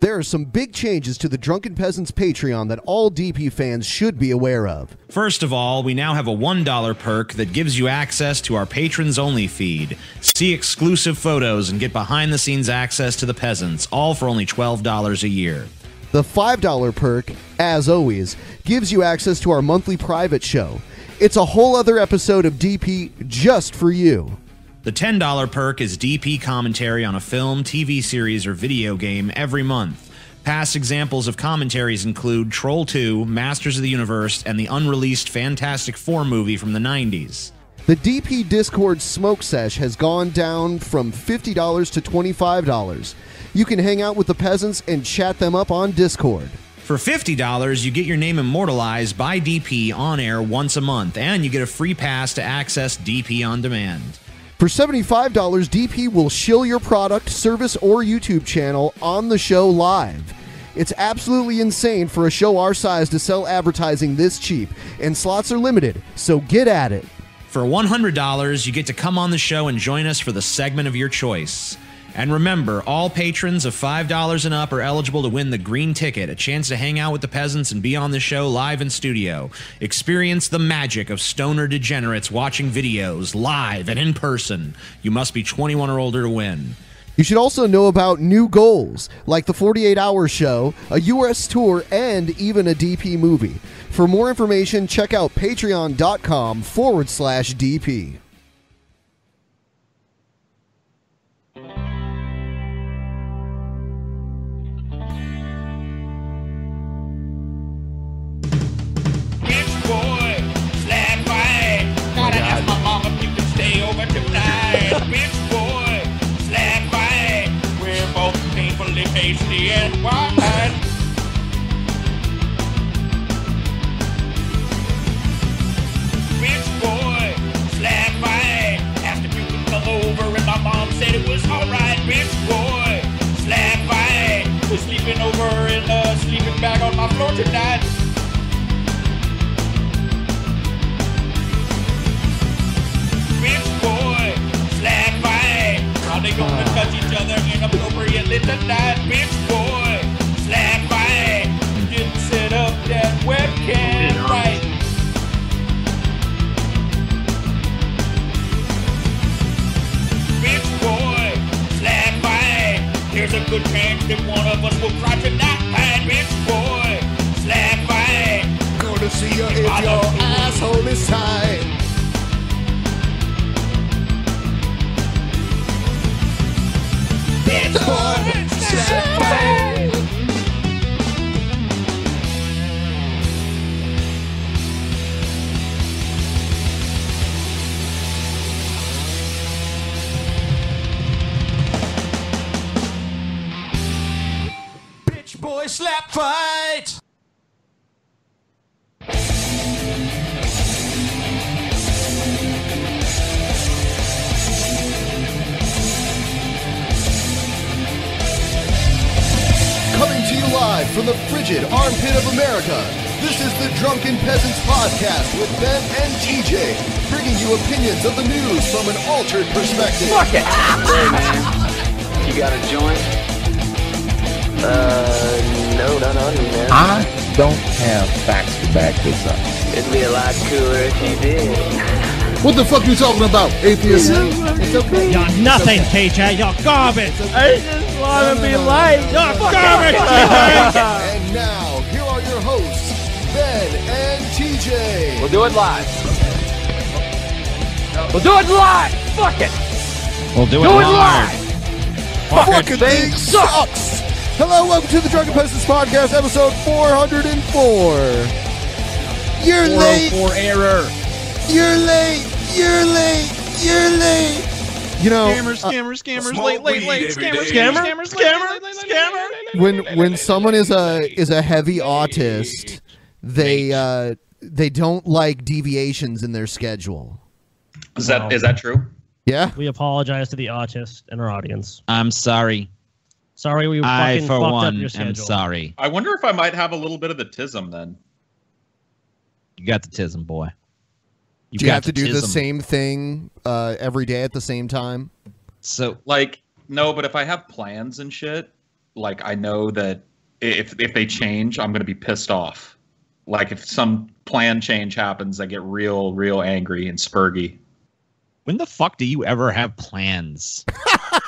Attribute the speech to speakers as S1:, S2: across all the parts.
S1: There are some big changes to the Drunken Peasants Patreon that all DP fans should be aware of.
S2: First of all, we now have a $1 perk that gives you access to our patrons only feed. See exclusive photos and get behind the scenes access to the peasants, all for only $12 a year.
S1: The $5 perk, as always, gives you access to our monthly private show. It's a whole other episode of DP just for you.
S2: The $10 perk is DP commentary on a film, TV series, or video game every month. Past examples of commentaries include Troll 2, Masters of the Universe, and the unreleased Fantastic Four movie from the 90s.
S1: The DP Discord Smoke Sesh has gone down from $50 to $25. You can hang out with the peasants and chat them up on Discord.
S2: For $50, you get your name immortalized by DP on air once a month, and you get a free pass to access DP on demand.
S1: For $75, DP will shill your product, service, or YouTube channel on the show live. It's absolutely insane for a show our size to sell advertising this cheap, and slots are limited, so get at it.
S2: For $100, you get to come on the show and join us for the segment of your choice. And remember, all patrons of $5 and up are eligible to win the green ticket, a chance to hang out with the peasants and be on the show live in studio. Experience the magic of stoner degenerates watching videos live and in person. You must be 21 or older to win.
S1: You should also know about new goals, like the 48 Hour Show, a US tour, and even a DP movie. For more information, check out patreon.com forward slash DP.
S3: Rich boy, slap fight. Gotta ask my mom if you can stay over tonight. Rich boy, slap fight. We're both painfully pasty and wide. Rich boy, slap fight. Asked if you could come over and my mom said it was alright. Rich boy, slap fight. We're sleeping over in a sleeping bag on my floor tonight. rich boy. Slack fight. How they gonna touch each other inappropriately tonight, bitch boy. Slack fight. Didn't set up that webcam right. Bitch boy. Slack fight. There's a good chance that one of us will cry tonight, bitch boy. Slack fight.
S4: Gonna see you if
S3: I
S4: your
S3: don't-
S4: asshole is tight.
S3: Bitch boy. Slack fight.
S4: Bitch boy slap fight.
S1: Coming to you live from the frigid armpit of America, this is the Drunken Peasants Podcast with Ben and TJ, bringing you opinions of the news from an altered perspective.
S5: You got a joint? Uh, no, not on me, man.
S6: I don't have facts to back this up.
S5: It'd be a lot cooler if you did.
S4: What the fuck you talking about, atheist? It's okay.
S7: You're nothing, TJ. You're garbage. I just want to be light. Oh, You're garbage.
S1: And now, here are your hosts, Ben and TJ.
S5: We'll do it live. We'll do it live! Fuck it!
S2: We'll do,
S5: Do it live!
S1: fucking thing sucks. Hello, welcome to the Drunken Peasants Podcast, episode 404. You're late.
S4: error.
S1: You're late. You're late. You're late. You know, uh,
S8: scammers, late, late, late, scammers, scammers, scammers, scammers, scammers.
S1: when when someone is a is a heavy autist, they uh, they don't like deviations in their schedule.
S8: Is that is that true?
S1: Yeah,
S7: We apologize to the autist and our audience.
S2: I'm sorry.
S7: Sorry, we
S2: I,
S7: fucking
S2: for
S7: fucked up
S2: one,
S7: your
S2: am
S7: schedule.
S2: sorry.
S8: I wonder if I might have a little bit of the tism then.
S2: You got the tism, boy.
S1: do you
S2: got
S1: have to do the
S2: tism.
S1: same thing uh, every day at the same time?
S2: So
S8: Like, no, but if I have plans and shit, like I know that if if they change, I'm gonna be pissed off. Like if some plan change happens, I get real, real angry and spurgy.
S2: When the fuck do you ever have plans?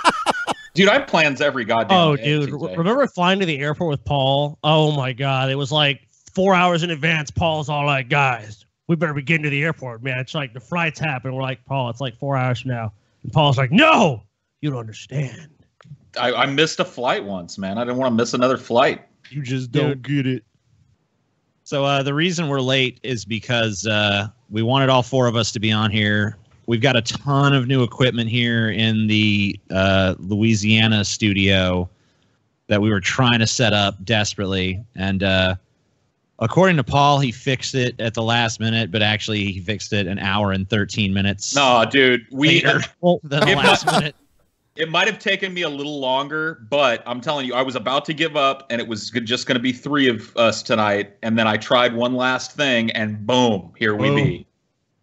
S8: Dude, I have plans every goddamn
S7: Oh,
S8: day,
S7: dude.
S8: TJ.
S7: re- Remember flying to the airport with Paul? Oh, my God. It was like four hours in advance. Paul's all like, guys, we better be getting to the airport, man. It's like the flights happen. We're like, Paul, it's like four hours from now. And Paul's like, no, you don't understand.
S8: I, I missed a flight once, man. I didn't want to miss another flight.
S2: You just
S7: don't
S2: get it. So uh, the reason we're late is because uh, we wanted all four of us to be on here. We've got a ton of new equipment here in the uh, Louisiana studio that we were trying to set up desperately, and uh, according to Paul, he fixed it at the last minute, but actually he fixed it an hour and thirteen minutes
S8: No, dude, we
S2: later
S7: Well,
S2: than the
S8: If I-
S2: last minute.
S8: it might have taken me a little longer, but I'm telling you, I was about to give up, and it was g- just going to be three of us tonight. And then I tried one last thing, and boom, here we be.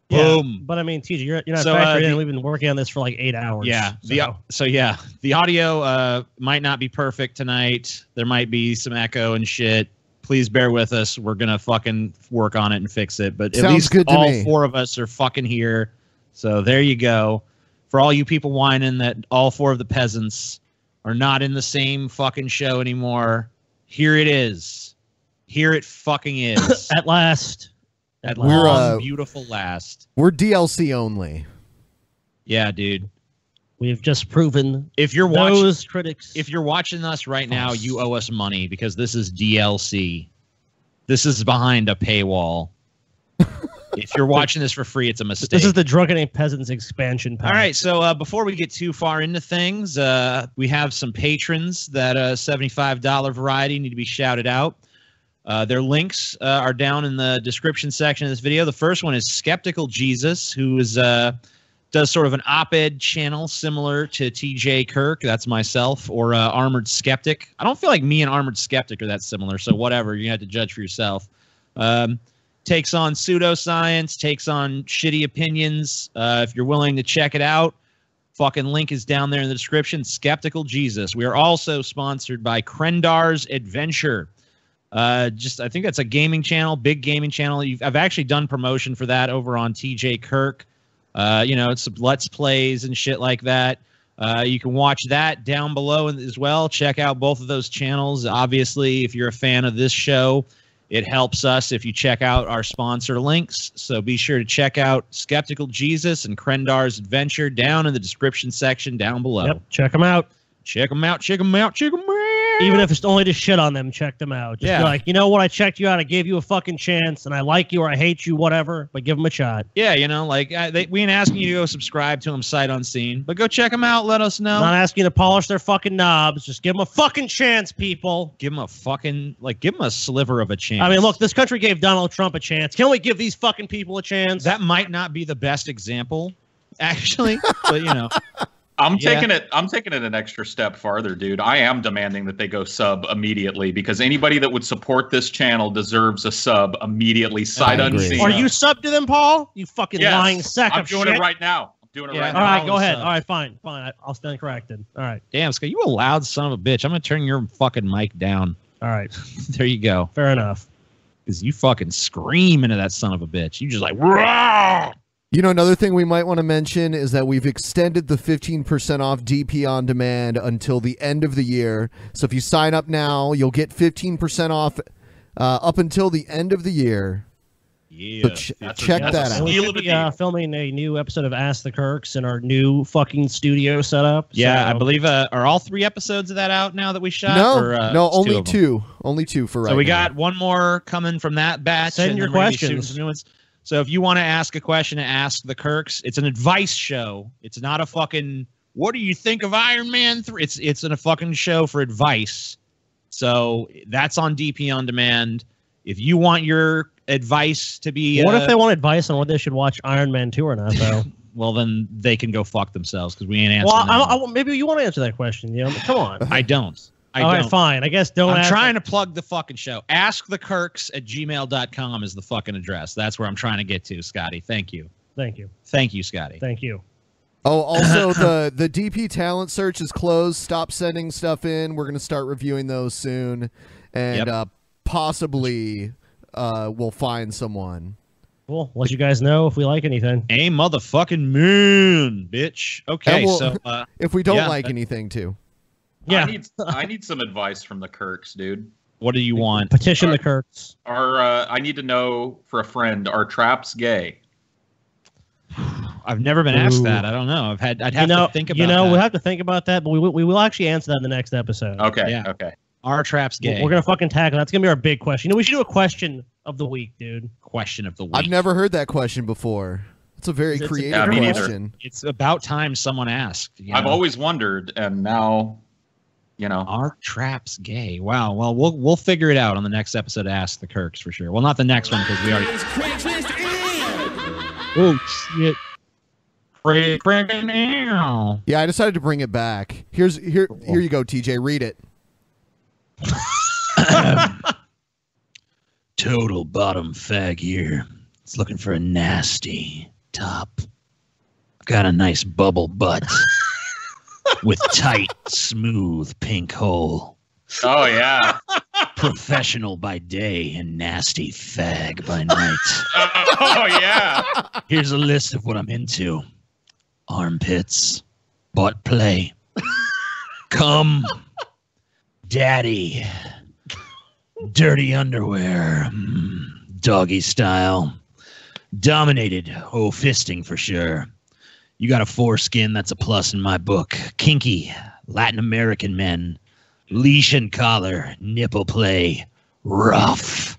S2: Boom.
S7: But I mean, TJ, you're, you're not
S2: So, uh,
S7: factoring in.
S2: the-
S7: We've been working on this for like eight hours.
S2: Yeah. The,
S7: so-
S2: so yeah, the audio uh, might not be perfect tonight. There might be some echo and shit. Please bear with us. We're gonna fucking work on it and fix it. But at
S1: Sounds
S2: least
S1: good to
S2: all
S1: me.
S2: four of us are fucking here. So there you go. For all you people whining that all four of the peasants are not in the same fucking show anymore, here it is. Here it fucking is.
S7: at last.
S2: At
S1: We're,
S2: long,
S1: uh,
S2: beautiful last.
S1: We're DLC only.
S2: Yeah, dude.
S7: We've just proven
S2: If you're watching,
S7: those critics.
S2: if you're watching us right now,
S7: False.
S2: you owe us money because this is DLC. This is behind a paywall. if you're watching this for free, it's a mistake.
S7: this is the drunken and peasants expansion pack.
S2: All right, so uh, before we get too far into things, uh, we have some patrons that uh, $75 variety need to be shouted out. Uh, their links uh, are down in the description section of this video. The first one is Skeptical Jesus, who is uh, does sort of an op-ed channel similar to TJ Kirk. That's myself or uh, Armored Skeptic. I don't feel like me and Armored Skeptic are that similar, so whatever. You have to judge for yourself. Um, takes on pseudoscience, takes on shitty opinions. Uh, if you're willing to check it out, fucking link is down there in the description. Skeptical Jesus. We are also sponsored by Krendar's Adventure. Uh, just I think that's a gaming channel, big gaming channel. You've, I've actually done promotion for that over on TJ Kirk. Uh, you know, it's some let's plays and shit like that. Uh, you can watch that down below and- as well. Check out both of those channels. Obviously, if you're a fan of this show, it helps us if you check out our sponsor links. So be sure to check out Skeptical Jesus and Krendar's Adventure down in the description section down below.
S7: Yep. Check them out.
S2: Check them out. Check them out. Check them out.
S7: Even if it's only to shit on them, check them out. Just
S2: Yeah.
S7: be like, you know what? I checked you out. I gave you a fucking chance, and I like you or I hate you, whatever. But give them a shot.
S2: yeah, you know, like I, they, we ain't asking you to go subscribe to them sight unseen, but go check them out. Let us know.
S7: I'm not asking you to polish their fucking knobs. Just give them a fucking chance, people.
S2: give them a fucking like, give them a sliver of a chance.
S7: I mean, look, this country gave Donald Trump a chance. Can we give these fucking people a chance?
S2: that might not be the best example, actually, but you know,
S8: I'm
S2: Yeah.
S8: taking it. I'm taking it an extra step farther, dude. I am demanding that they go sub immediately because anybody that would support this channel deserves a sub immediately. Sight
S1: I agree.
S8: unseen.
S7: Are you sub to them, Paul? You fucking
S8: Yes.
S7: lying sack
S8: I'm
S7: of
S8: doing
S7: shit.
S8: it right now. I'm doing it
S2: Yeah.
S8: right
S7: All
S8: now.
S7: right, go
S2: Paul is
S7: ahead.
S2: sub.
S7: All right, fine, fine. I, I'll stand corrected. All right,
S2: damn, Scott, you a loud son of a bitch. I'm gonna turn your fucking mic down.
S7: all right.
S2: there you go.
S7: Fair enough.
S2: because you fucking scream into that son of a bitch. You just like, "Rah!"
S1: You know, another thing we might want to mention is that we've extended the 15% off DP on demand until the end of the year. So if you sign up now, you'll get 15% off uh, up until the end of the year.
S2: yeah.
S1: so ch-
S8: that's a-
S1: check
S8: that's
S1: that
S8: a
S1: out.
S7: And we
S8: Deal
S7: should
S8: with
S7: be
S8: the
S7: uh,
S8: deal.
S7: filming a new episode of Ask the Kirks in our new fucking studio setup.
S2: Yeah, I
S7: so-
S2: believe uh, are all three episodes of that out now that we shot.
S1: no,
S2: Or, uh,
S1: no,
S2: just
S1: only
S2: of them?
S1: two, only two for right.
S2: So we
S1: now.
S2: got one more coming from that batch.
S7: Send
S2: and
S7: your
S2: then we're gonna be shooting
S7: questions.
S2: some new ones. So if you want to ask a question, ask the Kirks. It's an advice show. It's not a fucking. What do you think of Iron Man three? It's it's in a fucking show for advice. So that's on DP on demand. If you want your advice to be,
S7: What
S2: uh,
S7: if they want advice on whether they should watch Iron Man 2 or not, though?
S2: well, then they can go fuck themselves because we ain't answering.
S7: well, I,
S2: them.
S7: I, I- maybe you want to answer that question. You know? Come on.
S2: I don't. I
S7: All right,
S2: don't.
S7: fine. I guess don't
S2: I'm
S7: ask.
S2: trying to plug the fucking show. Ask the Kirks at gmail.com is the fucking address. That's where I'm trying to get to, Scotty. Thank you.
S7: Thank you.
S2: Thank you, Scotty.
S7: Thank you.
S1: Oh, also the the DP talent search is closed. Stop sending stuff in. We're gonna start reviewing those soon, and
S7: Yep.
S1: uh, possibly uh, we'll find someone.
S7: Cool. Let you guys know if we like anything.
S2: A motherfucking moon, bitch. Okay,
S1: And we'll-
S2: so uh,
S1: if we don't
S2: yeah,
S1: like
S2: that-
S1: anything, too.
S7: Yeah.
S8: I need I need some advice from the Kirks, dude.
S2: what do you want?
S7: Petition the Kirks.
S8: Are uh, I need to know for a friend? Are traps gay?
S2: I've never been asked
S7: Ooh.
S2: that. I don't know. I've had. I'd
S7: You
S2: have
S7: know,
S2: to think about.
S7: you know,
S2: that.
S7: we have to think about that, but we, will- we will actually answer that in the next episode.
S8: Okay,
S2: Yeah.
S8: okay.
S2: Our traps
S7: We're-
S2: gay.
S7: We're gonna fucking tackle. That's gonna be our big question. You know, we should do a question of the week, dude.
S2: question of the week.
S1: I've never heard that question before. It's a very
S7: It's a-
S1: creative
S8: Yeah, me neither.
S1: question.
S2: It's about time someone asked. you
S8: I've
S2: know.
S8: always wondered, and now, you know,
S2: Are traps gay? Wow. Well, we'll we'll figure it out on the next episode. Of Ask the Kirks for sure. Well, not the next one because we already. oh shit! Craig, Craig, now.
S1: Yeah, I decided to bring it back. Here's here here you go, TJ. Read it.
S2: Total bottom fag here. It's looking for a nasty top. I've got a nice bubble butt with tight, smooth pink hole.
S8: oh yeah,
S2: Professional by day and nasty fag by night.
S8: oh yeah.
S2: Here's a list of what I'm into armpits, butt play, cum, daddy, dirty underwear, mm, doggy style, dominated, oh, fisting for sure. You got a foreskin, that's a plus in my book. Kinky, Latin American men, leash and collar, nipple play, rough,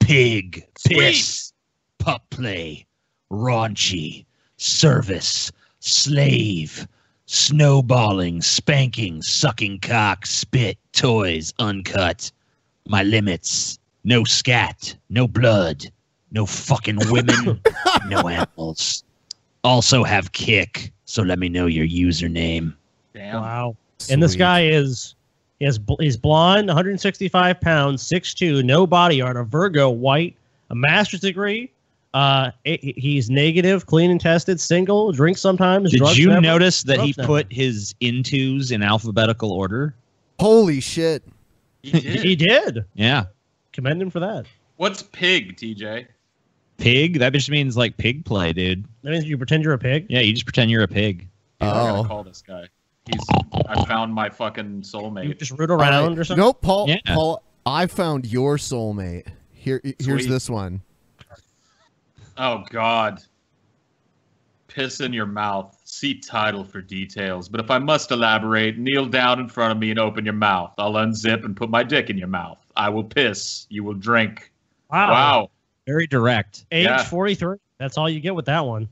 S2: pig, piss, pup play raunchy, service, slave, snowballing, spanking, sucking cock, spit, toys, uncut. My limits no scat, no blood, no fucking women, no animals. Also have kick, so let me know your username.
S8: Damn.
S7: Wow. And this guy is is bl- he's blonde, 165 pounds, 6'2", no body art, a Virgo, white, a master's degree. Uh, he- he- he's negative, clean and tested, single, drinks sometimes. drugs never. Drugs never.
S2: his intos in alphabetical order?
S1: Holy shit.
S8: You
S7: He
S8: did.
S7: did.
S2: Yeah.
S7: Commend him for that.
S8: What's pig, TJ?
S2: Pig? That just means like pig play, dude.
S7: That means you pretend you're a pig.
S2: Yeah, you just pretend you're a pig.
S8: Dude, I
S1: Oh.
S8: gotta call this guy. He's. I found my fucking
S7: You
S8: soulmate.
S7: just root around
S1: Alright.
S7: or something.
S1: Nope, Paul.
S2: Yeah.
S1: Paul, I found your soulmate. Here, here's
S8: Sweet.
S1: this one.
S8: Oh God. Piss in your mouth. See title for details. But if I must elaborate, kneel down in front of me and open your mouth. I'll unzip and put my dick in your mouth. I will piss. You will drink. Wow.
S2: Very direct.
S7: Age
S8: Yeah.
S7: 43. That's all you get with that one.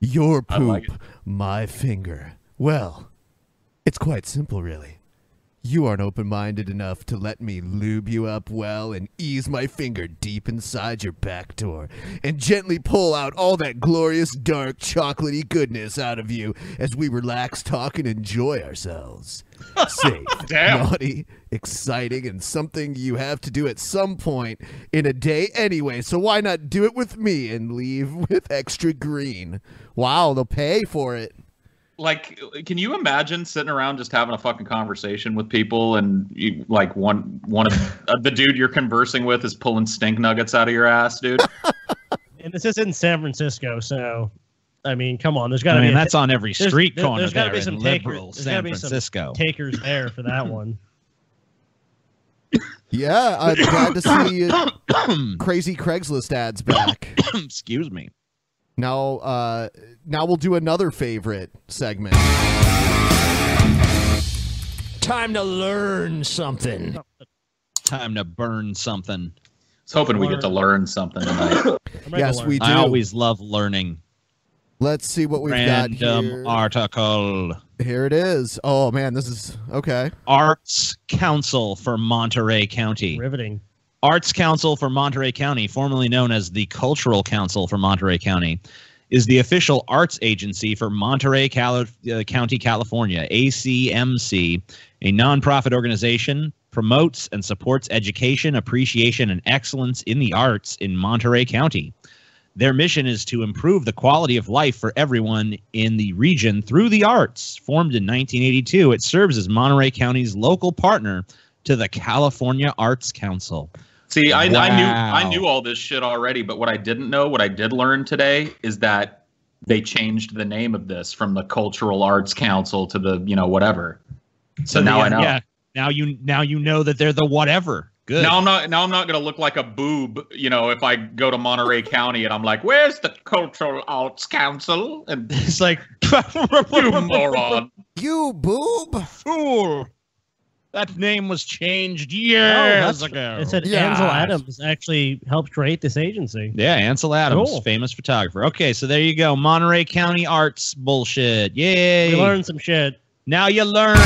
S1: Your
S8: I
S1: poop,
S8: like
S1: my finger. Well, it's quite simple, really. You aren't open minded enough to let me lube you up well and ease my finger deep inside your back door and gently pull out all that glorious, dark, chocolatey goodness out of you as we relax, talk, and enjoy ourselves. Safe,
S8: Damn.
S1: naughty, exciting, and something you have to do at some point in a day anyway, so why not do it with me and leave with extra green? Wow, they'll pay for it.
S8: like can you imagine sitting around just having a fucking conversation with people and you, like one one of uh, the dude you're conversing with is pulling stink nuggets out of your ass dude
S7: And this is in San Francisco, so I mean, come on. There's got to
S2: I
S7: be
S2: mean,
S7: a-
S2: that's on every
S7: there's-
S2: street
S7: there-
S2: corner
S7: there's
S2: there
S7: gotta be some
S2: in
S7: taker-
S2: liberal
S7: there's
S2: San
S7: gotta be some
S2: Francisco.
S7: takers there for that one.
S1: Yeah, I'm glad to see crazy Craigslist ads back.
S2: Excuse me.
S1: Now, uh, now we'll do another favorite segment.
S9: Time to learn something.
S2: Time to burn something.
S8: i was hoping we get to learn something tonight
S7: I'm ready to
S1: Yes,
S7: learn.
S1: we do.
S2: I always love learning.
S1: Let's see what we've got
S2: Random
S1: here.
S2: article.
S1: Here it is. Oh man, this is okay.
S2: Arts Council for Monterey County.
S7: riveting.
S2: Arts Council for Monterey County, formerly known as the Cultural Council for Monterey County, is the official arts agency for Monterey Cali- uh, County, California, ACMC, a nonprofit organization promotes and supports education, appreciation and excellence in the arts in Monterey County. Their mission is to improve the quality of life for everyone in the region through the arts. Formed in 1982, it serves as Monterey County's local partner to the California Arts Council.
S8: See, I, I knew I
S2: Wow.
S8: knew all this shit already, but what I didn't know, what I did learn today, is that they changed the name of this from the Cultural Arts Council to the you know whatever. So now
S2: yeah,
S8: I know.
S2: yeah. now you now you know that they're the whatever. Good.
S8: Now I'm not now I'm not gonna look like a boob, you know, if I go to Monterey County and I'm like, "Where's the Cultural Arts Council?" And
S2: it's like,
S8: you moron,
S1: You boob
S2: fool. That name was changed
S7: that's-
S2: years ago.
S7: It said
S2: Yeah.
S7: Ansel Adams actually helped create this agency.
S2: Yeah, Ansel Adams,
S7: Cool.
S2: famous photographer. Okay, so there you go. Monterey County Arts bullshit. Yay.
S7: We learned some shit.
S2: Now you learn.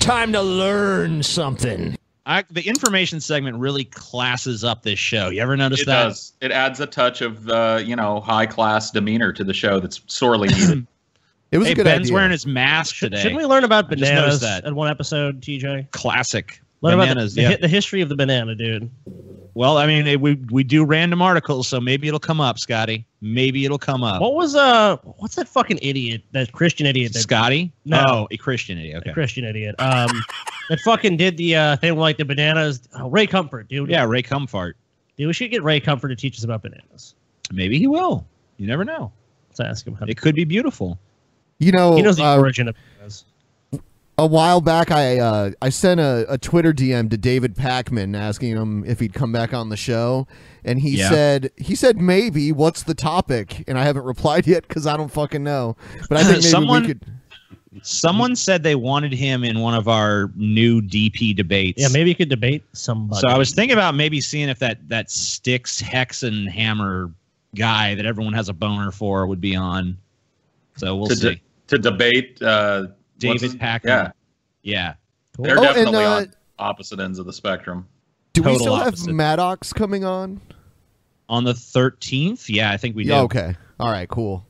S9: Time to learn something.
S2: I, the information segment really classes up this show. You ever notice
S8: it
S2: that?
S8: does. It adds a touch of uh, you know high class demeanor to the show that's sorely needed.
S1: It
S2: hey, Ben's wearing his mask today.
S7: Shouldn't we learn about
S2: I just
S7: bananas
S2: noticed that.
S7: in one episode, TJ?
S2: Classic.
S7: Learn about the,
S2: bananas.
S7: the
S2: yeah.
S7: hi- the history of the banana, dude.
S2: well, I mean, it, we we do random articles, so maybe it'll come up, Scotty. Maybe it'll come up.
S7: What was uh? What's that fucking idiot? That Christian idiot? That
S2: Scotty?
S7: No.
S2: Oh, a Christian idiot. Okay.
S7: Christian idiot. Um, that fucking did the uh thing with, like the bananas. Oh, Ray Comfort, dude.
S2: Yeah, Ray Comfort.
S7: Dude, we should get Ray Comfort to teach us about bananas.
S2: Maybe he will. You never know.
S7: Let's ask him. How
S2: It could be beautiful.
S1: You know,
S7: he knows the
S1: uh,
S7: origin of bananas.
S1: a while back, I uh, I sent a, a Twitter DM to David Packman asking him if he'd come back on the show, and he
S2: Yeah.
S1: said he said maybe. What's the topic? And I haven't replied yet because I don't fucking know. But I think maybe
S2: Someone-
S1: we could.
S2: Someone said they wanted him in one of our new DP debates.
S7: Yeah, maybe you could debate somebody.
S2: So I was thinking about maybe seeing if that that sticks Hexen hammer guy that everyone has a boner for would be on. So we'll
S8: to,
S2: see.
S8: de- to debate uh, what's his-
S2: David Packman.
S8: Yeah,
S2: Yeah.
S8: they're
S1: Oh, and,
S8: definitely
S1: uh,
S8: on opposite ends of the spectrum.
S1: Do we
S2: total
S1: still
S2: opposite.
S1: have Maddox coming on?
S2: On the 13th? Yeah, I think we do.
S1: yeah. Okay. All right. Cool.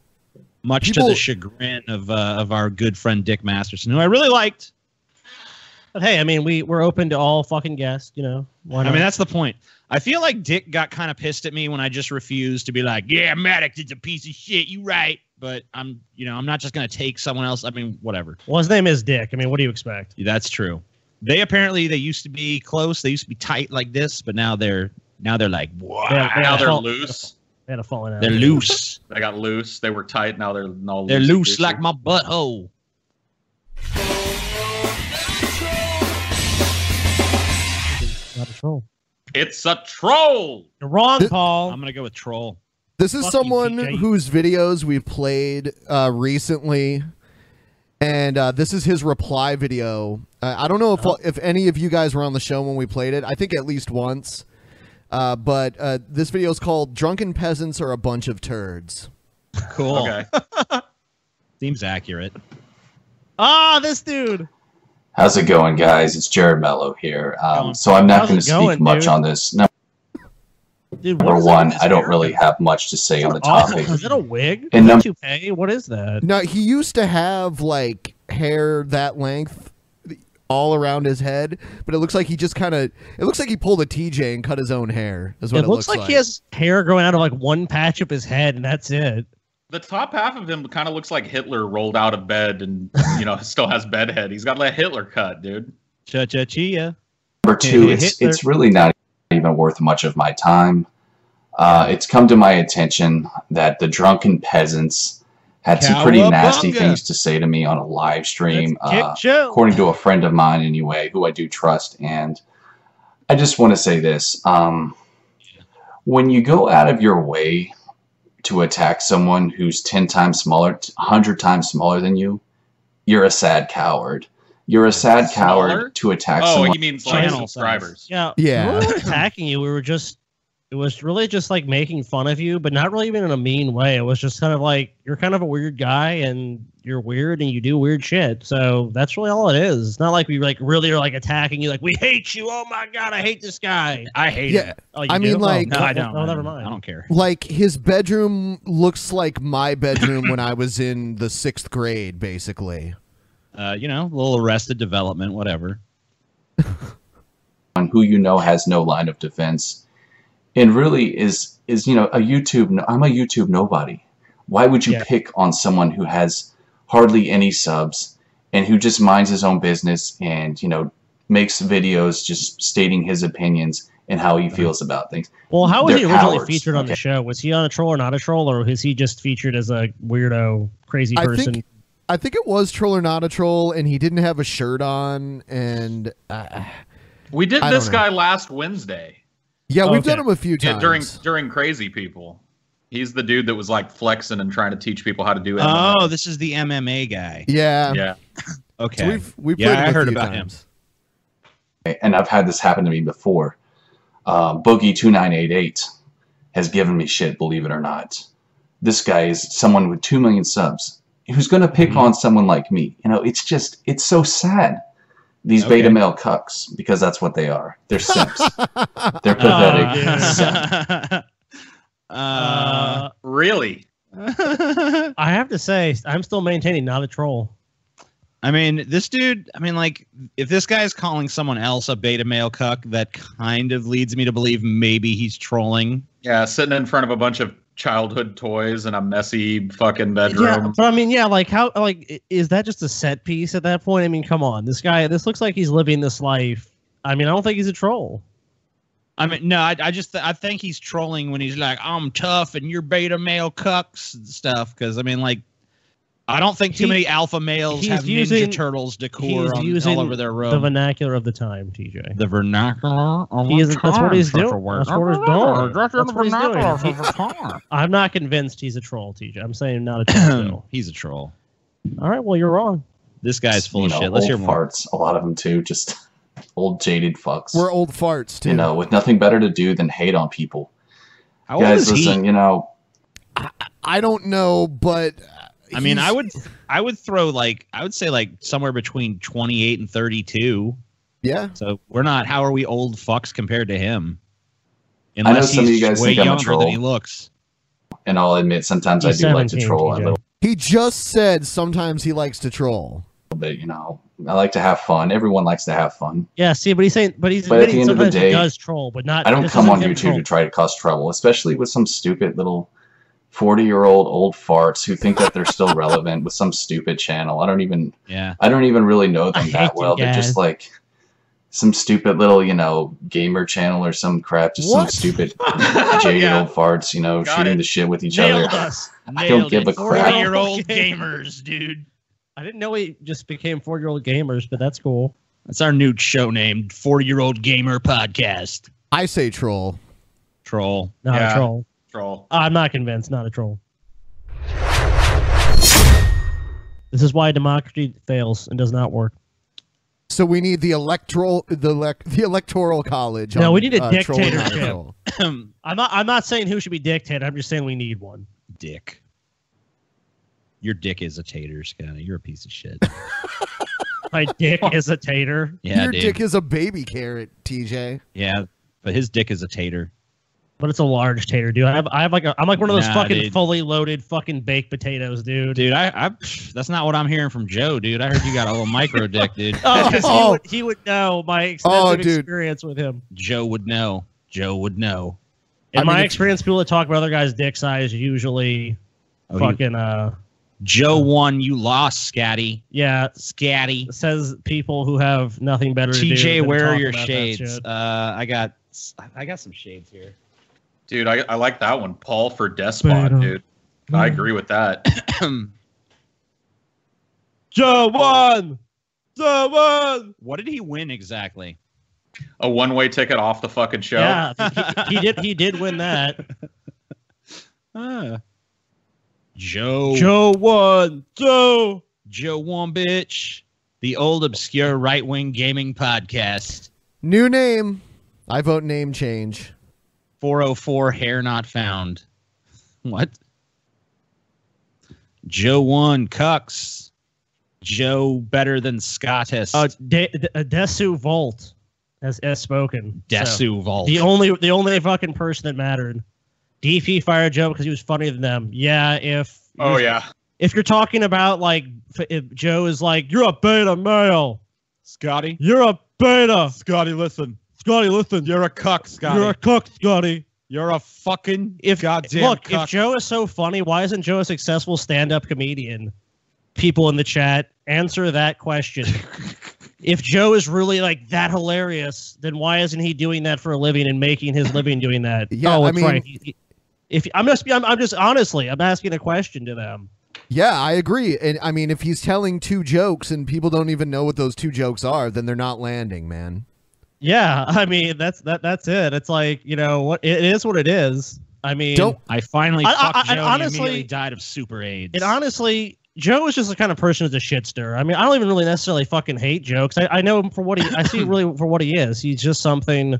S2: Much to
S1: People-
S2: the chagrin of uh, of our good friend Dick Masterson, who I really liked.
S7: But hey, I mean, we we're open to all fucking guests. You know, why
S2: I
S7: not?
S2: mean, that's the point. I feel like Dick got kind of pissed at me when I just refused to be like, "Yeah, Maddox is a piece of shit. You right." But I'm, you know, I'm not just gonna take someone else. I mean, whatever.
S7: well, his name is Dick. I mean, what do you expect?
S2: Yeah, That's true. They apparently they used to be close. They used to be tight like this, but now they're now they're like, wow,
S7: Yeah, yeah.
S8: Now they're
S7: Well-
S8: loose.
S7: They had a falling out.
S2: they're loose.
S8: They got loose. They were tight. Now they're no.
S2: They're loose like my butthole.
S7: Not a troll.
S8: It's a troll.
S7: You're wrong,
S1: Th-
S7: Paul.
S2: I'm gonna go with troll.
S1: This is
S7: Fuck you,
S1: someone
S7: TJ.
S1: whose videos we played uh, recently, and uh, this is his reply video. Uh, I don't know
S7: Uh-huh.
S1: if if any of you guys were on the show when we played it. I think at least once. Uh, but uh, this video is called "Drunken Peasants Are a Bunch of Turds."
S2: Cool.
S8: Okay.
S2: Seems accurate.
S7: Ah, this dude.
S10: How's it going, guys? It's Jared Mello here. Um,
S2: Going.
S10: so I'm not
S7: How's
S10: going to
S7: it
S10: speak
S7: going,
S10: much
S7: dude?
S10: on this. Number
S7: Dude, what is that
S10: one,
S7: with his
S10: I don't
S7: hair?
S10: really have much to say on the
S7: Awesome.
S10: topic.
S7: Is it a wig?
S10: And
S7: Is
S10: num-
S7: it a toupee? What is that?
S1: Now he used to have like hair that length all around his head, but it looks like he just kind of it looks like he pulled a TJ and cut his own hair. Is what it,
S7: it looks like, he has hair growing out of like one patch of his head, and that's it.
S8: The top half of him kind of looks like Hitler rolled out of bed and you know still has bed head. He's got like a Hitler cut, dude.
S2: Cha cha chia.
S10: Number
S2: Yeah,
S10: two,
S2: yeah,
S10: it's
S2: Hitler.
S10: it's really not even worth much of my time. Uh, it's come to my attention that the drunken peasants had some pretty nasty
S2: Cowabunga.
S10: things to say to me on a live stream.
S7: Kick
S10: Uh,
S7: show.
S10: according to a friend of mine, anyway, who I do trust, and I just want to say this: um, when you go out of your way to attack someone who's ten times smaller, hundred times smaller than you, you're a sad coward. You're a sad
S8: Smaller?
S10: coward to attack
S8: Oh,
S10: someone.
S8: he means like
S2: Channel size.
S8: subscribers.
S7: Yeah.
S1: Yeah.
S7: We weren't attacking you. We were just. It was really just like making fun of you, but not really even in a mean way. It was just kind of like you're kind of a weird guy, and you're weird, and you do weird shit. So that's really all it is. It's not like we like really are like attacking you. Like we hate you. Oh my god, I hate this guy.
S2: I hate
S1: Yeah.
S2: it.
S7: Oh, you
S1: I mean,
S7: do? Oh,
S1: like-
S2: No, I don't.
S7: Oh, never mind.
S2: I don't care.
S1: like his bedroom looks like my bedroom when I was in the sixth grade, basically.
S2: Uh, you know, a little arrested development, whatever.
S10: on who you know has no line of defense and really is is you know a YouTube. no- I'm a YouTube nobody. Why would you pick on someone who has hardly any subs and who just minds his own business and you know makes videos just stating his opinions and how he feels about things?
S7: Uh-huh. Well, how was
S10: They're
S7: he originally
S10: cowards.
S7: featured on the show? Was he on a troll or not a troll, or is he just featured as a weirdo, crazy
S1: I
S7: person?
S1: think I think it was troll or not a troll, and he didn't have a shirt on, and uh,
S8: We did
S1: I don't
S8: this
S1: know.
S8: guy last Wednesday.
S1: Yeah, we've done him a few
S8: Yeah,
S1: times.
S8: during during Crazy People. He's the dude that was like flexing and trying to teach people how to do MMA.
S2: Oh, this is the MMA guy.
S1: yeah,
S8: yeah.
S2: Okay.
S1: we've- we've
S2: yeah,
S1: played him
S2: I
S1: a
S2: heard
S1: few
S2: about him.
S10: and I've had this happen to me before. Uh, Boogie two nine eight eight has given me shit, believe it or not. This guy is someone with two million subs who's going to pick
S2: Mm-hmm.
S10: on someone like me. You know, it's just it's so sad. These
S2: Okay.
S10: beta male cucks, because that's what they are. They're simps. They're
S2: Uh,
S10: pathetic. simps.
S2: Uh,
S8: really?
S7: I have to say, I'm still maintaining not a troll.
S2: I mean, this dude, I mean, like, if this guy's calling someone else a beta male cuck, that kind of leads me to believe maybe he's trolling.
S8: Yeah, sitting in front of a bunch of childhood toys in a messy fucking
S7: Yeah,
S8: bedroom.
S7: but I mean, yeah, like how, like, i- is that just a set piece at that point? I mean, come on, this guy, this looks like he's living this life. I mean, I don't think he's a troll.
S2: I mean, no, I, I just I think he's trolling when he's like, I'm tough and you're beta male cucks and stuff. Because I mean, like, I don't think too
S7: He-
S2: many alpha males
S7: he's
S2: have
S7: using-
S2: Ninja Turtles
S7: he's
S2: decor on,
S7: using
S2: all over their
S7: The
S2: room.
S7: vernacular of the time, TJ.
S2: The vernacular. Oh
S7: He is, that's what he's doing.
S2: Work.
S7: That's what he's doing. That's
S2: That's the
S7: what he's
S2: vernacular
S7: doing.
S2: of the time.
S7: I'm not convinced he's a troll, TJ. I'm saying not a troll. still.
S2: he's a troll.
S7: All right, well, you're wrong.
S2: This guy's full
S10: You
S2: of
S10: know,
S2: shit. Let's
S10: old
S2: hear more.
S10: farts. A lot of them too. Just old jaded fucks.
S1: We're old farts too.
S10: you know, with nothing better to do than hate on people.
S2: How old
S10: Guys,
S2: is he?
S10: listen. You know,
S1: I don't know, but
S2: I mean, I
S1: he's-
S2: would, I would throw like, I would say like somewhere between 28 and 32.
S1: Yeah.
S2: So we're not. How are we old fucks compared to him?
S10: I know some of you guys
S2: way
S10: think I'm a
S2: younger than
S10: troll.
S2: he looks.
S10: and I'll admit sometimes I
S7: He's
S10: do like to
S7: 17,
S10: troll a
S7: TJ.
S10: little
S1: He just said sometimes he likes to troll.
S10: bit. You know, I like to have fun. Everyone likes to have fun.
S7: Yeah, see, but he's saying, but he's
S10: But at the
S7: admitting
S10: end of the
S7: sometimes he
S10: day,
S7: does troll, but not.
S10: I don't
S7: this
S10: come
S7: isn't
S10: on
S7: him
S10: YouTube
S7: troll.
S10: to try to cause trouble, especially with some stupid little 40 year old old farts who think that they're still relevant with some stupid channel. I don't even
S2: Yeah.
S10: I don't even really know them
S7: hate
S10: that
S7: you
S10: well. They're
S7: guys.
S10: just like some stupid little, you know, gamer channel or some crap, just
S1: What?
S10: some stupid jaded old farts, you know,
S8: Got
S10: shooting
S8: it.
S10: the shit with each
S7: Nailed
S10: other.
S7: us.
S10: I don't give a crap.
S2: year old
S7: Okay.
S2: gamers, dude.
S7: I didn't know he just became four year old gamers, but that's cool.
S2: That's our new show name, 40 year old gamer podcast.
S1: I say troll.
S2: Troll.
S7: Not
S8: Yeah.
S7: a troll.
S8: Troll.
S7: I'm not convinced. Not a troll. This is why democracy fails and does not work.
S1: So we need the electoral, the elec- the electoral college.
S7: No,
S1: on,
S7: we need a
S1: uh, troll or not
S7: dictatorship.
S1: troll.
S2: I'm
S7: I'm not. I'm not saying who should be dictated. I'm just saying we need one.
S2: dick. Your dick is a tater, Scotty. You're a piece of shit.
S7: My dick is a tater,
S2: Yeah,
S1: Your
S2: dude.
S1: dick is a baby carrot, TJ.
S2: yeah, but his dick is a tater.
S7: but it's a large tater, dude. I have. I have like a. I'm like one of those
S2: Nah,
S7: fucking
S2: dude.
S7: fully loaded fucking baked potatoes, dude.
S2: Dude, I, I that's not what I'm hearing from Joe, dude. I heard you got a little micro dick, dude.
S7: Oh, 'cause
S1: Oh.
S7: He, would, he would know my extensive
S1: Oh, dude.
S7: experience with him.
S2: Joe would know. Joe would know.
S7: In
S1: I mean,
S7: my
S1: it's-
S7: experience, people that talk about other guys' dick size usually
S2: Oh, you-
S7: fucking uh
S2: Joe won, you lost, Scatty.
S7: yeah
S2: Scatty.
S7: says people who have nothing better to do.
S2: TJ,
S7: than
S2: where are
S7: talk
S2: your
S7: about that
S2: shades?
S7: shit.
S2: Uh, I got I got some shades here.
S8: Dude, I, I like that one. Paul for Despot, dude. I agree with that.
S7: Joe won. Joe won.
S2: what did he win exactly?
S8: A one way ticket off the fucking show.
S7: Yeah, he, he did. He did win that.
S1: Ah.
S2: Uh, Joe.
S7: Joe won. Joe.
S2: Joe won, bitch. The old obscure right wing gaming podcast.
S1: New name. I vote name change.
S2: 404 hair not found. What? Joe won, cucks. Joe better than Scottus.
S7: Uh, De- De- uh, Desu Volt has, has spoken. So,
S2: Desu Vault.
S7: the only the only fucking person that mattered. DP fired Joe because he was funnier than them. Yeah, if
S8: Oh,
S7: if-
S8: yeah.
S7: if you're talking about like f- if Joe is like you're a beta male,
S2: Scotty.
S7: you're a beta,
S2: Scotty, listen.
S7: Scotty. Listen,
S2: You're a cuck,
S7: you're a cook, Scotty.
S2: You're a fucking if goddamn
S7: Look,
S2: cuck.
S7: if Joe is so funny, why isn't Joe a successful stand-up comedian? People in the chat, answer that question. if Joe is really like that hilarious, then why isn't he doing that for a living and making his living doing that?
S1: Yeah,
S7: oh,
S1: I
S7: that's right.
S1: mean-
S7: He- he- If I'm just, I'm, I'm just honestly, I'm asking a question to them.
S1: Yeah, I agree. And I mean, if he's telling two jokes and people don't even know what those two jokes are, then they're not landing, man.
S7: Yeah, I mean that's that that's it. It's like you know what it is what it is. I mean,
S1: Don't-
S2: I finally
S7: I- I-
S2: fucked
S7: I-
S2: Joe. and he
S7: honestly-
S2: immediately died of super AIDS.
S7: And honestly, Joe is just the kind of person who's a shitster. I mean, I don't even really necessarily fucking hate Joe because I, I know him for what he. I see him really for what he is. He's just something.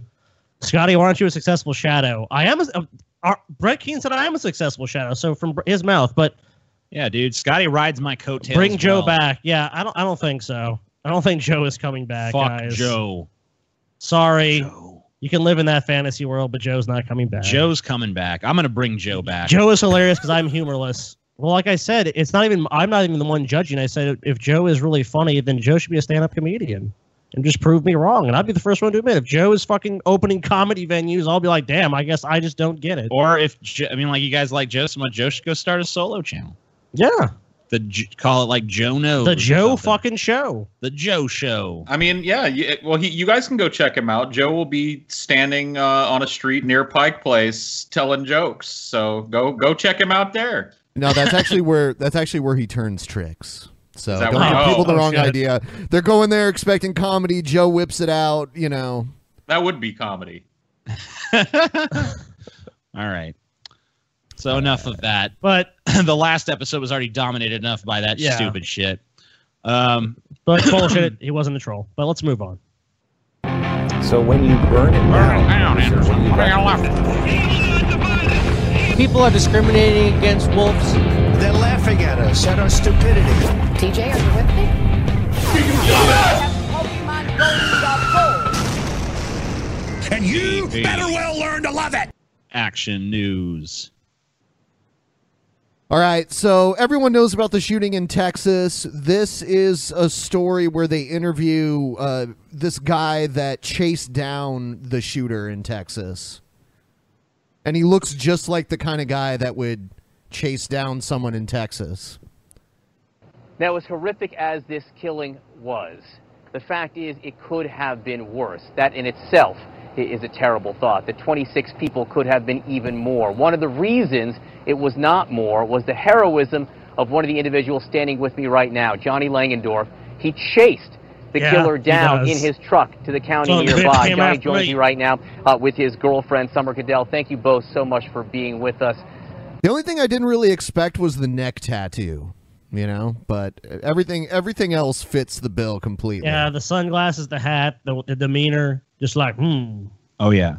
S7: Scotty, why aren't you a successful shadow? I am. A, uh, our- Brett Keane said I am a successful shadow. So from br- his mouth, but
S2: yeah, dude, Scotty rides my coattails.
S7: bring Joe
S2: well.
S7: back. Yeah, I don't. I don't think so. I don't think Joe is coming back.
S2: Fuck
S7: guys.
S2: Joe.
S7: Sorry, you can live in that fantasy world, but Joe's not coming back.
S2: Joe's coming back. I'm gonna bring Joe back.
S7: Joe is hilarious because I'm humorless. Well, like I said, it's not even I'm not even the one judging. I said if Joe is really funny, then Joe should be a stand-up comedian and just prove me wrong. And I'd be the first one to admit if Joe is fucking opening comedy venues, I'll be like, damn, I guess I just don't get it.
S2: Or if Jo- I mean, like you guys like Joe so much, Joe should go start a solo channel.
S7: Yeah,
S2: The J- call it like Joe knows.
S7: the
S2: or
S7: Joe
S2: something.
S7: fucking show.
S2: The Joe show.
S8: I mean, yeah. You, well, he, you guys can go check him out. Joe will be standing uh, on a street near Pike Place telling jokes. So go go check him out there.
S1: No, that's actually where that's actually where he turns tricks. So
S8: Is that
S1: don't
S8: where-
S1: give
S8: oh,
S1: people the
S8: oh,
S1: wrong
S8: shit.
S1: idea. They're going there expecting comedy. Joe whips it out. You know,
S8: That would be comedy.
S2: All right. So enough of that.
S7: But
S2: the last episode was already dominated enough by that
S7: Yeah.
S2: stupid shit. Um,
S7: But bullshit, he wasn't a troll. But let's move on.
S11: So when you burn it down,
S12: People are discriminating against wolves.
S3: They're laughing at us, at our stupidity.
S12: TJ, are you with me?
S2: and you
S3: better well learn to love it.
S2: Action news.
S1: All right, so everyone knows about the shooting in Texas. This is a story where they interview uh, this guy that chased down the shooter in Texas. And he looks just like the kind of guy that would chase down someone in Texas.
S13: Now, as horrific as this killing was, the fact is it could have been worse. That in itself i- is a terrible thought. The 26 people could have been even more. One of the reasons it was not more was the heroism of one of the individuals standing with me right now, Johnny Langendorf. He chased the
S14: Yeah,
S13: killer
S14: he
S13: down
S14: does.
S13: in his truck to the county
S14: Son of a bitch
S13: nearby.
S14: came
S13: Johnny
S14: after
S13: joins
S14: me.
S13: me right now uh, with his girlfriend, Summer Goodell. Thank you both so much for being with us.
S1: The only thing I didn't really expect was the neck tattoo, you know, but everything everything else fits the bill completely.
S7: Yeah, the sunglasses, the hat, the, the demeanor, just like hmm.
S2: Oh yeah.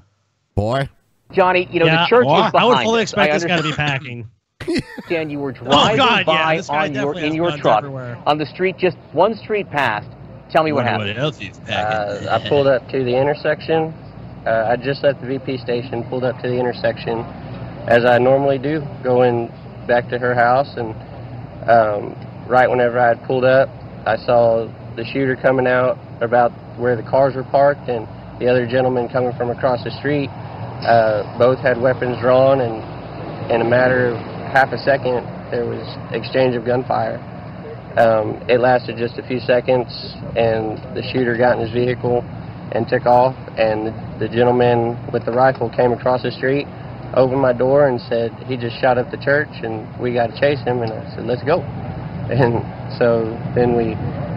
S1: Boy.
S13: Johnny, you know,
S7: Yeah,
S13: the church is behind
S7: I would fully
S13: us.
S7: expect
S13: I
S7: this guy to be
S13: understand-
S7: packing.
S13: understand you were
S7: Oh, God,
S13: driving
S7: yeah,
S13: by
S7: this guy
S13: on your
S7: definitely
S13: in
S7: has
S13: your
S7: guns
S13: truck
S7: everywhere.
S13: on the street, just one street past. Tell me what
S2: Wonder
S13: happened.
S2: else he's
S12: Uh, I pulled up to the intersection. Uh, I just left the VP station, pulled up to the intersection, as I normally do, going back to her house. And um, right whenever I had pulled up, I saw the shooter coming out about where the cars were parked, and the other gentleman coming from across the street. Uh, both had weapons drawn, and in a matter of half a second, there was exchange of gunfire. Um, it lasted just a few seconds, and the shooter got in his vehicle and took off. And the gentleman with the rifle came across the street, opened my door, and said he just shot up the church, and we got to chase him. And I said, "Let's go." And so then we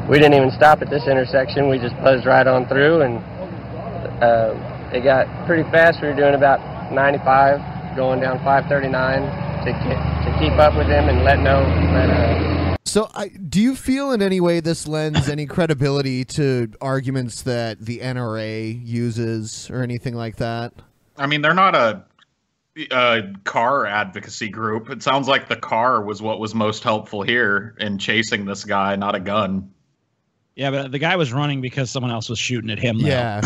S12: we didn't even stop at this intersection. We just buzzed right on through, and uh, it got pretty fast. We were doing about 95, going down 539 to ke to keep up with him and let know that. Uh,
S1: So, I, do you feel in any way this lends any credibility to arguments that the NRA uses or anything like that?
S8: I mean, they're not a, a car advocacy group. It sounds like the car was what was most helpful here in chasing this guy, not a gun.
S2: Yeah, but the guy was running because someone else was shooting at him. Though.
S1: Yeah.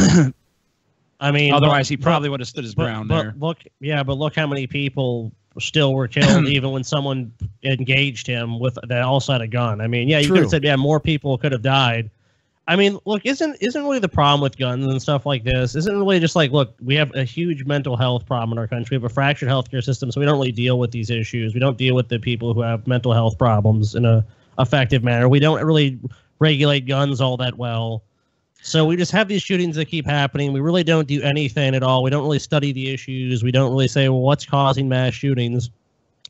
S7: I mean,
S2: Otherwise,
S7: but-
S2: he probably would have stood his
S7: but-
S2: ground
S7: but
S2: there.
S7: Look, yeah, but look how many people still were killed, even when someone engaged him with that also had a gun. I mean, yeah, you
S2: True.
S7: could have said, yeah, more people could have died. I mean, look, isn't isn't really the problem with guns and stuff like this? Isn't really just like, look, we have a huge mental health problem in our country. We have a fractured healthcare system, so we don't really deal with these issues. We don't deal with the people who have mental health problems in a effective manner. We don't really regulate guns all that well. So we just have these shootings that keep happening. We really don't do anything at all. We don't really study the issues. We don't really say, well, what's causing mass shootings?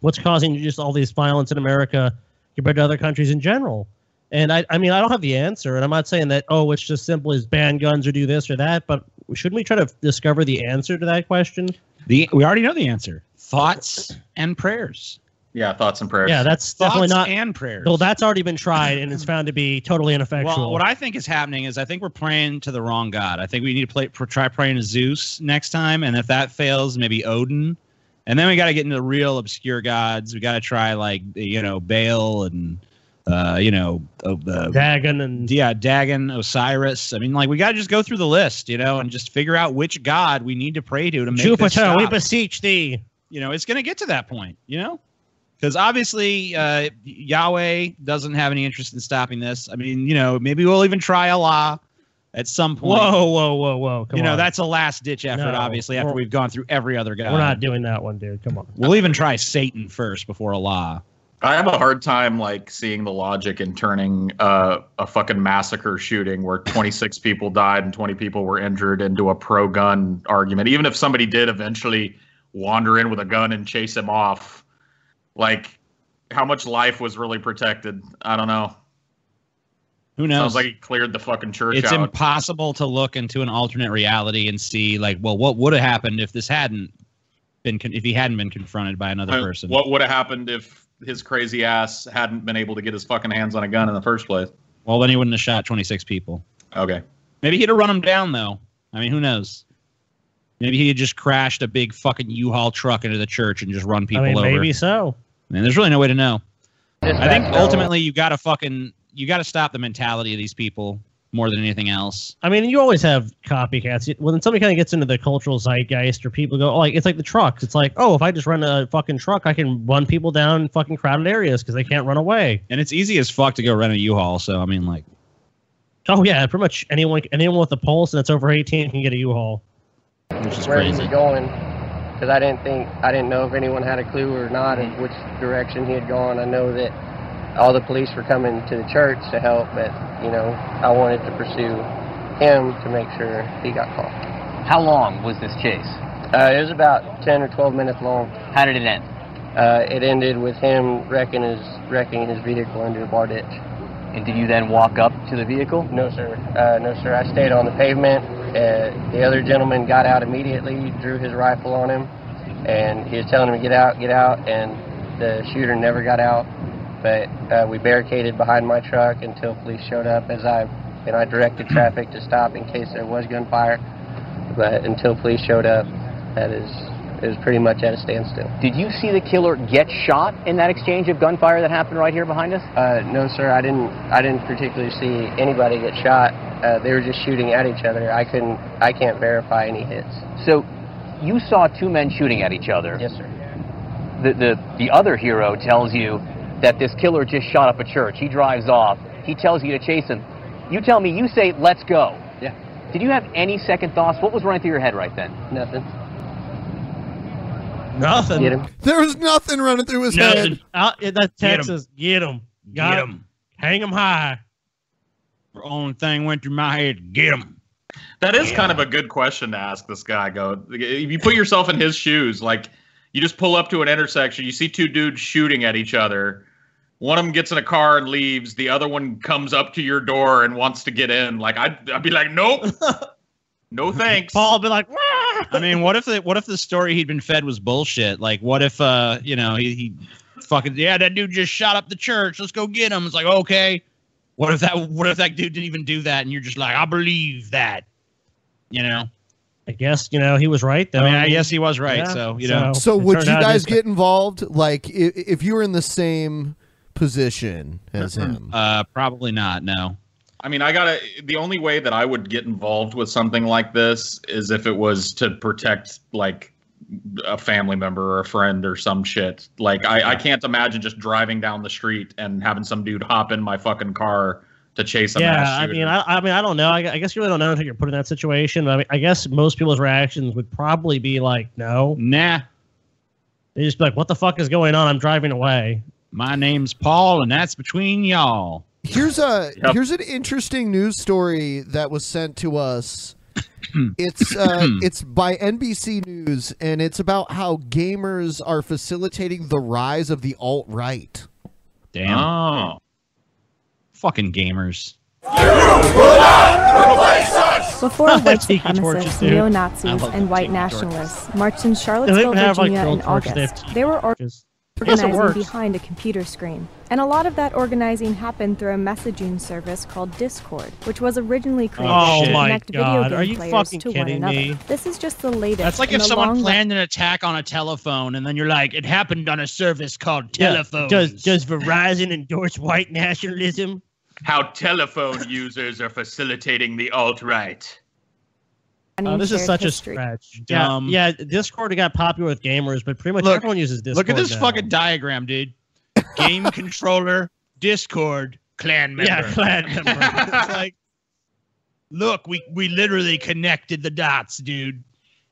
S7: What's causing just all this violence in America compared to other countries in general? And I, I mean, I don't have the answer. And I'm not saying that, oh, it's just simple as ban guns or do this or that. But shouldn't we try to discover the answer to that question?
S2: The we already know the answer. Thoughts and prayers.
S8: Yeah, thoughts and prayers.
S7: Yeah, that's definitely
S2: Thoughts
S7: not.
S2: and prayers.
S7: Well, that's already been tried and it's found to be totally ineffectual.
S2: Well, what I think is happening is I think we're praying to the wrong god. I think we need to play, pr- try praying to Zeus next time, and if that fails, maybe Odin, and then we got to get into real obscure gods. We got to try like you know Baal and uh, you know uh, uh,
S7: Dagon and
S2: yeah Dagon, Osiris. I mean, like we got to just go through the list, you know, and just figure out which god we need to pray to to make this
S7: Jupiter,
S2: stop.
S7: we beseech thee.
S2: You know, it's going to get to that point, you know? Because obviously, uh, Yahweh doesn't have any interest in stopping this. I mean, you know, maybe we'll even try Allah at some point.
S7: Whoa, whoa, whoa, whoa! Come
S2: you know,
S7: on.
S2: that's a last ditch effort,
S7: No,
S2: obviously, after
S7: we're-
S2: we've gone through every other god.
S7: we're not doing that one, dude. Come on.
S2: We'll even try Satan first before Allah.
S8: I have a hard time like seeing the logic in turning uh, a fucking massacre shooting where 26 people died and 20 people were injured into a pro-gun argument. Even if somebody did eventually wander in with a gun and chase him off, like how much life was really protected? I don't know.
S2: Who knows?
S8: Sounds like he cleared the fucking church
S2: it's
S8: out.
S2: impossible to look into an alternate reality and see, like, well, what would have happened if this hadn't been, con- if he hadn't been confronted by another
S8: Uh,
S2: person?
S8: What would have happened if his crazy ass hadn't been able to get his fucking hands on a gun in the first place?
S2: Well, then he wouldn't have shot 26 people.
S8: Okay.
S2: Maybe he'd have run them down, though. I mean, who knows? Maybe he had just crashed a big fucking U-Haul truck into the church and just run people
S7: I mean,
S2: over.
S7: maybe so.
S2: And there's really no way to know. I think
S7: no.
S2: ultimately you got to fucking you got to stop the mentality of these people more than anything else.
S7: I mean, you always have copycats. You- When somebody kind of gets into the cultural zeitgeist, or people go, oh, like, it's like the trucks. It's like, oh, if I just run a fucking truck, I can run people down in fucking crowded areas because they can't run away.
S2: And it's easy as fuck to go rent a U-Haul. So I mean, like,
S7: Oh yeah, pretty much anyone, anyone with a pulse that's over 18 can get a U-Haul.
S2: which is
S12: where
S2: crazy.
S12: he was going because I didn't think I didn't know if anyone had a clue or not
S2: Mm-hmm.
S12: of which direction he had gone. I know that all the police were coming to the church to help, but you know I wanted to pursue him to make sure he got caught.
S13: How long was this chase?
S12: Uh, it was about 10 or 12 minutes long.
S13: How did it end?
S12: Uh, it ended with him wrecking his wrecking his vehicle into a bar ditch.
S13: And did you then walk up to the vehicle?
S12: No, sir. Uh, no, sir. I stayed on the pavement. Uh, the other gentleman got out immediately, drew his rifle on him, and he was telling him, get out, get out, and the shooter never got out. But uh, we barricaded behind my truck until police showed up as I and I directed traffic to stop in case there was gunfire. But until police showed up, that is it was pretty much at a standstill.
S13: Did you see the killer get shot in that exchange of gunfire that happened right here behind us?
S12: Uh, no, sir. I didn't. I didn't particularly see anybody get shot. Uh, they were just shooting at each other. I couldn't. I can't verify any hits.
S13: So you saw two men shooting at each other.
S12: Yes, sir.
S13: The, the, the other hero tells you that this killer just shot up a church. He drives off. He tells you to chase him. You tell me, you say, let's go.
S12: Yeah.
S13: Did you have any second thoughts? What was running through your head right then?
S12: Nothing.
S7: Nothing.
S12: Get him.
S1: There was nothing running through his head.
S7: Out in that
S2: Get 'em.
S7: Texas, get them,
S2: Get
S7: got 'em.
S2: 'em.
S7: hang them high.
S2: The only thing went through my head. Get him.
S8: That is kind of a good question to ask this guy. Go, if you put yourself in his shoes, like you just pull up to an intersection, you see two dudes shooting at each other. One of them gets in a car and leaves. The other one comes up to your door and wants to get in. Like I'd, I'd be like, nope, no thanks.
S7: Paul would be like, "Wah!"
S2: I mean, what if the what if the story he'd been fed was bullshit? Like, what if uh, you know, he, he fucking yeah, that dude just shot up the church. Let's go get him. It's like okay, what if that what if that dude didn't even do that? And you're just like, I believe that. You know,
S7: I guess you know he was right though.
S2: I mean, I guess he was right.
S7: Yeah,
S2: so you know,
S1: So
S7: it
S1: would you
S7: turned out
S1: guys
S7: just-
S1: get involved? Like if, if you were in the same position as him?
S2: uh, probably not. No,
S8: I mean, I gotta. The only way that I would get involved with something like this is if it was to protect like a family member or a friend or some shit. Like I, I can't imagine just driving down the street and having some dude hop in my fucking car to chase a
S7: yeah,
S8: mass
S7: I
S8: shooter.
S7: mean, I, I mean, I don't know. I, gu- I guess you really don't know until you're put in that situation. I mean, I guess most people's reactions would probably be like, "No,
S2: nah."
S7: They just be like, "What the fuck is going on? I'm driving away."
S2: My name's Paul, and that's between y'all.
S1: Here's a
S2: Yep.
S1: here's an interesting news story that was sent to us. it's uh, it's by NBC News, and it's about how gamers are facilitating the rise of the alt right.
S2: Damn. Oh. Fucking gamers.
S14: Before which
S7: Tiki torches,
S14: supremacists,
S7: dude.
S14: neo
S7: I
S14: Nazis,
S7: love
S14: and white nationalists marched in Charlottesville,
S7: even have, like,
S14: Virginia
S7: girl
S14: in
S7: torches, they have
S14: August. They were or-
S7: I guess it
S14: organizing
S7: works.
S14: behind a computer screen. And a lot of that organizing happened through a messaging service called Discord, which was originally created
S7: Oh,
S14: to
S7: my
S14: connect video
S7: God.
S14: game
S7: Are you
S14: players
S7: fucking
S14: to one
S7: kidding
S14: another.
S7: me?
S14: This is just the latest.
S2: That's like
S14: in
S2: if
S14: a
S2: someone
S14: long
S2: planned an attack on a telephone, and then you're like, it happened on a service called
S7: Yeah,
S2: telephone.
S7: Does does Verizon endorse white nationalism?
S8: How telephone users are facilitating the alt right.
S7: Uh, this is
S8: shared
S7: such
S8: history.
S7: a stretch. Um,
S2: Dumb.
S7: Yeah, yeah, Discord got popular with gamers, but pretty much
S2: Look-
S7: everyone uses Discord.
S2: Look at this
S7: now.
S2: fucking diagram, dude. Game controller, Discord, clan member.
S7: Yeah, clan member.
S2: it's like, look, we we literally connected the dots, dude.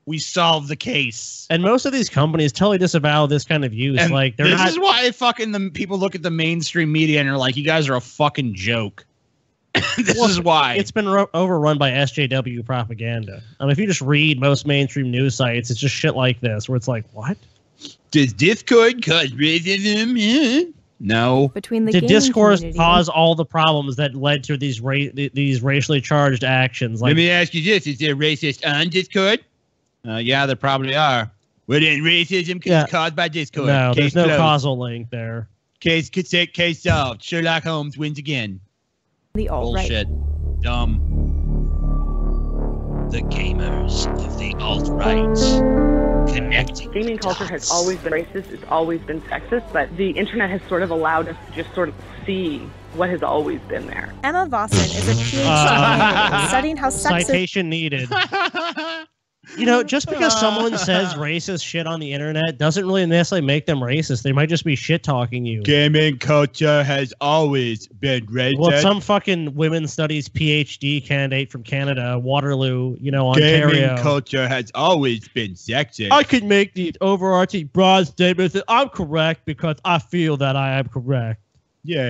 S2: We solved the case.
S7: And most of these companies totally disavow this kind of use.
S2: And
S7: like they're
S2: this
S7: not.
S2: is why fucking the people look at the mainstream media and are like, you guys are a fucking joke. this
S7: Well,
S2: is why.
S7: it's been ro- overrun by SJW propaganda. I mean, Um, if you just read most mainstream news sites, it's just shit like this, where it's like, what?
S2: Does Discord cause racism? eh? No.
S14: Between the
S7: Did
S14: gaming
S7: discourse
S14: community-
S7: cause all the problems that led to these ra- th- these racially charged actions? Like,
S2: Let me ask you this: Is there racist on Discord? Uh, yeah, there probably are. Well, then racism is
S7: Yeah.
S2: caused by Discord.
S7: no,
S2: Case
S7: there's no
S2: closed.
S7: causal link there.
S2: Case, case, case solved. Sherlock Holmes wins again.
S14: The alt-right.
S2: Bullshit. Dumb. The gamers of the alt right connecting.
S5: Gaming culture has always been racist, it's always been sexist, but the internet has sort of allowed us to just sort of see what has always been there.
S14: Emma Vossen is a PhD
S7: Uh,
S14: candidate studying how sexist
S7: Citation needed. You know, just because someone says racist shit on the internet doesn't really necessarily make them racist. They might just be shit talking you.
S2: Gaming culture has always been racist.
S7: Well, some fucking women studies PhD candidate from Canada, Waterloo, you know,
S2: Gaming
S7: Ontario.
S2: culture has always been sexist.
S7: I could make these overarching broad statements that I'm correct because I feel that I am correct.
S2: Yeah.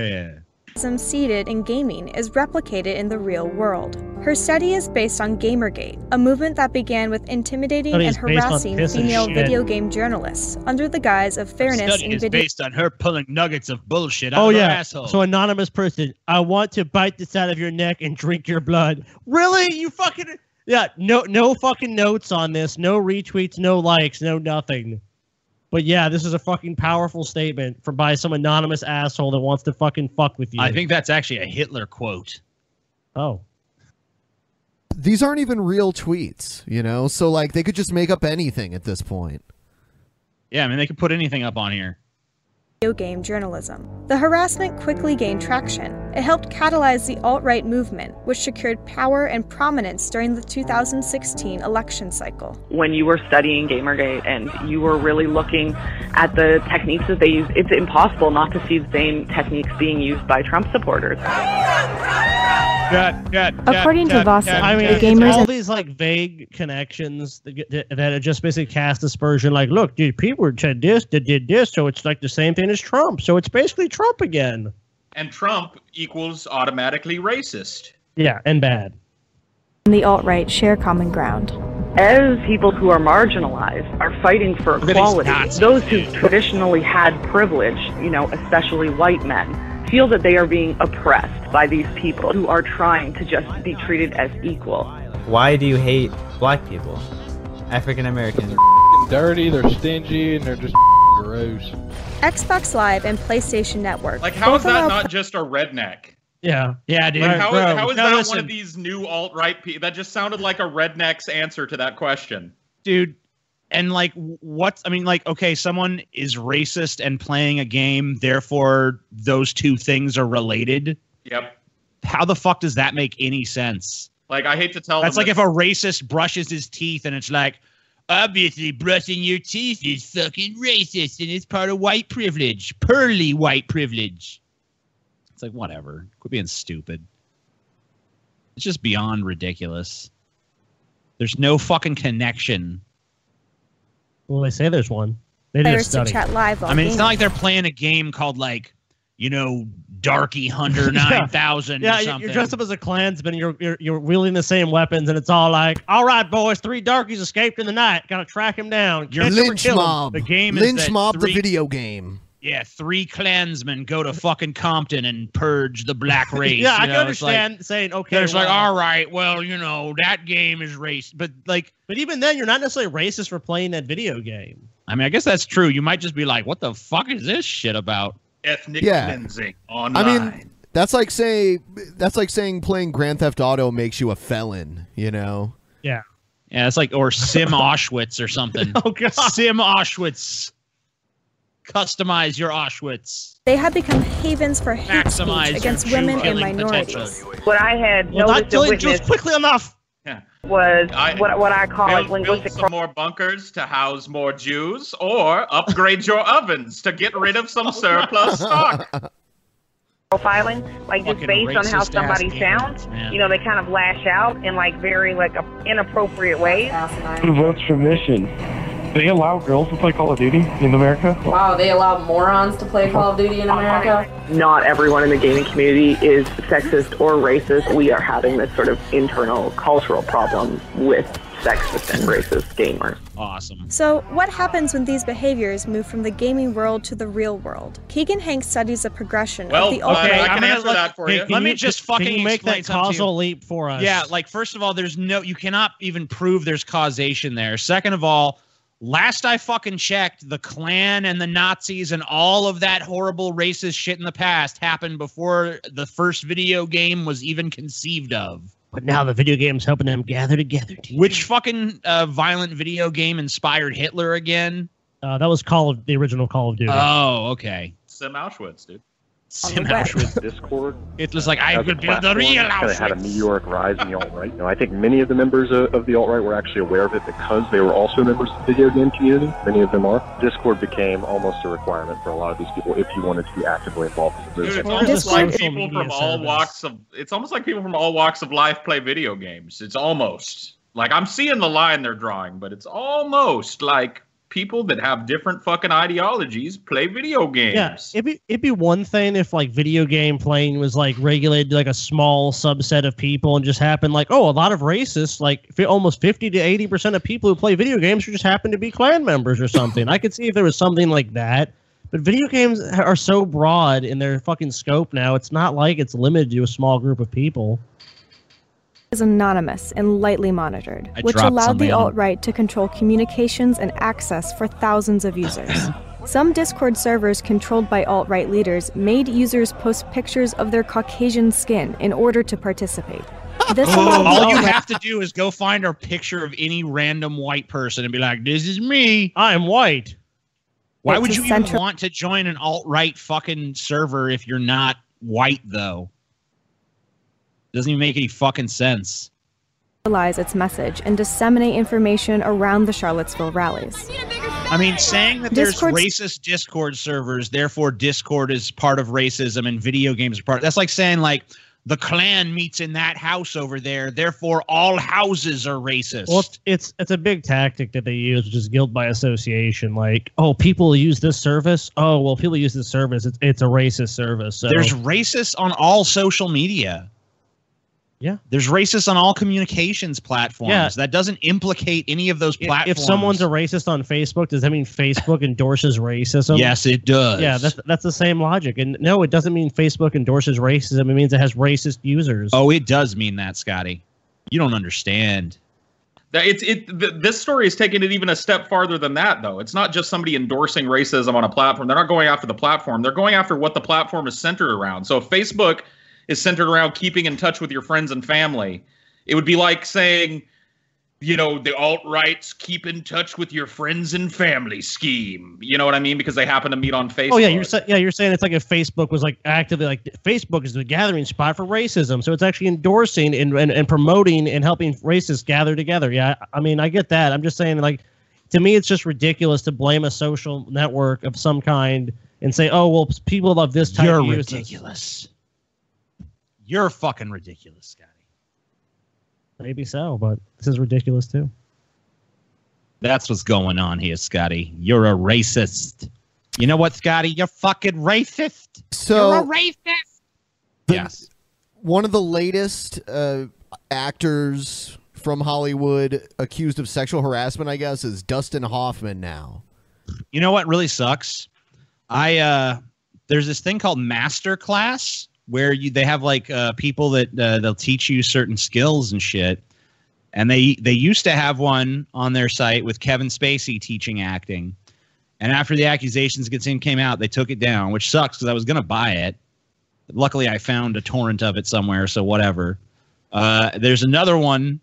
S14: racism seeded in gaming is replicated in the real world. Her study is based on Gamergate, a movement that began with intimidating
S2: Study
S14: and
S2: is based on
S14: harassing
S2: piss and
S14: female
S2: shit.
S14: video game journalists under the guise of fairness
S2: Study
S14: in
S2: is
S14: video.
S2: based on her pulling nuggets of bullshit out
S7: Oh
S2: of
S7: yeah.
S2: her asshole.
S7: So anonymous person, I want to bite this out of your neck and drink your blood. Really? You fucking Yeah, no no fucking notes on this. No retweets, no likes, no nothing. But yeah, this is a fucking powerful statement from by some anonymous asshole that wants to fucking fuck with you.
S2: I think that's actually a Hitler quote.
S7: Oh.
S1: These aren't even real tweets, you know. So like they could just make up anything at this point.
S2: Yeah, I mean they could put anything up on here.
S14: video game journalism. The harassment quickly gained traction. It helped catalyze the alt right movement, which secured power and prominence during the 2016 election cycle.
S5: When you were studying Gamergate and you were really looking at the techniques that they use, it's impossible not to see the same techniques being used by Trump supporters.
S14: According to Vossen,
S7: I mean,
S14: the
S7: it's
S14: gamers
S7: all
S14: and-
S7: these like vague connections that, get- that- that just basically cast aspersion. Like, look, dude, people said this, they did this, so it's like the same thing as Trump. So it's basically Trump again.
S8: And Trump equals automatically racist.
S7: Yeah, and bad.
S14: The alt right share common ground.
S5: As people who are marginalized are fighting for
S14: Look at these
S5: equality,
S14: Nazis,
S5: those who traditionally had privilege, you know, especially white men, feel that they are being oppressed by these people who are trying to just be treated as equal.
S6: Why do you hate black people? African Americans.
S15: dirty, they're stingy, and they're just gross.
S14: Xbox Live and PlayStation Network.
S8: Like, how is
S14: both
S8: that
S14: allow
S8: not just a redneck?
S7: Yeah.
S2: Yeah, dude.
S8: Like, how is-
S2: Bro,
S8: how is
S2: no,
S8: that one
S2: listen.
S8: of these new alt right people? That just sounded like a redneck's answer to that question.
S2: Dude, and like what's I mean, like, okay, someone is racist and playing a game, therefore those two things are related.
S8: Yep.
S2: How the fuck does that make any sense?
S8: Like, I hate to tell
S2: That's
S8: them
S2: like if a racist brushes his teeth and it's like, obviously brushing your teeth is fucking racist and it's part of white privilege, pearly white privilege. It's like whatever. Quit being stupid. It's just beyond ridiculous. There's no fucking connection.
S7: Well, they say there's one. They did a
S14: Players to
S7: study.
S14: chat live on
S2: I mean, it's not
S14: gaming.
S2: like they're playing a game called like, you know, Darky Hunter
S7: Yeah.
S2: Nine Thousand
S7: Yeah,
S2: or
S7: you-
S2: something.
S7: you're dressed up as a clansman. You're, you're you're wielding the same weapons, and it's all like, "All right, boys, three darkies escaped in the night. Gotta track him down.
S2: You're
S7: catch 'em or
S2: lynch
S7: kill 'em."
S2: mob. The game is Lynch that mob, the three- video
S1: game.
S2: yeah, three clansmen go to fucking Compton and purge the black race.
S7: yeah, I can
S2: you know? It's like-
S7: understand saying, "Okay,
S2: There's like,
S7: well-
S2: all right, well, you know, that game is racist, but like,
S7: but even then, you're not necessarily racist for playing that video game.
S2: I mean, I guess that's true. You might just be like, what the fuck is this shit about?
S8: Ethnic
S1: Yeah.
S8: cleansing
S1: I
S8: online.
S1: mean, that's like say that's like saying playing Grand Theft Auto makes you a felon. You know.
S7: Yeah.
S2: Yeah, it's like or Sim Auschwitz or something.
S7: oh god,
S2: Sim Auschwitz. Customize your Auschwitz.
S14: They have become havens for hate
S2: Maximize
S14: speech
S2: your
S14: against
S2: true
S14: women and
S2: killing potential.
S14: minorities.
S5: What I had
S7: Well, not
S5: noticed and
S7: killing
S5: witnessed
S7: Jews quickly enough.
S5: was what, what I call like
S8: build,
S5: linguistic
S8: build some more bunkers to house more Jews, or upgrade your ovens to get rid of some surplus stock.
S5: profiling, like just
S8: Fucking
S5: based on how
S8: racist-ass
S5: somebody
S8: gamers,
S5: sounds.
S8: man.
S5: You know, they kind of lash out in like very like a, inappropriate ways.
S16: Who votes for mission? They allow girls to play Call of Duty in America?
S17: Wow, they allow morons to play Call of Duty in America?
S5: Not everyone in the gaming community is sexist or racist. We are having this sort of internal cultural problem with sexist and racist gamers.
S2: Awesome.
S14: So, what happens when these behaviors move from the gaming world to the real world? Keegan Hanks studies the progression
S8: Well,
S14: of the
S8: okay,
S14: ultimate
S8: Oh, I can answer that for
S7: Hey,
S8: you.
S7: can
S2: Let me
S7: you-
S2: just
S7: can
S2: fucking
S7: you make
S2: explain
S7: that
S2: something to you.
S7: causal leap for us.
S2: Yeah, like first of all, there's no you cannot even prove there's causation there. Second of all, last I fucking checked, the Klan and the Nazis and all of that horrible racist shit in the past happened before the first video game was even conceived of.
S7: But now the video game's helping them gather together.
S2: Which fucking uh, violent video game inspired Hitler again?
S7: Uh, that was Call of the original Call of Duty.
S2: Oh, okay.
S8: Sim Auschwitz, dude.
S2: Sim Auschwitz
S18: Discord.
S2: It was like I
S18: as a
S2: could build the
S18: platform,
S2: real
S18: kind of had a
S2: Auschwitz.
S18: meteoric rise in the alt right. Now, I think many of the members of, of the alt right were actually aware of it because they were also members of the video game community. Many of them are. Discord became almost a requirement for a lot of these people if you wanted to be actively involved in the
S8: Dude, it's
S18: movement.
S8: almost
S7: Discord
S8: like
S7: is a
S8: people
S7: media
S8: from all
S7: service.
S8: walks of it's almost like people from all walks of life play video games. It's almost like I'm seeing the line they're drawing, but it's almost like people that have different fucking ideologies play video games.
S7: Yeah, it'd be it'd be one thing if like video game playing was like regulated to, like a small subset of people and just happened like oh a lot of racists like fi- almost fifty to eighty percent of people who play video games who just happen to be clan members or something. I could see if there was something like that, but video games ha- are so broad in their fucking scope now. It's not like it's limited to a small group of people.
S14: is anonymous and lightly monitored,
S7: I
S14: which
S7: dropped
S14: allowed the
S7: something on-
S14: alt right to control communications and access for thousands of users. Some Discord servers controlled by alt right leaders made users post pictures of their Caucasian skin in order to participate.
S7: Oh,
S14: This allowed
S2: all
S14: the
S2: you
S14: alt
S2: have to do is go find a picture of any random white person and be like, "This is me.
S7: I am white."
S2: Why
S14: It's
S2: would
S14: a
S2: you even
S14: central-
S2: want to join an alt right fucking server if you're not white though? Doesn't even make any fucking sense.
S14: realize its message and disseminate information around the Charlottesville rallies.
S2: I mean, saying that there's
S14: Discord's-
S2: racist Discord servers, therefore Discord is part of racism and video games are part. That's like saying like the Klan meets in that house over there, therefore all houses are racist.
S7: Well, it's, it's it's a big tactic that they use, which is guilt by association. Like, oh, people use this service. Oh, well, people use this service. It's it's a racist service. So
S2: There's racists on all social media.
S7: Yeah.
S2: There's racists on all communications platforms.
S7: Yeah.
S2: That doesn't implicate any of those
S7: I-
S2: platforms.
S7: if someone's a racist on Facebook, does that mean Facebook endorses racism?
S2: Yes, it does.
S7: Yeah, that's that's the same logic. And no, it doesn't mean Facebook endorses racism. It means it has racist users.
S2: Oh, it does mean that, Scotty. You don't understand.
S8: That it's it. Th- this story is taking it even a step farther than that, though. It's not just somebody endorsing racism on a platform. They're not going after the platform. They're going after what the platform is centered around. So if Facebook is centered around keeping in touch with your friends and family, it would be like saying, you know, the alt rights keep in touch with your friends and family scheme. You know what I mean? Because they happen to meet on Facebook.
S7: Oh yeah, you're sa- yeah you're saying it's like if Facebook was like actively like Facebook is the gathering spot for racism, so it's actually endorsing and and, and promoting and helping racists gather together. Yeah, I I mean I get that. I'm just saying like to me it's just ridiculous to blame a social network of some kind and say oh well people of this type
S2: You're
S7: use this.
S2: ridiculous. You're fucking ridiculous, Scotty.
S7: Maybe so, but this is ridiculous too.
S2: That's what's going on here, Scotty. You're a racist. You know what, Scotty? You're fucking racist.
S1: So-
S2: You're a racist. yes.
S1: One of the latest uh, actors from Hollywood accused of sexual harassment, I guess, is Dustin Hoffman now.
S2: You know what really sucks? I uh there's this thing called master class where you they have like uh people that uh, they'll teach you certain skills and shit. And they they used to have one on their site with Kevin Spacey teaching acting. And after the accusations against him came out, they took it down, which sucks because I was gonna buy it. Luckily, I found a torrent of it somewhere, so whatever. Uh, there's another one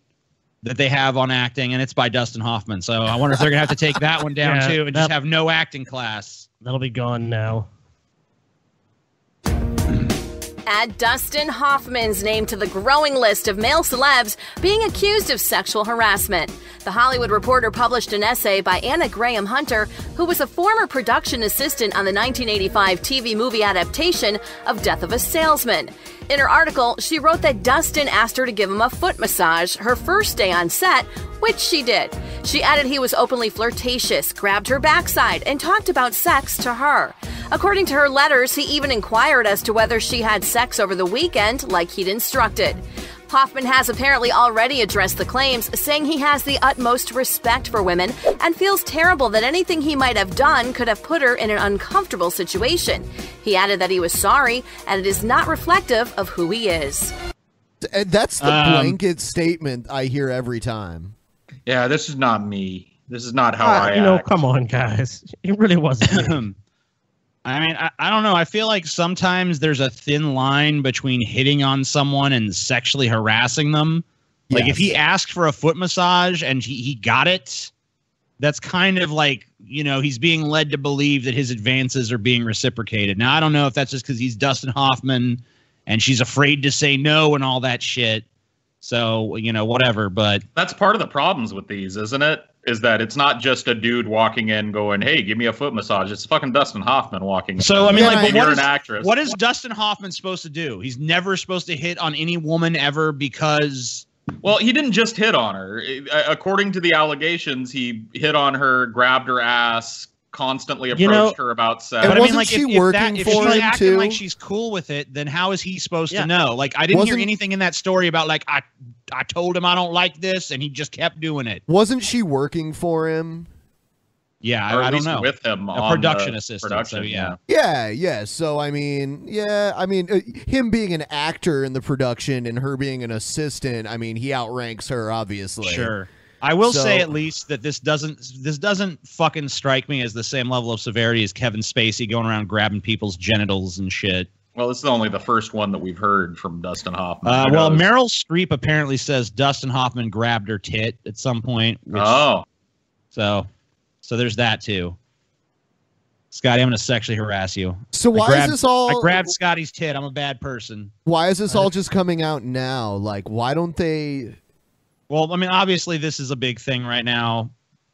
S2: that they have on acting, and it's by Dustin Hoffman. So I wonder if they're gonna have to take that one down
S7: Yeah,
S2: too, and just
S7: that-
S2: have no acting class.
S7: That'll be gone now.
S19: Add Dustin Hoffman's name to the growing list of male celebs being accused of sexual harassment. The Hollywood Reporter published an essay by Anna Graham Hunter, who was a former production assistant on the 1985 TV movie adaptation of Death of a Salesman. In her article, she wrote that Dustin asked her to give him a foot massage her first day on set, which she did. She added he was openly flirtatious, grabbed her backside, and talked about sex to her. According to her letters, he even inquired as to whether she had sex over the weekend, like he'd instructed. Hoffman has apparently already addressed the claims, saying he has the utmost respect for women and feels terrible that anything he might have done could have put her in an uncomfortable situation. He added that he was sorry and it is not reflective of who he is.
S1: And that's the
S8: Um,
S1: blanket statement I hear every time.
S8: Yeah, this is not me. This is not how
S7: Ah,
S8: I
S7: you know,
S8: act.
S7: come on, guys. It really wasn't. me.
S2: I mean, I, I don't know. I feel like sometimes there's a thin line between hitting on someone and sexually harassing them. Like if he asked for a foot massage and he, he got it, that's kind of like, you know, he's being led to believe that his advances are being reciprocated. Now, I don't know if that's just because he's Dustin Hoffman and she's afraid to say no and all that shit. So, you know, whatever. But
S8: That's part of the problems with these, isn't it? Is that it's not just a dude walking in going, "Hey, give me a foot massage." It's fucking Dustin Hoffman walking.
S2: So
S8: in.
S2: I mean, like,
S8: And
S2: but what
S8: you're
S2: is-
S8: an actress.
S2: What is Dustin Hoffman supposed to do? He's never supposed to hit on any woman ever because
S8: Well, he didn't just hit on her. Uh, According to the allegations, he hit on her, grabbed her ass, constantly approached
S2: You know-
S8: her about sex.
S2: But I mean, like, if, if that, if she's acting like she's cool with it, then how is he supposed
S8: Yeah.
S2: to know? Like, I didn't hear
S1: Wasn't-
S2: anything in that story about like I, I told him I don't like this, and he just kept doing it.
S1: Wasn't she working for him?
S2: Yeah,
S8: Or at
S2: I, I don't
S8: least
S2: know.
S8: with him
S2: a
S8: on the
S2: Um, uh, production assistant. so
S8: production,
S2: yeah,
S1: Yeah, yeah. So I mean, yeah, I mean, uh, him being an actor in the production and her being an assistant, I mean, he outranks her obviously.
S2: sure. I will
S1: So-
S2: say at least that this doesn't this doesn't fucking strike me as the same level of severity as Kevin Spacey going around grabbing people's genitals and shit.
S8: Well, this is only the first one that we've heard from Dustin Hoffman.
S2: Uh,
S8: Who
S2: well,
S8: knows?
S2: Meryl Streep apparently says Dustin Hoffman grabbed her tit at some point. which-
S8: Oh.
S2: so so there's that too. Scotty, I'm gonna sexually harass you.
S1: So
S2: I
S1: why is
S2: grabbed-
S1: this all-
S2: I grabbed Scotty's tit. I'm a bad person.
S1: Why is this all just coming out now? Like, why don't they?
S2: Well, I mean, obviously this is a big thing right now.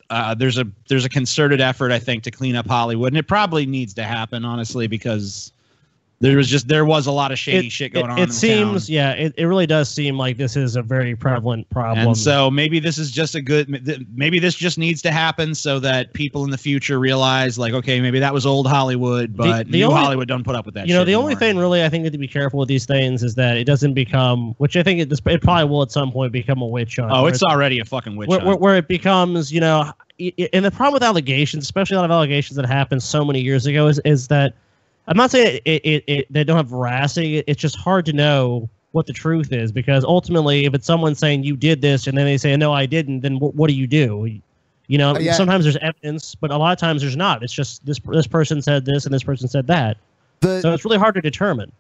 S2: Uh, there's a there's a concerted effort, I think, to clean up Hollywood, and it probably needs to happen, honestly, because there was just there was a lot of shady
S7: it,
S2: shit going
S7: it-
S2: on.
S7: It
S2: in the
S7: seems,
S2: town.
S7: yeah, it, it really does seem like this is a very prevalent problem.
S2: And so maybe this is just a good, th- maybe this just needs to happen so that people in the future realize, like, okay, maybe that was old Hollywood, but
S7: the
S2: new
S7: only-
S2: Hollywood don't put up with that.
S7: you know,
S2: shit
S7: the only
S2: anymore.
S7: thing really I think that to be careful with these things is that it doesn't become, which I think it, this, it probably will at some point become a witch hunt.
S2: Oh,
S7: where
S2: it's already a fucking witch
S7: where,
S2: hunt.
S7: where, where it becomes, you know, y- y- and the problem with allegations, especially a lot of allegations that happened so many years ago, is, is that I'm not saying it, it, it, they don't have veracity. It- It's just hard to know what the truth is because ultimately, if it's someone saying you did this and then they say no, I didn't, then wh- what do you do? You know,
S1: Uh, yeah.
S7: sometimes there's evidence, but a lot of times there's not. It's just this this person said this and this person said that. so it's really hard to determine.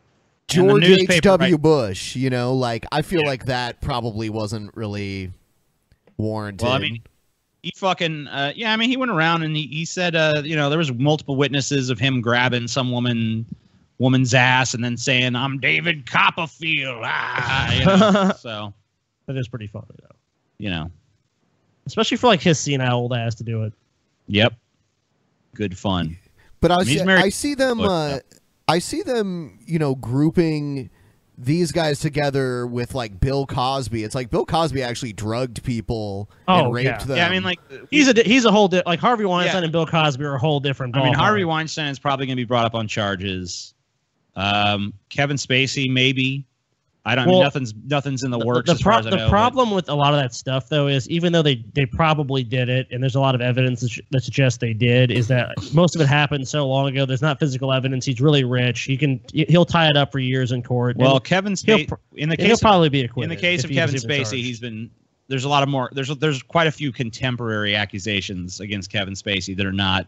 S1: George H. W. Bush, you know, like I feel like that probably wasn't really warranted.
S2: Well, I mean, he fucking uh, yeah. I mean, he went around and he, he said, uh, you know, there was multiple witnesses of him grabbing some woman woman's ass and then saying, "I'm David Copperfield." Ah, you know, so
S7: that is pretty funny though.
S2: You know,
S7: especially for like his senile old ass to do it.
S2: yep, good fun.
S1: But I,
S2: mean,
S1: see, uh,
S2: he's married-
S1: I see them.
S2: Look,
S1: Uh, I see them. You know, grouping these guys together with like Bill Cosby. It's like Bill Cosby actually drugged people
S7: Oh,
S1: and raped
S7: yeah.
S1: them.
S2: Yeah, I mean, like
S7: He's a di- he's a whole di- like Harvey Weinstein and Bill Cosby are a whole different.
S2: I mean,
S7: ballpark.
S2: Harvey Weinstein is probably going to be brought up on charges. Um, Kevin Spacey, maybe. I don't. I mean,
S7: Well,
S2: nothing's nothing's in the,
S7: The-
S2: works.
S7: The,
S2: as far
S7: pro-
S2: as I
S7: the
S2: know, but-
S7: problem with a lot of that stuff, though, is even though they, they probably did it, and there's a lot of evidence that, sh- that suggests they did, is that most of it happened so long ago. There's not physical evidence. He's really rich. He can he- he'll tie it up for years in court.
S2: Well,
S7: And
S2: Kevin
S7: he'll
S2: Spacey
S7: pr-
S2: in the
S7: he'll
S2: case of-
S7: probably be acquitted
S2: In the case
S7: if
S2: of
S7: he
S2: Kevin
S7: was even
S2: Spacey,
S7: charged.
S2: he's been there's a lot of more there's there's quite a few contemporary accusations against Kevin Spacey that are not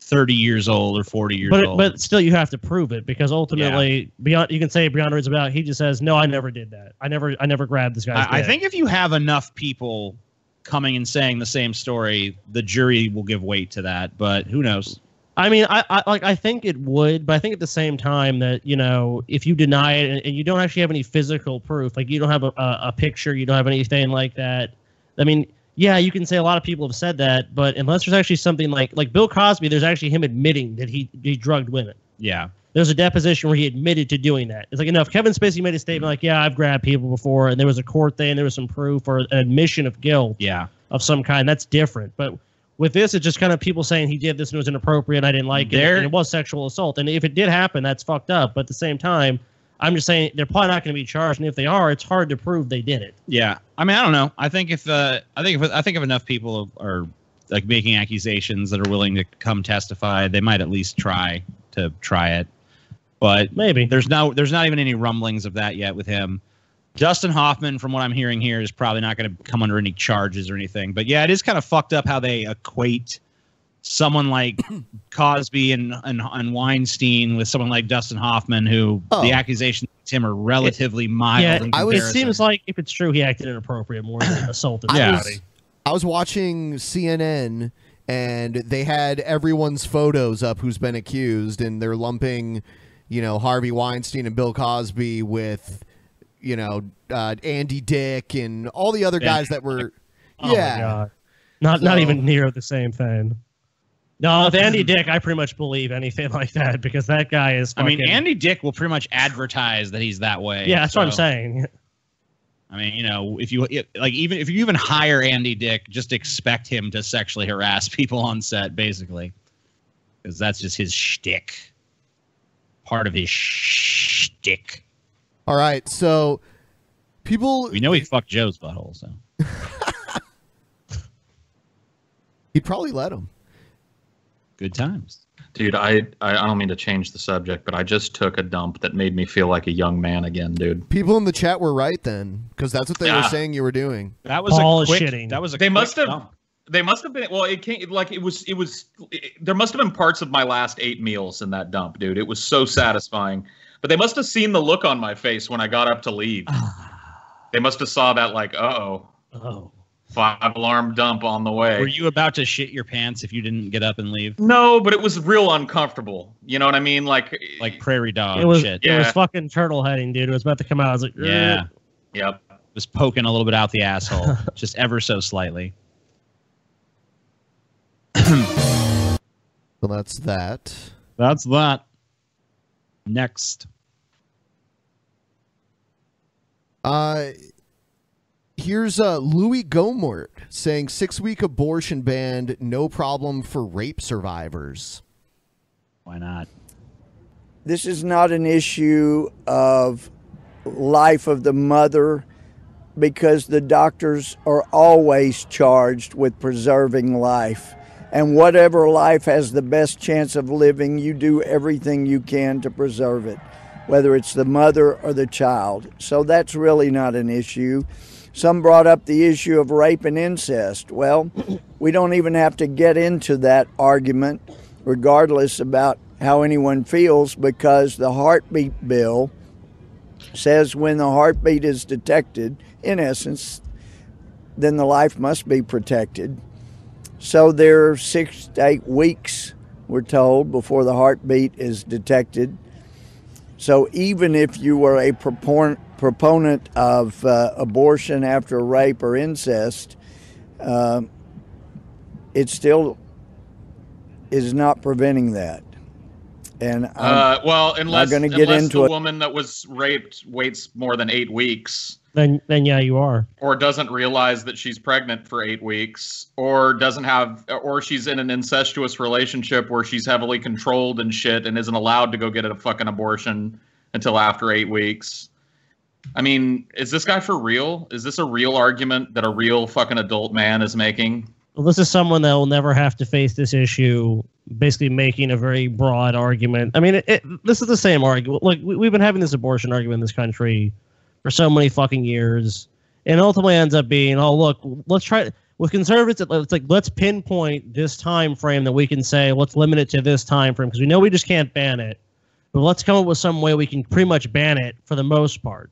S2: 30 years old or 40 years
S7: but
S2: old.
S7: but still, you have to prove it because ultimately, beyond you can say beyond reasonable doubt, he just says, "No, I never did that. I never I never grabbed this guy's."
S2: I, I
S7: dick."
S2: think if you have enough people coming and saying the same story, the jury will give weight to that. But who knows?
S7: I mean, I, I like I think it would, but I think at the same time that you know, if you deny it and, and you don't actually have any physical proof, like you don't have a, a, a picture, you don't have anything like that. I mean, yeah, you can say a lot of people have said that, but unless there's actually something like like Bill Cosby, there's actually him admitting that he he drugged women.
S2: Yeah.
S7: There's a deposition where he admitted to doing that. It's like enough. Kevin Spacey made a statement like, "Yeah, I've grabbed people before," and there was a court thing, there was some proof or an admission of guilt
S2: Yeah.
S7: of some kind. That's different. But with this, it's just kind of people saying he did this and it was inappropriate. and I didn't like it.
S2: There-
S7: And it was sexual assault. And if it did happen, that's fucked up. But at the same time, I'm just saying they're probably not going to be charged. And if they are, it's hard to prove they did it.
S2: Yeah. I mean, I don't know. I think if uh, I think if I think if enough people are like making accusations that are willing to come testify, they might at least try to try it. But
S7: maybe
S2: there's no there's not even any rumblings of that yet with him. Dustin Hoffman, from what I'm hearing here, is probably not going to come under any charges or anything. But yeah, it is kind of fucked up how they equate someone like Cosby and, and and Weinstein with someone like Dustin Hoffman, who the accusations against him are relatively mild.
S7: Oh. yeah,
S2: in
S7: I was, it
S2: comparison.
S7: seems like if it's true, he acted inappropriate more than assault.
S1: I
S7: yeah.
S1: was, I was watching CNN and they had everyone's photos up who's been accused and they're lumping, you know, Harvey Weinstein and Bill Cosby with, you know, uh, Andy Dick and all the other
S7: Yeah.
S1: guys that were.
S7: Oh
S1: yeah.
S7: my God. Not not
S1: So-
S7: even near the same thing. No, with Andy Dick, I pretty much believe anything like that because that guy is.
S2: I mean,
S7: fucking-
S2: Andy Dick will pretty much advertise that he's that way.
S7: Yeah, that's what I'm
S2: so-
S7: saying.
S2: I mean, you know, if you if- like, even if you even hire Andy Dick, just expect him to sexually harass people on set, basically, because that's just his shtick. Part of his shtick.
S1: All right. So people.
S2: We know he fucked Joe's butthole, so
S1: He'd probably let him.
S2: good times.
S8: Dude, I, I I don't mean to change the subject, but I just took a dump that made me feel like a young man again, dude.
S1: People in the chat were right then because that's what they were
S8: Yeah.
S1: saying you were doing.
S2: That
S8: was a Paul is quick-
S7: shitting. that
S2: was
S8: They must have. They must have been. Well, it can't. Like it was. It was. It, there must have been parts of my last eight meals in that dump, dude. It was so satisfying. But they must have seen the look on my face when I got up to leave. they must have saw that like, uh oh,
S7: oh,
S8: five alarm dump on the way.
S2: Were you about to shit your pants if you didn't get up and leave?
S8: No, but it was real uncomfortable. You know what I mean? Like
S2: like prairie dog
S7: it was
S2: Oh, shit.
S7: it was fucking turtle heading, dude. It was about to come out. I was like,
S2: Yeah.
S7: "Ugh."
S8: Yep.
S2: Was poking a little bit out the asshole, just ever so slightly.
S1: Well, that's that.
S2: That's that. Next.
S1: Uh, here's uh, Louis Gomert saying six week abortion banned, no problem for rape survivors.
S2: Why not?
S20: This is not an issue of life of the mother because the doctors are always charged with preserving life. And whatever life has the best chance of living, you do everything you can to preserve it, whether it's the mother or the child. So that's really not an issue. Some brought up the issue of rape and incest. Well, we don't even have to get into that argument, regardless about how anyone feels, because the heartbeat bill says when the heartbeat is detected, in essence, then the life must be protected. So there are six to eight weeks, we're told, before the heartbeat is detected. So even if you were a propon- proponent of uh, abortion after rape or incest, uh, it still is not preventing that. And I'm
S8: Uh, well, unless
S20: not going to get
S8: unless
S20: into
S8: the
S20: it.
S8: woman that was raped waits more than eight weeks,
S7: Then, then yeah, you are.
S8: or doesn't realize that she's pregnant for eight weeks, or doesn't have, or she's in an incestuous relationship where she's heavily controlled and shit, and isn't allowed to go get a fucking abortion until after eight weeks. I mean, is this guy for real? Is this a real argument that a real fucking adult man is making?
S7: Well, this is someone that will never have to face this issue, basically making a very broad argument. I mean, it, it, this is the same argument. Like, we, we've been having this abortion argument in this country for so many fucking years. And ultimately ends up being, oh, look, let's try. With conservatives, it- it's like, let's pinpoint this time frame that we can say, let's limit it to this time frame because we know we just can't ban it. But let's come up with some way we can pretty much ban it for the most part.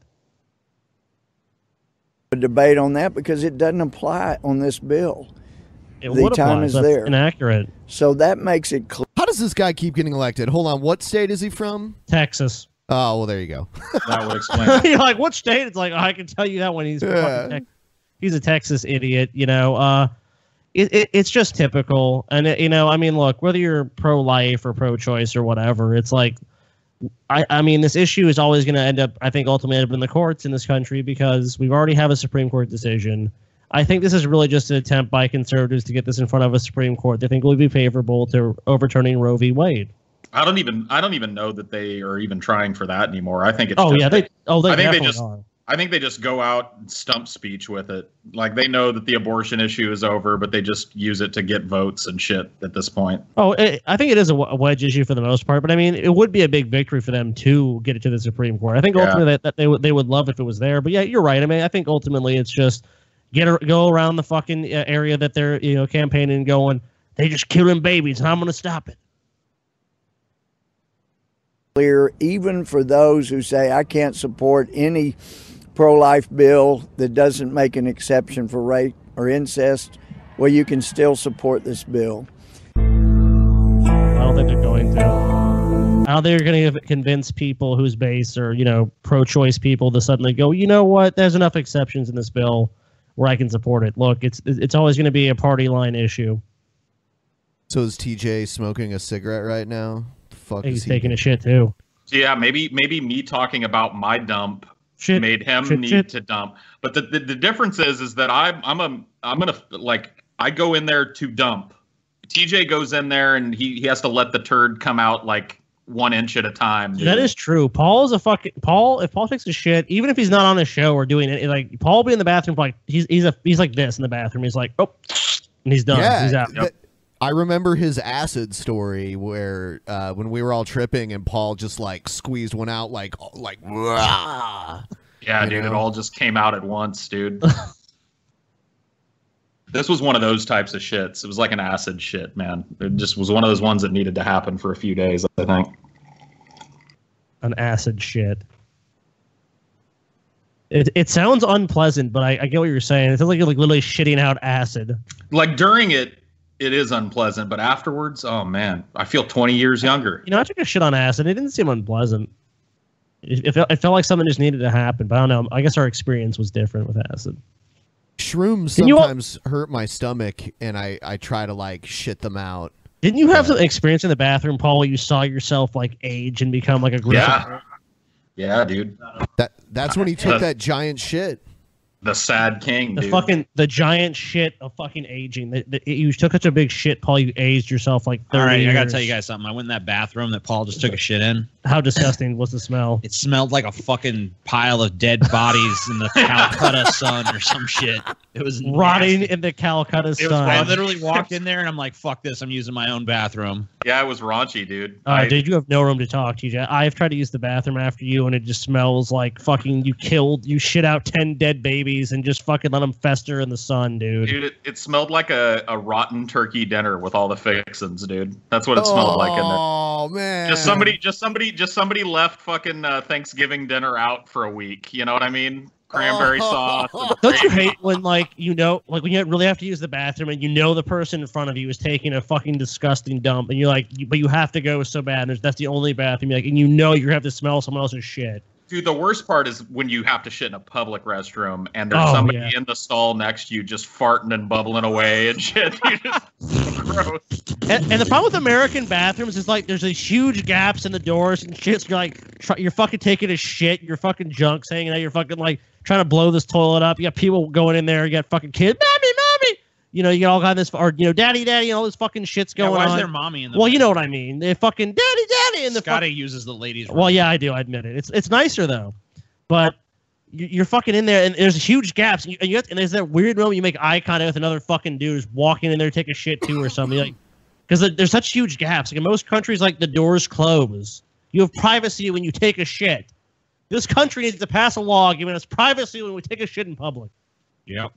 S20: a debate on that because it doesn't apply on this bill.
S7: It
S20: the
S1: would
S20: time
S1: apply,
S20: is
S1: that's
S20: there.
S7: Inaccurate.
S20: So that makes it clear.
S1: How does this guy keep getting elected? Hold on, what state is he from?
S7: Texas.
S1: Oh well, there you go.
S8: That would explain.
S7: You're like, what state? It's like, "Oh, I can tell you that when he's fucking
S1: Yeah.
S7: Tex- he's a Texas idiot. You know, uh, it, it it's just typical. And it, you know, I mean, look, whether you're pro life or pro choice or whatever, it's like, I I mean, this issue is always going to end up, I think, ultimately end up in the courts in this country because we already have a Supreme Court decision. I think this is really just an attempt by conservatives to get this in front of a Supreme Court. They think it would be favorable to overturning Roe v. Wade.
S8: I don't even I don't even know that they are even trying for that anymore. I think it's
S7: Oh
S8: just-
S7: yeah, they oh they
S8: I think they
S7: definitely
S8: just
S7: are.
S8: I think they just go out and stump speech with it. Like they know that the abortion issue is over, but they just use it to get votes and shit at this point.
S7: Oh, it, I think it is a w- a wedge issue for the most part, but I mean, it would be a big victory for them to get it to the Supreme Court. I think
S8: Yeah.
S7: ultimately that, that they would they would love if it was there. But yeah, you're right. I mean, I think ultimately it's just get a, go around the fucking uh, area that they're you know campaigning and going. They just killing babies, and I'm gonna stop it.
S20: clear, even for those who say, I can't support any pro life bill that doesn't make an exception for rape or incest, well, you can still support this bill.
S7: I don't think they're going to. I don't think they're going to convince people whose base or you know pro-choice people to suddenly go. You know what? There's enough exceptions in this bill where I can support it. Look, it's it's always going to be a party line issue.
S1: So is TJ smoking a cigarette right now? The fuck
S7: He's
S1: is he
S7: taking a shit too.
S8: So yeah, maybe maybe me talking about my dump
S7: Shit,
S8: made him
S7: shit,
S8: need
S7: shit.
S8: to dump. But the, the the difference is is that I'm I'm a I'm gonna like I go in there to dump. TJ goes in there and he he has to let the turd come out like one inch at a time.
S7: That
S8: dude.
S7: is true. Paul is a fucking Paul. If Paul takes a shit, even if he's not on a show or doing it, like Paul will be in the bathroom, like he's he's a he's like this in the bathroom. He's like, oh, and he's done.
S1: Yeah,
S7: he's out.
S1: th- I remember his acid story where uh, when we were all tripping and Paul just like squeezed one out like like "Wah."
S8: Yeah,
S1: you
S8: dude, it
S1: know?
S8: all just came out at once, dude. this was one of those types of shits. It was like an acid shit, man. It just was one of those ones that needed to happen for a few days, I think.
S7: An acid shit. It it sounds unpleasant, but I, I get what you're saying. It sounds like you're like literally shitting out acid.
S8: Like during it, it is unpleasant, but afterwards, oh man, I feel 20 years younger.
S7: You know, I took a shit on acid. It didn't seem unpleasant. It, it, felt, it felt like something just needed to happen, but I don't know. I guess our experience was different with acid.
S1: Shrooms
S7: Can you all-
S1: sometimes hurt my stomach and I I try to like shit them out.
S7: Didn't you have some experience in the bathroom, Paul, where you saw yourself like age and become like a grizzly?
S8: Yeah. Yeah, dude.
S1: That that's when he took
S8: Uh,
S1: that giant shit.
S8: The sad king,
S7: The
S8: dude.
S7: fucking the giant shit of fucking aging. The, the, you took such a big shit, Paul. You aged yourself like thirty.
S2: All right, I gotta
S7: years.
S2: tell you guys something. I went in that bathroom that Paul just took a shit in.
S7: how disgusting was the smell.
S2: It smelled like a fucking pile of dead bodies in the Calcutta sun or some shit. It was
S7: Rotting
S2: nasty.
S7: in the Calcutta
S2: It was, I
S7: sun.
S2: literally walked in there and I'm like, "Fuck this! I'm using my own bathroom."
S8: yeah, it was raunchy, dude.
S7: Uh, dude, you have no room to talk, TJ. I've tried to use the bathroom after you, and it just smells like fucking you killed, you shit out 10 dead babies and just fucking let them fester in the sun, dude.
S8: Dude, it, it smelled like a, a rotten turkey dinner with all the fixins, dude. That's what it smelled like in there.
S1: Oh man.
S8: just somebody just somebody just somebody left fucking uh, thanksgiving dinner out for a week you know what i mean cranberry
S1: Oh.
S8: sauce and
S7: Don't you hate when, like, you know, like when you really have to use the bathroom and you know the person in front of you is taking a fucking disgusting dump and you're like, but you have to go so bad and that's the only bathroom, you're like, and you know you have to smell someone else's shit.
S8: dude the worst part is when you have to shit in a public restroom and there's
S7: Oh,
S8: somebody
S7: yeah.
S8: in the stall next to you just farting and bubbling away and shit you just gross.
S7: And, and the problem with American bathrooms is like there's these huge gaps in the doors and shit. So you're like try, you're fucking taking a shit. Your fucking junk's hanging out. You're fucking like trying to blow this toilet up. You got people going in there. You got fucking kids. Mommy, mommy. You know you got all kind of this or you know daddy, daddy, and all this fucking shit's
S2: Yeah,
S7: going
S2: why
S7: on.
S2: is there mommy in the
S7: Well, you know what I mean. They fucking daddy, daddy, in the
S2: Scotty
S7: fuck-
S2: uses the ladies' room.
S7: Well, yeah, I do. I admit it. It's it's nicer though, but you- you're fucking in there, and there's huge gaps, and you, and you have to- and there's that weird moment you make eye contact with another fucking dude who's walking in there, to take a shit too or something, like because there's such huge gaps. Like in most countries, like the doors close. You have privacy when you take a shit. This country needs to pass a law giving us privacy when we take a shit in public.
S2: Yep.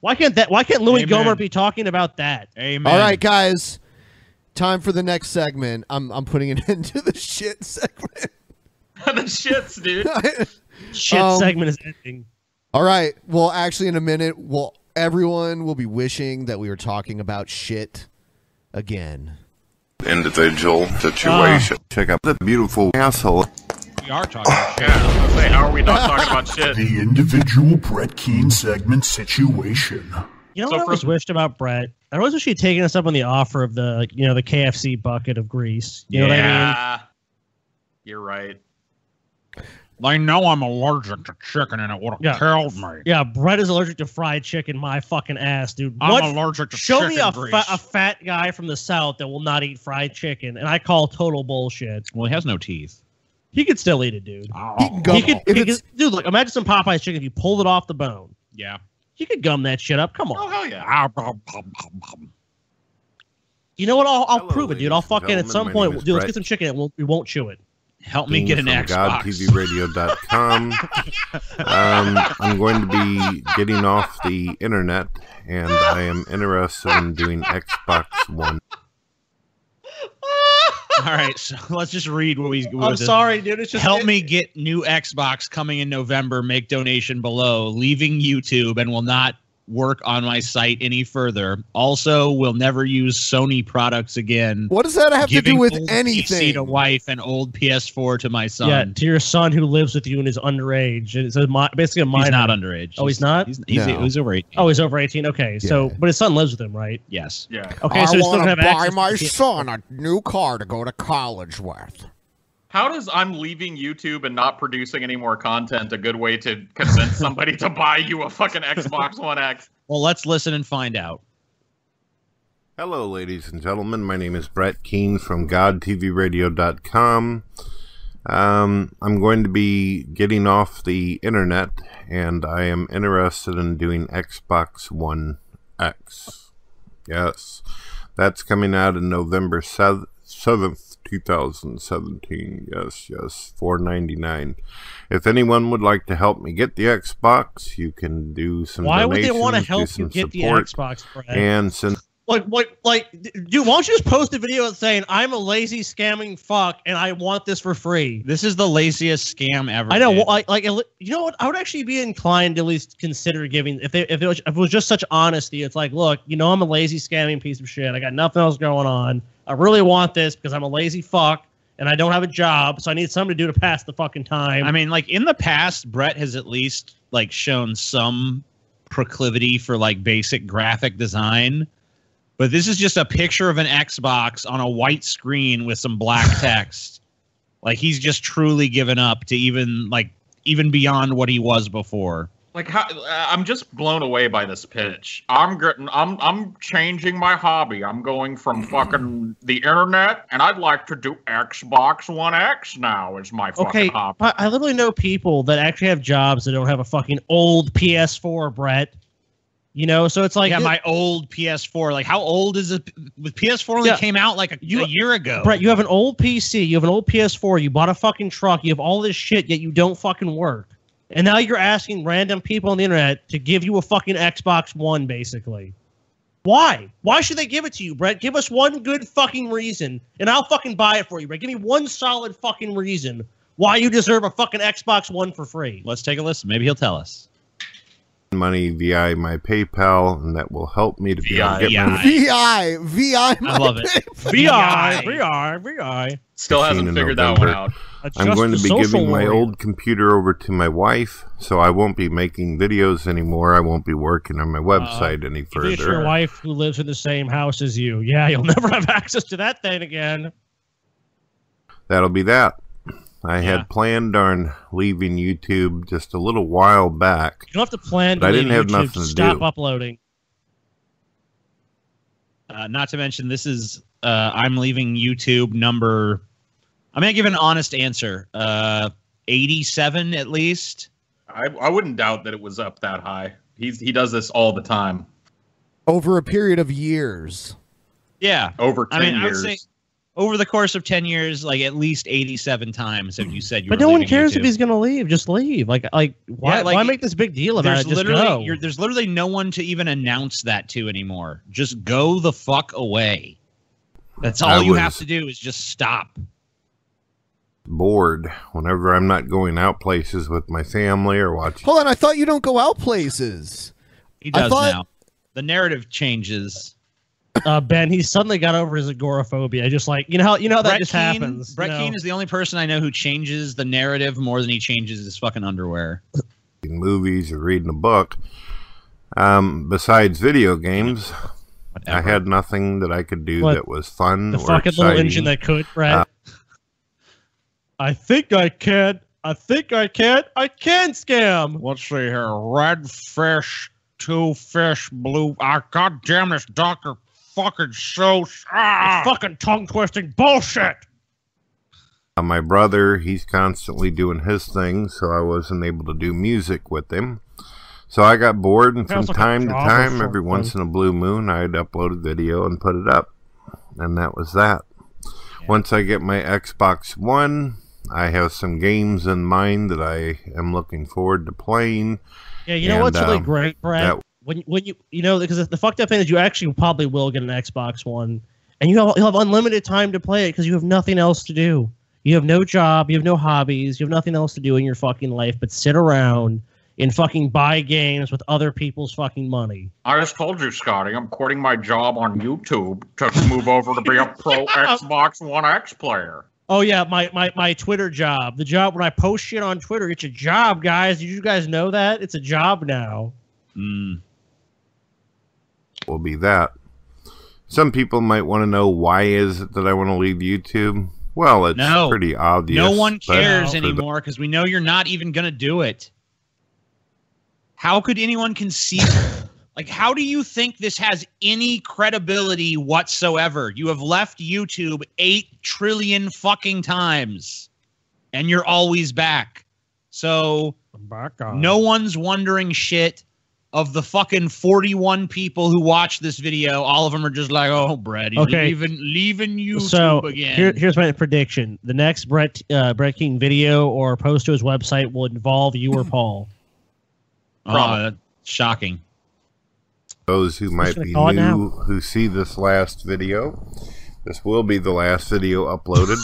S7: Why can't that? Why can't Louis
S1: Amen.
S7: Gomer be talking about that?
S2: Amen.
S1: All right, guys. Time for the next segment. I'm I'm putting an end to the shit segment.
S8: the shits, dude.
S7: Shit
S1: Um,
S7: segment is ending.
S1: All right. Well, actually, in a minute, we'll everyone will be wishing that we were talking about shit again.
S21: Individual situation. Ah. Check out the beautiful asshole.
S2: We are talking about
S8: shit. I was gonna say, how are we not talking about shit?
S22: The individual Brett Keen segment situation.
S7: You know what I always wished about Brett? I always wish he'd taken us up on the offer of the, you know, the KFC bucket of grease. You know what I mean?
S8: You're right.
S2: They know I'm allergic to chicken, and it would have
S7: Yeah.
S2: killed me.
S7: Yeah, Brett is allergic to fried chicken. My fucking ass, dude.
S2: I'm
S7: What-
S2: allergic to
S7: Show me
S2: chicken
S7: a,
S2: grease.
S7: fa- a fat guy from the south that will not eat fried chicken, and I call total bullshit.
S2: Well, he has no teeth. Oh.
S7: He could still eat it, dude.
S2: He can gum
S7: he could,
S2: it.
S7: he
S2: If it's-
S7: could- dude. Look, imagine some Popeye's chicken if you pulled it off the bone.
S2: Yeah.
S7: You could gum that shit up. Come on.
S8: Oh hell yeah.
S7: You know what? I'll, I'll prove it, dude. I'll fucking at
S21: gentlemen.
S7: some
S21: My
S7: point,
S21: name is
S7: dude. Let's
S21: Brett.
S7: get some chicken. And we'll, we won't chew it. Help
S21: Being from GodTVRadio.com. um, I'm going to be getting off the internet, and I am interested in doing Xbox One.
S2: All right, so let's just read what we.
S7: I'm sorry, dude. It's just
S2: help me get new Xbox coming in November. Make donation below. Leaving YouTube and will not work on my site any further. Also, will never use Sony products again.
S1: What does that have to do
S2: Giving
S1: with
S2: old
S1: anything?
S2: PC to wife and old PS4 to my son.
S7: Yeah, to your son who lives with you and is underage. And It's a, mi- basically a minor.
S2: He's not underage.
S7: Oh, he's not.
S2: He's, he's,
S7: No.
S2: he's over eight.
S7: Oh, he's over eighteen. Okay, so but his son lives with him, right?
S2: Yes.
S8: Yeah.
S7: Okay,
S22: I
S7: so he's still
S22: wanna
S7: gonna have
S22: buy
S7: access. to
S22: my
S7: the-
S22: son a new car to go to college with.
S8: How does I'm leaving YouTube and not producing any more content a good way to convince somebody to buy you a fucking Xbox One X?
S2: Well, let's listen and find out.
S21: Hello, ladies and gentlemen. My name is Brett Keene from GodTVRadio.com. Um, I'm going to be getting off the internet, and I am interested in doing Xbox One X. Yes, that's coming out in November seventh, two thousand seventeen. Yes, yes, four ninety nine. If anyone would like to help me get the Xbox, you can do some.
S7: Why would they wanna
S21: donations, do
S7: help you
S21: some
S7: get the
S21: support,
S7: Xbox, Brett?
S21: And send
S7: Like what? Like, d- dude, why don't you just post a video saying I'm a lazy scamming fuck and I want this for free?
S2: This is the laziest scam ever.
S7: I know.
S2: dude.
S7: Well, like, like, you know what? I would actually be inclined to at least consider giving if they, if it was if it was just such honesty. It's like, look, you know, I'm a lazy scamming piece of shit. I got nothing else going on. I really want this because I'm a lazy fuck and I don't have a job, so I need something to do to pass the fucking time.
S2: I mean, like in the past, Brett has at least like shown some proclivity for like basic graphic design. But this is just a picture of an Xbox on a white screen with some black text. like he's just truly given up to even like even beyond what he was before.
S8: Like, how, uh, I'm just blown away by this pitch. I'm gr- I'm I'm changing my hobby. I'm going from fucking the internet, and I'd like to do Xbox One X now. Is my fucking
S7: okay,
S8: hobby.
S7: but I literally know people that actually have jobs that don't have a fucking old PS4, Brett. You know, so it's like
S2: yeah, my old PS4. Like how old is it? With PS4 only
S7: Yeah.
S2: came out like a, a year ago.
S7: Brett, you have an old PC, you have an old PS4, you bought a fucking truck, you have all this shit, yet you don't fucking work. And now you're asking random people on the internet to give you a fucking Xbox One, basically. Why? Why should they give it to you, Brett? Give us one good fucking reason, and I'll fucking buy it for you, Brett. Give me one solid fucking reason why you deserve a fucking Xbox One for free.
S2: Let's take a listen. Maybe he'll tell us.
S21: money via my PayPal, and that will help me to be able to
S8: E
S21: get my
S1: VI, VI.
S21: I love it.
S7: VI, VI, VI.
S8: Still hasn't
S21: in
S8: figured that one
S21: November.
S8: out.
S21: I'm going to be giving my
S8: old.
S21: old computer over to my wife, so I won't be making videos anymore. I won't be working on my website any
S7: If Uh, It's your
S21: further.
S7: wife who lives in the same house as you. Yeah, you'll never have access to that thing again.
S21: That'll be that. I had planned on leaving YouTube just a little while back.
S7: You don't have to plan.
S21: But
S7: to
S21: I didn't
S7: leave
S21: have
S7: YouTube
S21: nothing
S7: to
S21: to
S7: stop
S21: do.
S7: uploading.
S2: Uh, not to mention, this is uh, I'm leaving YouTube number. I'm gonna give an honest answer. Uh, 87 at least.
S8: I, I wouldn't doubt that it was up that high. He's he does this all the time.
S1: over a period of years.
S2: Yeah,
S8: over
S2: I mean,
S8: 10
S2: I would say
S8: years.
S2: over the course of 10 years, like at least 87 times have you said you.
S7: But
S2: were
S7: no one
S2: leaving
S7: cares
S2: YouTube.
S7: if he's gonna leave. Just leave. Like, like why?
S2: Yeah, like,
S7: why make this big deal about
S2: There's
S7: it? Just
S2: literally
S7: go.
S2: you're, there's literally no one to even announce that to anymore. Just go the fuck away. That's all
S21: I
S2: you
S21: was-
S2: have to do is just stop.
S21: Bored whenever I'm not going out places with my family or watching.
S1: Hold on, I thought you don't go out places.
S2: He
S1: I
S2: does
S1: thought-
S2: now. The narrative changes.
S7: Uh, ben, he suddenly got over his agoraphobia. Just like you know how you know how that
S2: Brett
S7: just
S2: Keane-
S7: happens.
S2: Brett
S7: you know?
S2: Keane is the only person I know who changes the narrative more than he changes his fucking underwear.
S21: watching movies or reading a book. Um, besides video games, I had nothing that I could do
S7: What?
S21: that was fun
S7: the
S21: or
S7: fucking
S21: exciting. Uh,
S7: little engine that could, Brad. I think I can. I think I can. I can scam.
S2: Let's see here. Red fish, two fish, blue. Ah, goddamn this doctor fucking ah! so
S7: fucking tongue twisting bullshit.
S21: Uh, my brother, he's constantly doing his thing, so I wasn't able to do music with him. So I got bored, and from
S7: Sounds like a
S21: time to
S7: job or
S21: time, every
S7: something.
S21: once in a blue moon, I'd upload a video and put it up. And that was that. Once I get my Xbox One, I have some games in mind that I am looking forward to playing.
S7: Yeah, you know
S21: And,
S7: what's really
S21: um,
S7: great, Brad?
S21: that-
S7: When when you you know because the fucked up thing is you actually probably will get an Xbox One, and you have, you'll have unlimited time to play it because you have nothing else to do. You have no job, you have no hobbies, you have nothing else to do in your fucking life but sit around and fucking buy games with other people's fucking money.
S8: I just told you, Scotty, I'm quitting my job on YouTube to move over to be a pro Xbox One X player.
S7: Oh yeah, my, my my Twitter job, the job when I post shit on Twitter, it's a job, guys. Did you guys know that it's a job now?
S2: Mm.
S21: will be that. Some people might want to know why is it that I want to leave YouTube? Well, it's
S2: No.
S21: pretty obvious.
S2: no one
S21: but
S2: cares
S21: for the-
S2: anymore because we know you're not even gonna do it. How could anyone conceive? like, how do you think this has any credibility whatsoever? You have left YouTube eight trillion fucking times, and you're always back. So no one's wondering shit. Of the fucking forty-one people who watch this video, all of them are just like, "Oh, Brad, he's
S7: Okay.
S2: leaving, leaving YouTube
S7: so
S2: again."
S7: here, here's my prediction: the next Brett uh, Brett King video or post to his website will involve you or Paul.
S2: Uh, shocking.
S21: Those who might
S7: gonna
S21: be
S7: call it now.
S21: new who see this last video, this will be the last video uploaded.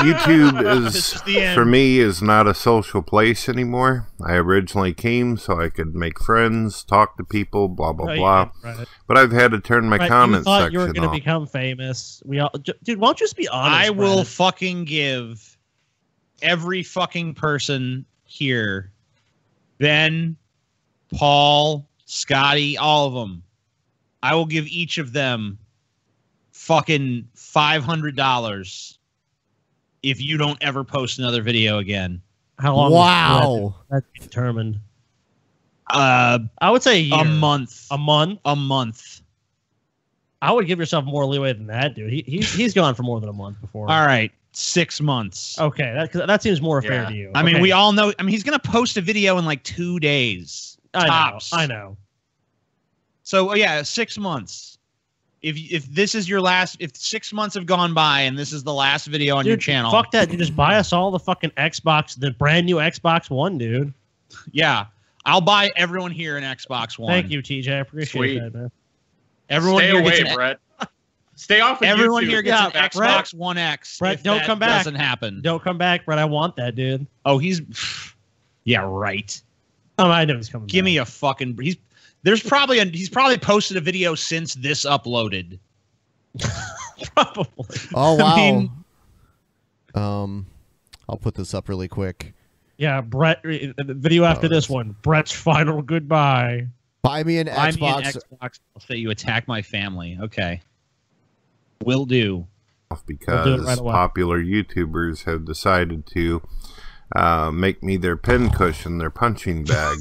S21: YouTube
S3: This
S21: is
S3: is the end.
S21: for me is not a social place anymore. I originally came so I could make friends, talk to people, blah blah
S2: Oh,
S7: No, you
S21: blah.
S7: didn't, Brett.
S21: But I've had to turn my
S7: Brett,
S21: comment
S7: you thought
S21: section
S7: you were gonna
S21: off.
S7: become famous. We all, j- dude, why don't you just be honest?
S2: I will
S7: Brett?
S2: fucking give every fucking person here, Ben, Paul, Scotty, all of them. I will give each of them fucking five hundred dollars if you don't ever post another video again.
S7: How long?
S2: Wow.
S7: That's determined.
S2: Uh,
S7: I would say a,
S2: a month.
S7: A month.
S2: A month.
S7: I would give yourself more leeway than that, dude. He, he's he's gone for more than a month before.
S2: All right, six months.
S7: Okay, that 'cause that seems more fair to you.
S2: I mean,
S7: Okay.
S2: we all know. I mean, he's gonna post a video in like two days.
S7: I know,
S2: tops.
S7: I know.
S2: So oh, yeah, six months. If if this is your last, if six months have gone by and this is the last video on your
S7: Dude,
S2: channel,
S7: Fuck that. Dude, just buy us all the fucking Xbox, the brand new Xbox One, dude.
S2: yeah, I'll buy everyone here an Xbox One.
S7: Thank you, TJ. I appreciate
S2: Sweet.
S7: that, man.
S2: Everyone
S7: Stay
S2: here
S7: away,
S2: gets an,
S8: Brett. Stay off of
S2: Everyone
S8: YouTube.
S2: here gets an
S8: Yeah,
S2: Xbox
S8: Brett.
S2: One X.
S7: Brett,
S2: if
S7: don't
S2: that
S7: come back.
S2: Doesn't happen.
S7: Don't come back, Brett. I want that, dude.
S2: Oh, he's. Yeah, right.
S7: Oh, I know he's coming.
S2: Give me a fucking. He's there's probably a, he's probably posted a video since this uploaded. probably.
S1: Oh wow.
S2: I mean,
S1: um, I'll put this up really quick.
S7: Yeah, Brett. uh, The video after this one, Brett's final goodbye.
S1: Oh, Buy me an
S2: buy me an
S1: Xbox.
S2: Xbox. I'll say you attack my family. Okay. Will do.
S21: because
S2: right away.
S21: popular YouTubers have decided to uh, make me their pincushion, their punching bag.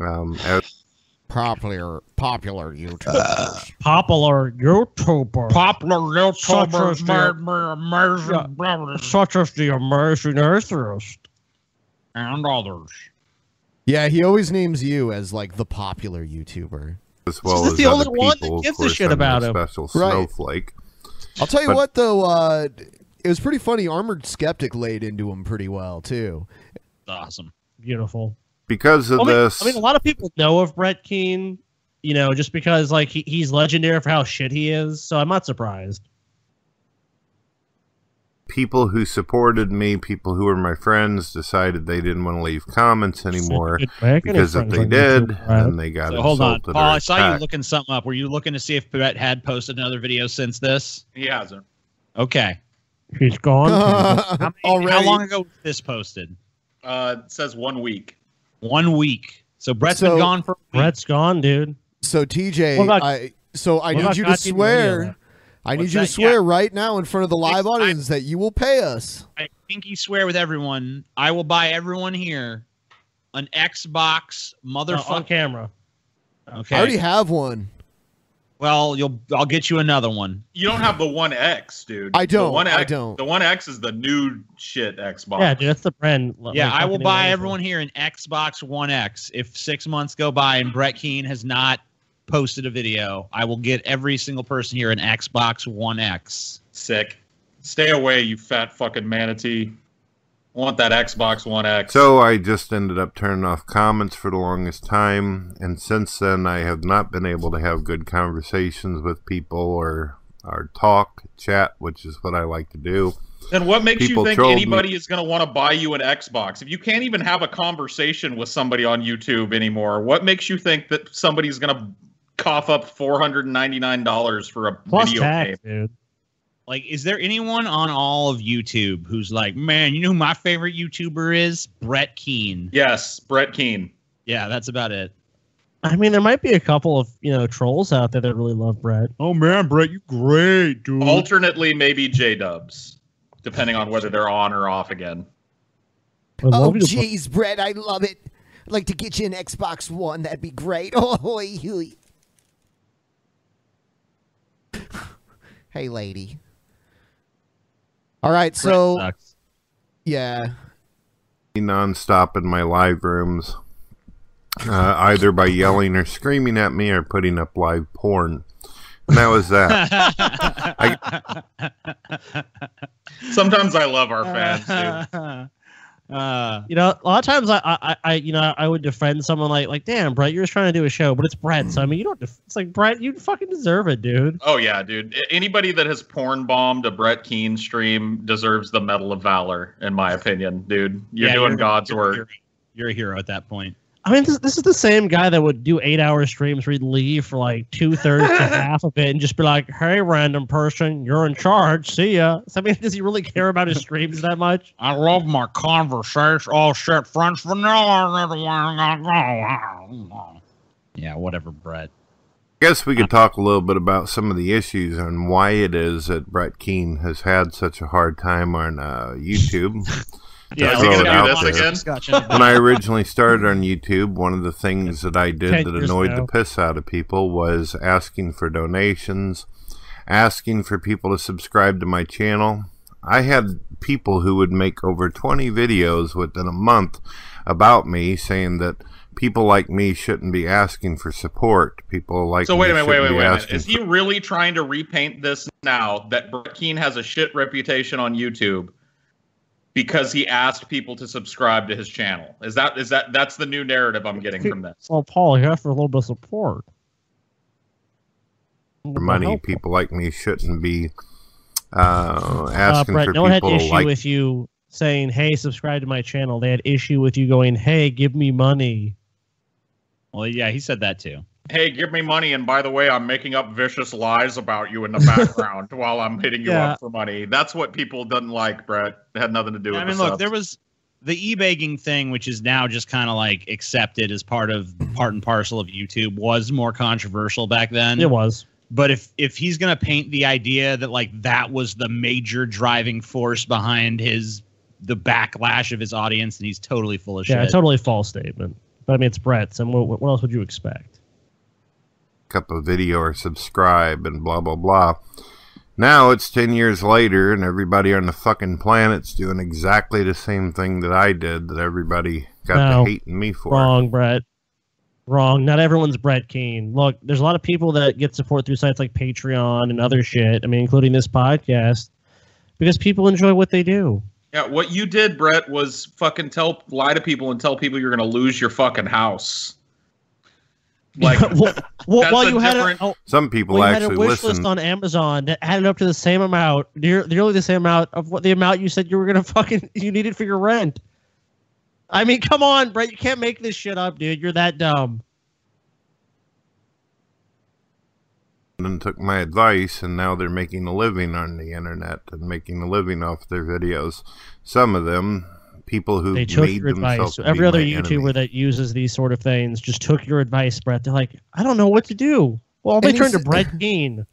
S21: Um, as
S1: popular, popular YouTubers.
S21: Uh,
S7: Popular YouTuber.
S11: Popular
S7: Such as
S11: YouTubers
S7: the-
S11: made me amazing
S7: Yeah.
S11: brothers
S7: Such as the American Earthist.
S2: and others.
S1: Yeah, he always names you as like the popular YouTuber.
S21: as well
S1: this
S21: as
S1: the
S21: other
S1: only one that
S21: people, of
S1: gives a
S21: course,
S1: shit
S21: I'm no
S1: about him?
S21: Special
S1: Right.
S21: snowflake.
S1: I'll tell you
S21: But-
S1: what, though, uh, it was pretty funny. Armored Skeptic laid into him pretty well too.
S2: Awesome.
S7: Beautiful.
S21: Because of
S7: I mean,
S21: this,
S7: I mean, a lot of people know of Brett Keane, you know, just because like he, he's legendary for how shit he is. So I'm not surprised.
S21: people who supported me, people who were my friends, decided they didn't want to leave comments anymore
S7: way of getting
S21: because if
S7: friends
S21: they
S7: on
S21: did,
S7: YouTube, right?
S21: then they got
S2: So hold on,
S21: insulted.
S2: Paul.
S21: or
S2: I saw you
S21: attacked.
S2: looking something up. Were you looking to see if Brett had posted another video since this?
S8: He hasn't.
S2: Okay.
S7: He's gone.
S2: How, many, how long ago was this posted?
S8: Uh, it says one week.
S2: One week. So Brett's
S1: So-
S2: been gone for.
S7: Brett's gone, dude.
S1: So TJ,
S7: What about-
S1: I so
S7: what
S1: I need
S7: about
S1: you to
S7: God Team Radio,
S1: swear.
S7: then?
S1: I need
S2: What's
S1: you to
S2: that? Yeah.
S1: swear right now in front of the live audience that you will pay us.
S2: I pinky swear with everyone. I will buy everyone here an Xbox
S7: Uh, on
S2: motherfucker.
S7: camera. Oh,
S2: okay.
S1: I already have one.
S2: well, you'll. I'll get you another one.
S8: You don't have the One X, dude.
S2: I
S8: The
S2: don't,
S8: one X,
S2: I don't.
S8: The One X is the new shit Xbox.
S7: Yeah, dude, that's the brand.
S2: yeah,
S7: like,
S2: I will
S7: fucking
S2: buy
S7: amazing.
S2: everyone here an Xbox One X. If six months go by and Brett Keane has not posted a video, I will get every single person here an Xbox One X.
S8: Sick. Stay away, you fat fucking manatee. I want that Xbox One X.
S21: So I just ended up turning off comments for the longest time, and since then I have not been able to have good conversations with people or or talk, chat, which is what I like to do.
S8: Then what makes
S21: People
S8: you think
S21: trolled me.
S8: anybody is going to want to buy you an Xbox? If you can't even have a conversation with somebody on YouTube anymore, what makes you think that somebody's going to cough up four hundred and ninety nine dollars for a
S7: Plus
S8: video
S7: tax,
S8: game?
S7: dude.
S2: Like, is there anyone on all of YouTube who's like, man, you know who my favorite YouTuber is? Brett Keane.
S8: Yes, Brett Keane.
S2: Yeah, that's about it.
S7: I mean, there might be a couple of you know trolls out there that really love Brett. Oh man, Brett, you great, dude.
S8: Alternately, maybe J Dubs, depending on whether they're on or off again.
S1: Oh, jeez, Brett, I love it. I'd like to get you an Xbox One. That'd be great. Oh, hoi, hoi. hey, lady. All right, so yeah,
S21: nonstop in my live rooms, uh, either by yelling or screaming at me or putting up live porn. And that was that. I-
S8: Sometimes I love our fans, dude.
S7: you know, a lot of times I, I, I, you know, I would defend someone like, like, damn, Brett, you're just trying to do a show, but it's Brett. So I mean, you don't. Def- it's like Brett, you fucking deserve it, dude.
S8: Oh yeah, dude. A- Anybody that has porn bombed a Brett Keane stream deserves the Medal of Valor, in my opinion, dude. You're
S2: Yeah,
S8: doing
S2: you're-
S8: God's
S2: you're-
S8: work.
S2: You're, you're a hero at that point.
S7: I mean, this, this is the same guy that would do eight hour streams where he'd leave for like two thirds to half of it and just be like, hey, random person, you're in charge. See ya. So, I mean, does he really care about his streams that much?
S2: I love my conversation. Oh shit, French vanilla. Yeah, whatever, Brett.
S21: I guess we could talk a little bit about some of the issues and why it is that Brett Keane has had such a hard time on uh, YouTube.
S8: Yeah,
S21: To
S8: is he
S21: throw
S8: gonna
S21: it
S8: do
S21: out
S8: this
S21: there.
S8: again? Discussion.
S21: when I originally started on YouTube, one of the things that I
S8: Ten
S21: did that
S8: years
S21: annoyed
S8: ago.
S21: the piss out of people was asking for donations, asking for people to subscribe to my channel. I had people who would make over 20 videos within a month about me saying that people like me shouldn't be asking for support. People like
S8: so wait a
S21: me
S8: minute, wait,
S21: shouldn't
S8: wait,
S21: be
S8: wait a minute.
S21: asking
S8: Is he really trying to repaint this now that Brett Keane has a shit reputation on YouTube because he asked people to subscribe to his channel? Is that is that that's the new narrative I'm getting from this?
S7: Well, Paul, you have for a little bit of support.
S21: for money. People like me shouldn't be uh,
S7: Uh,
S21: asking
S7: Brett,
S21: for
S7: no one had
S21: people
S7: issue
S21: to like
S7: with you saying, hey, subscribe to my channel. They had issue with you going, hey, give me money.
S2: Well, yeah, he said that too.
S8: Hey, give me money, and by the way, I'm making up vicious lies about you in the background while I'm hitting you
S2: Yeah.
S8: up for money. That's what people didn't like, Brett. It had nothing to do with
S2: I mean,
S8: the
S2: look,
S8: subs.
S2: there was the e-baking thing, which is now just kind of like accepted as part of part and parcel of YouTube, was more controversial back then.
S7: It was.
S2: But if if he's gonna paint the idea that like that was the major driving force behind his the backlash of his audience, then he's totally full of
S7: Yeah,
S2: shit.
S7: totally false statement. But I mean, it's Brett's, and what, what else would you expect?
S21: up a video or subscribe and blah blah blah. Now it's 10 years later and everybody on the fucking planet's doing exactly the same thing that I did that everybody got
S7: No.
S21: to hating me for.
S7: Wrong, Brett. Wrong. Not everyone's Brett Keane. Look, there's a lot of people that get support through sites like Patreon and other shit. I mean, including this podcast, because people enjoy what they do.
S8: yeah, what you did, Brett, was fucking tell lie to people and tell people you're gonna lose your fucking house. Like,
S7: Well,
S8: That's
S7: while
S8: a
S7: you had a,
S8: different-
S7: oh,
S21: Some people
S7: well, you had
S21: actually
S7: a wish
S21: listen.
S7: list on Amazon that added up to the same amount, near, nearly the same amount of what the amount you said you were gonna fucking you needed for your rent. I mean, come on, Brett, you can't make this shit up, dude. You're that dumb.
S21: and took my advice and now they're making a living on the internet and making a living off their videos some of them people who
S7: they took
S21: made
S7: your advice.
S21: themselves
S7: So
S21: to be
S7: every other
S21: my
S7: YouTuber
S21: enemy.
S7: that uses these sort of things just took your advice, Brett. They're like, I don't know what to do. Well, they
S1: And
S7: turn to
S1: he's-
S7: Brett Dean.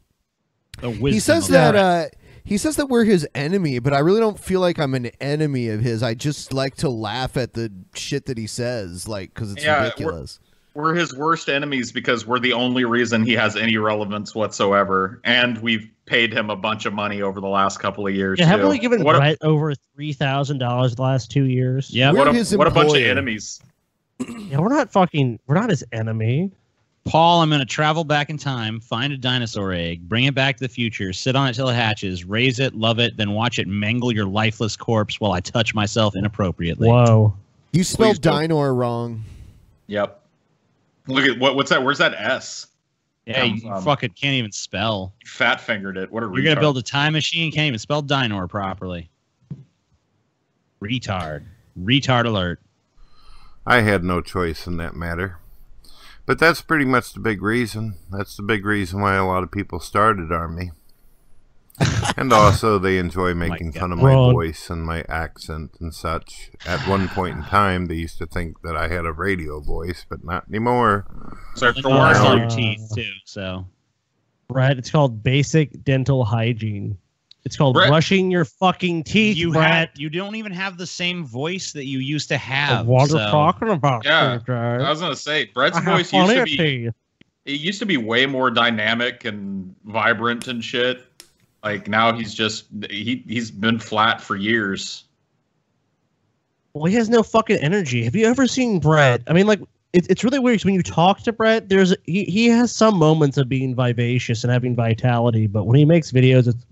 S2: The
S1: he says that uh, he says that we're his enemy, but I really don't feel like I'm an enemy of his. I just like to laugh at the shit that he says, like because it's
S8: Yeah,
S1: ridiculous.
S8: We're his worst enemies because we're the only reason he has any relevance whatsoever, and we've paid him a bunch of money over the last couple of years.
S7: Yeah,
S8: too.
S7: haven't we given
S8: what, a-
S7: Brett over three thousand dollars the last two years?
S8: what, a, what a bunch of enemies.
S7: Yeah, we're not fucking. We're not his enemy.
S2: Paul, I'm going to travel back in time, find a dinosaur egg, bring it back to the future, sit on it till it hatches, raise it, love it, then watch it mangle your lifeless corpse while I touch myself inappropriately.
S7: Whoa.
S1: You spelled
S2: Please don't-
S1: Dinor wrong.
S8: Yep. Look at what? What's that? Where's that S? Um,
S2: Yeah, you fucking can't even spell.
S8: Fat fingered it. What a
S2: You're going to build a time machine, can't even spell Dinor properly. Retard. Retard alert.
S21: I had no choice in that matter. But that's pretty much the big reason. That's the big reason why a lot of people started on me. and also, they enjoy making fun of my
S7: Wrong.
S21: voice and my accent and such. At one point in time, they used to think that I had a radio voice, but not anymore.
S8: So
S2: Like, marks on your teeth, too, so.
S7: Brett, it's called basic dental hygiene. It's called
S2: Brett-
S7: brushing your fucking teeth,
S2: You,
S7: Brett.
S2: had, you don't even have the same voice that you used to
S7: Have,
S2: have.
S7: what are
S2: so-
S7: you talking about?
S8: Yeah,
S7: Brett?
S8: I was gonna say Brett's
S7: I have
S8: voice used to
S7: funny
S8: be.
S7: teeth.
S8: It used to be way more dynamic and vibrant and shit. Like now he's just he he's been flat for years.
S7: Well, he has no fucking energy. Have you ever seen Brett? I mean, like, it, it's really weird 'cause when you talk to Brett, there's he, he has some moments of being vivacious and having vitality, but when he makes videos, it's.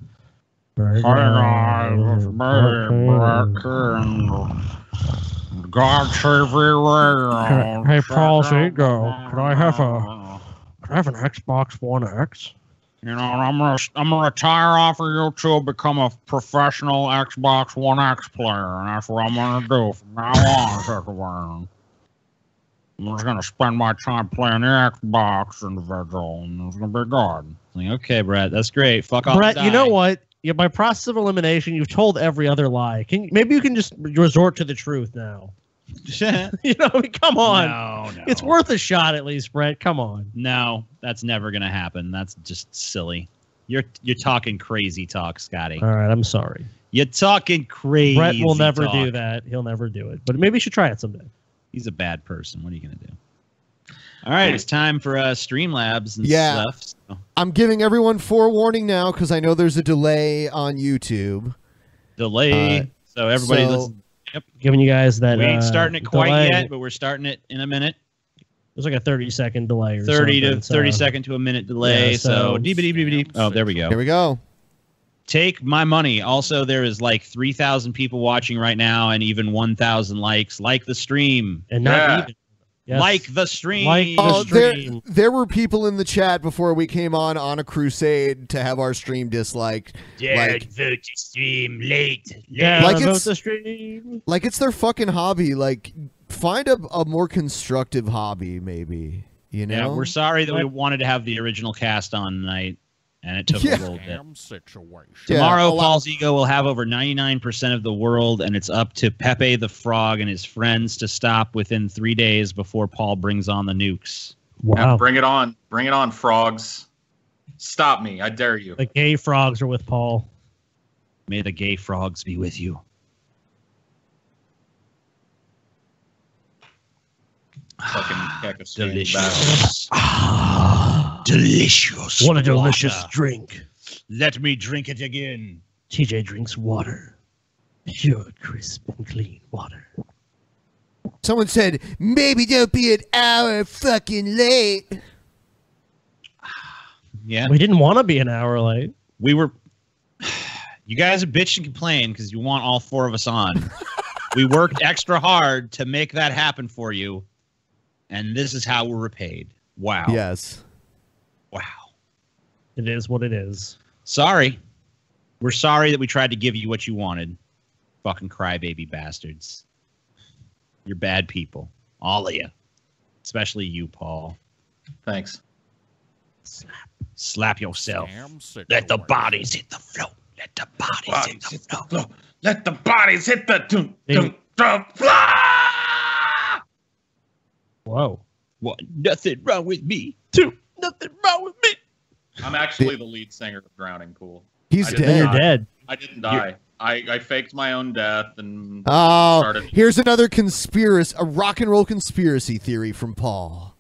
S2: God everywhere.
S7: Hey, Paul Seagull, can I have a can I have an Xbox One X?
S2: You know, I'm gonna I'm gonna retire off of YouTube, become a professional Xbox One X player, and that's what I'm gonna do from now on. Everywhere. I'm just gonna spend my time playing the Xbox individual, and it's gonna be good. okay, Brett, that's great. Fuck
S7: Brett, you know what? Yeah, by process of elimination, you've told every other lie. Can you- maybe you can just resort to the truth now? you know, I mean, come on,
S2: No, no.
S7: it's worth a shot at least, Brett. Come on.
S2: No, that's never gonna happen. That's just silly. You're you're talking crazy talk, Scotty.
S7: All right, I'm sorry.
S2: You're talking crazy.
S7: Brett will never
S2: talk.
S7: do that. He'll never do it. But maybe you should try it someday.
S2: He's a bad person. What are you gonna do? All right, it's time for uh, Streamlabs and
S1: Yeah.
S2: stuff. So
S1: I'm giving everyone forewarning now because I know there's a delay on YouTube.
S2: delay.
S1: Uh,
S2: so everybody,
S1: so-
S2: listen. Yep.
S7: Giving you guys that.
S2: we ain't
S7: uh,
S2: starting it quite
S7: delay.
S2: yet, but we're starting it in a minute.
S7: There's like a 30 second delay. Or
S2: Thirty to
S7: something, so-
S2: thirty second to a minute delay.
S7: Yeah,
S2: so
S7: so-
S2: deep, deep, deep, deep. Oh, there we go.
S1: Here we go.
S2: Take my money. Also, there is like three thousand people watching right now, and even one thousand likes. Like the stream.
S7: And not
S1: Yeah.
S7: even. Yes.
S2: Like the stream.
S7: Like the
S1: Oh, there,
S7: stream.
S1: there were people in the chat before we came on on a crusade to have our stream disliked. Like,
S2: vote the stream late.
S1: Yeah, Like vote it's- the
S7: stream.
S1: like it's their fucking hobby. Like Find a, a more constructive hobby, maybe. You know,
S2: Yeah, we're sorry that we wanted to have the original cast on tonight, and it took
S1: Yeah.
S2: a little bit.
S23: situation.
S2: Tomorrow, Paul's ego will have over 99% of the world, and it's up to Pepe the Frog and his friends to stop within three days before Paul brings on the nukes.
S8: Now bring it on. Bring it on, frogs. Stop me. I dare you.
S7: The gay frogs are with Paul.
S2: May the gay frogs be with you.
S8: Fucking heck of Steve
S2: Delicious. delicious.
S7: What a delicious drink.
S2: Let me drink it again.
S7: TJ drinks water. Pure, crisp, and clean water.
S1: Someone said, maybe don't be an hour fucking late.
S2: Yeah.
S7: We didn't want to be an hour late.
S2: We were. You guys bitch and complain because you want all four of us on. we worked extra hard to make that happen for you, and this is how we're repaid. Wow.
S1: Yes.
S2: Wow.
S7: It is what it is.
S2: Sorry. We're sorry that we tried to give you what you wanted. Fucking crybaby bastards. You're bad people. All of you. Especially you, Paul.
S8: Thanks.
S2: Slap, Slap yourself.
S7: Let the bodies
S2: hit the floor. Let the bodies hit the floor.
S8: Let the bodies hit the doom,
S7: doom,
S8: doom,
S7: Whoa.
S2: What? Nothing wrong with me.
S7: Two.
S2: Nothing wrong with me.
S8: I'm actually the lead singer of Drowning Pool.
S1: He's
S8: I didn't
S1: dead.
S8: die.
S1: You're dead.
S8: I didn't die. I, I faked my own death and
S1: Oh,
S8: started.
S1: here's another conspiracy, a rock and roll conspiracy theory from Paul.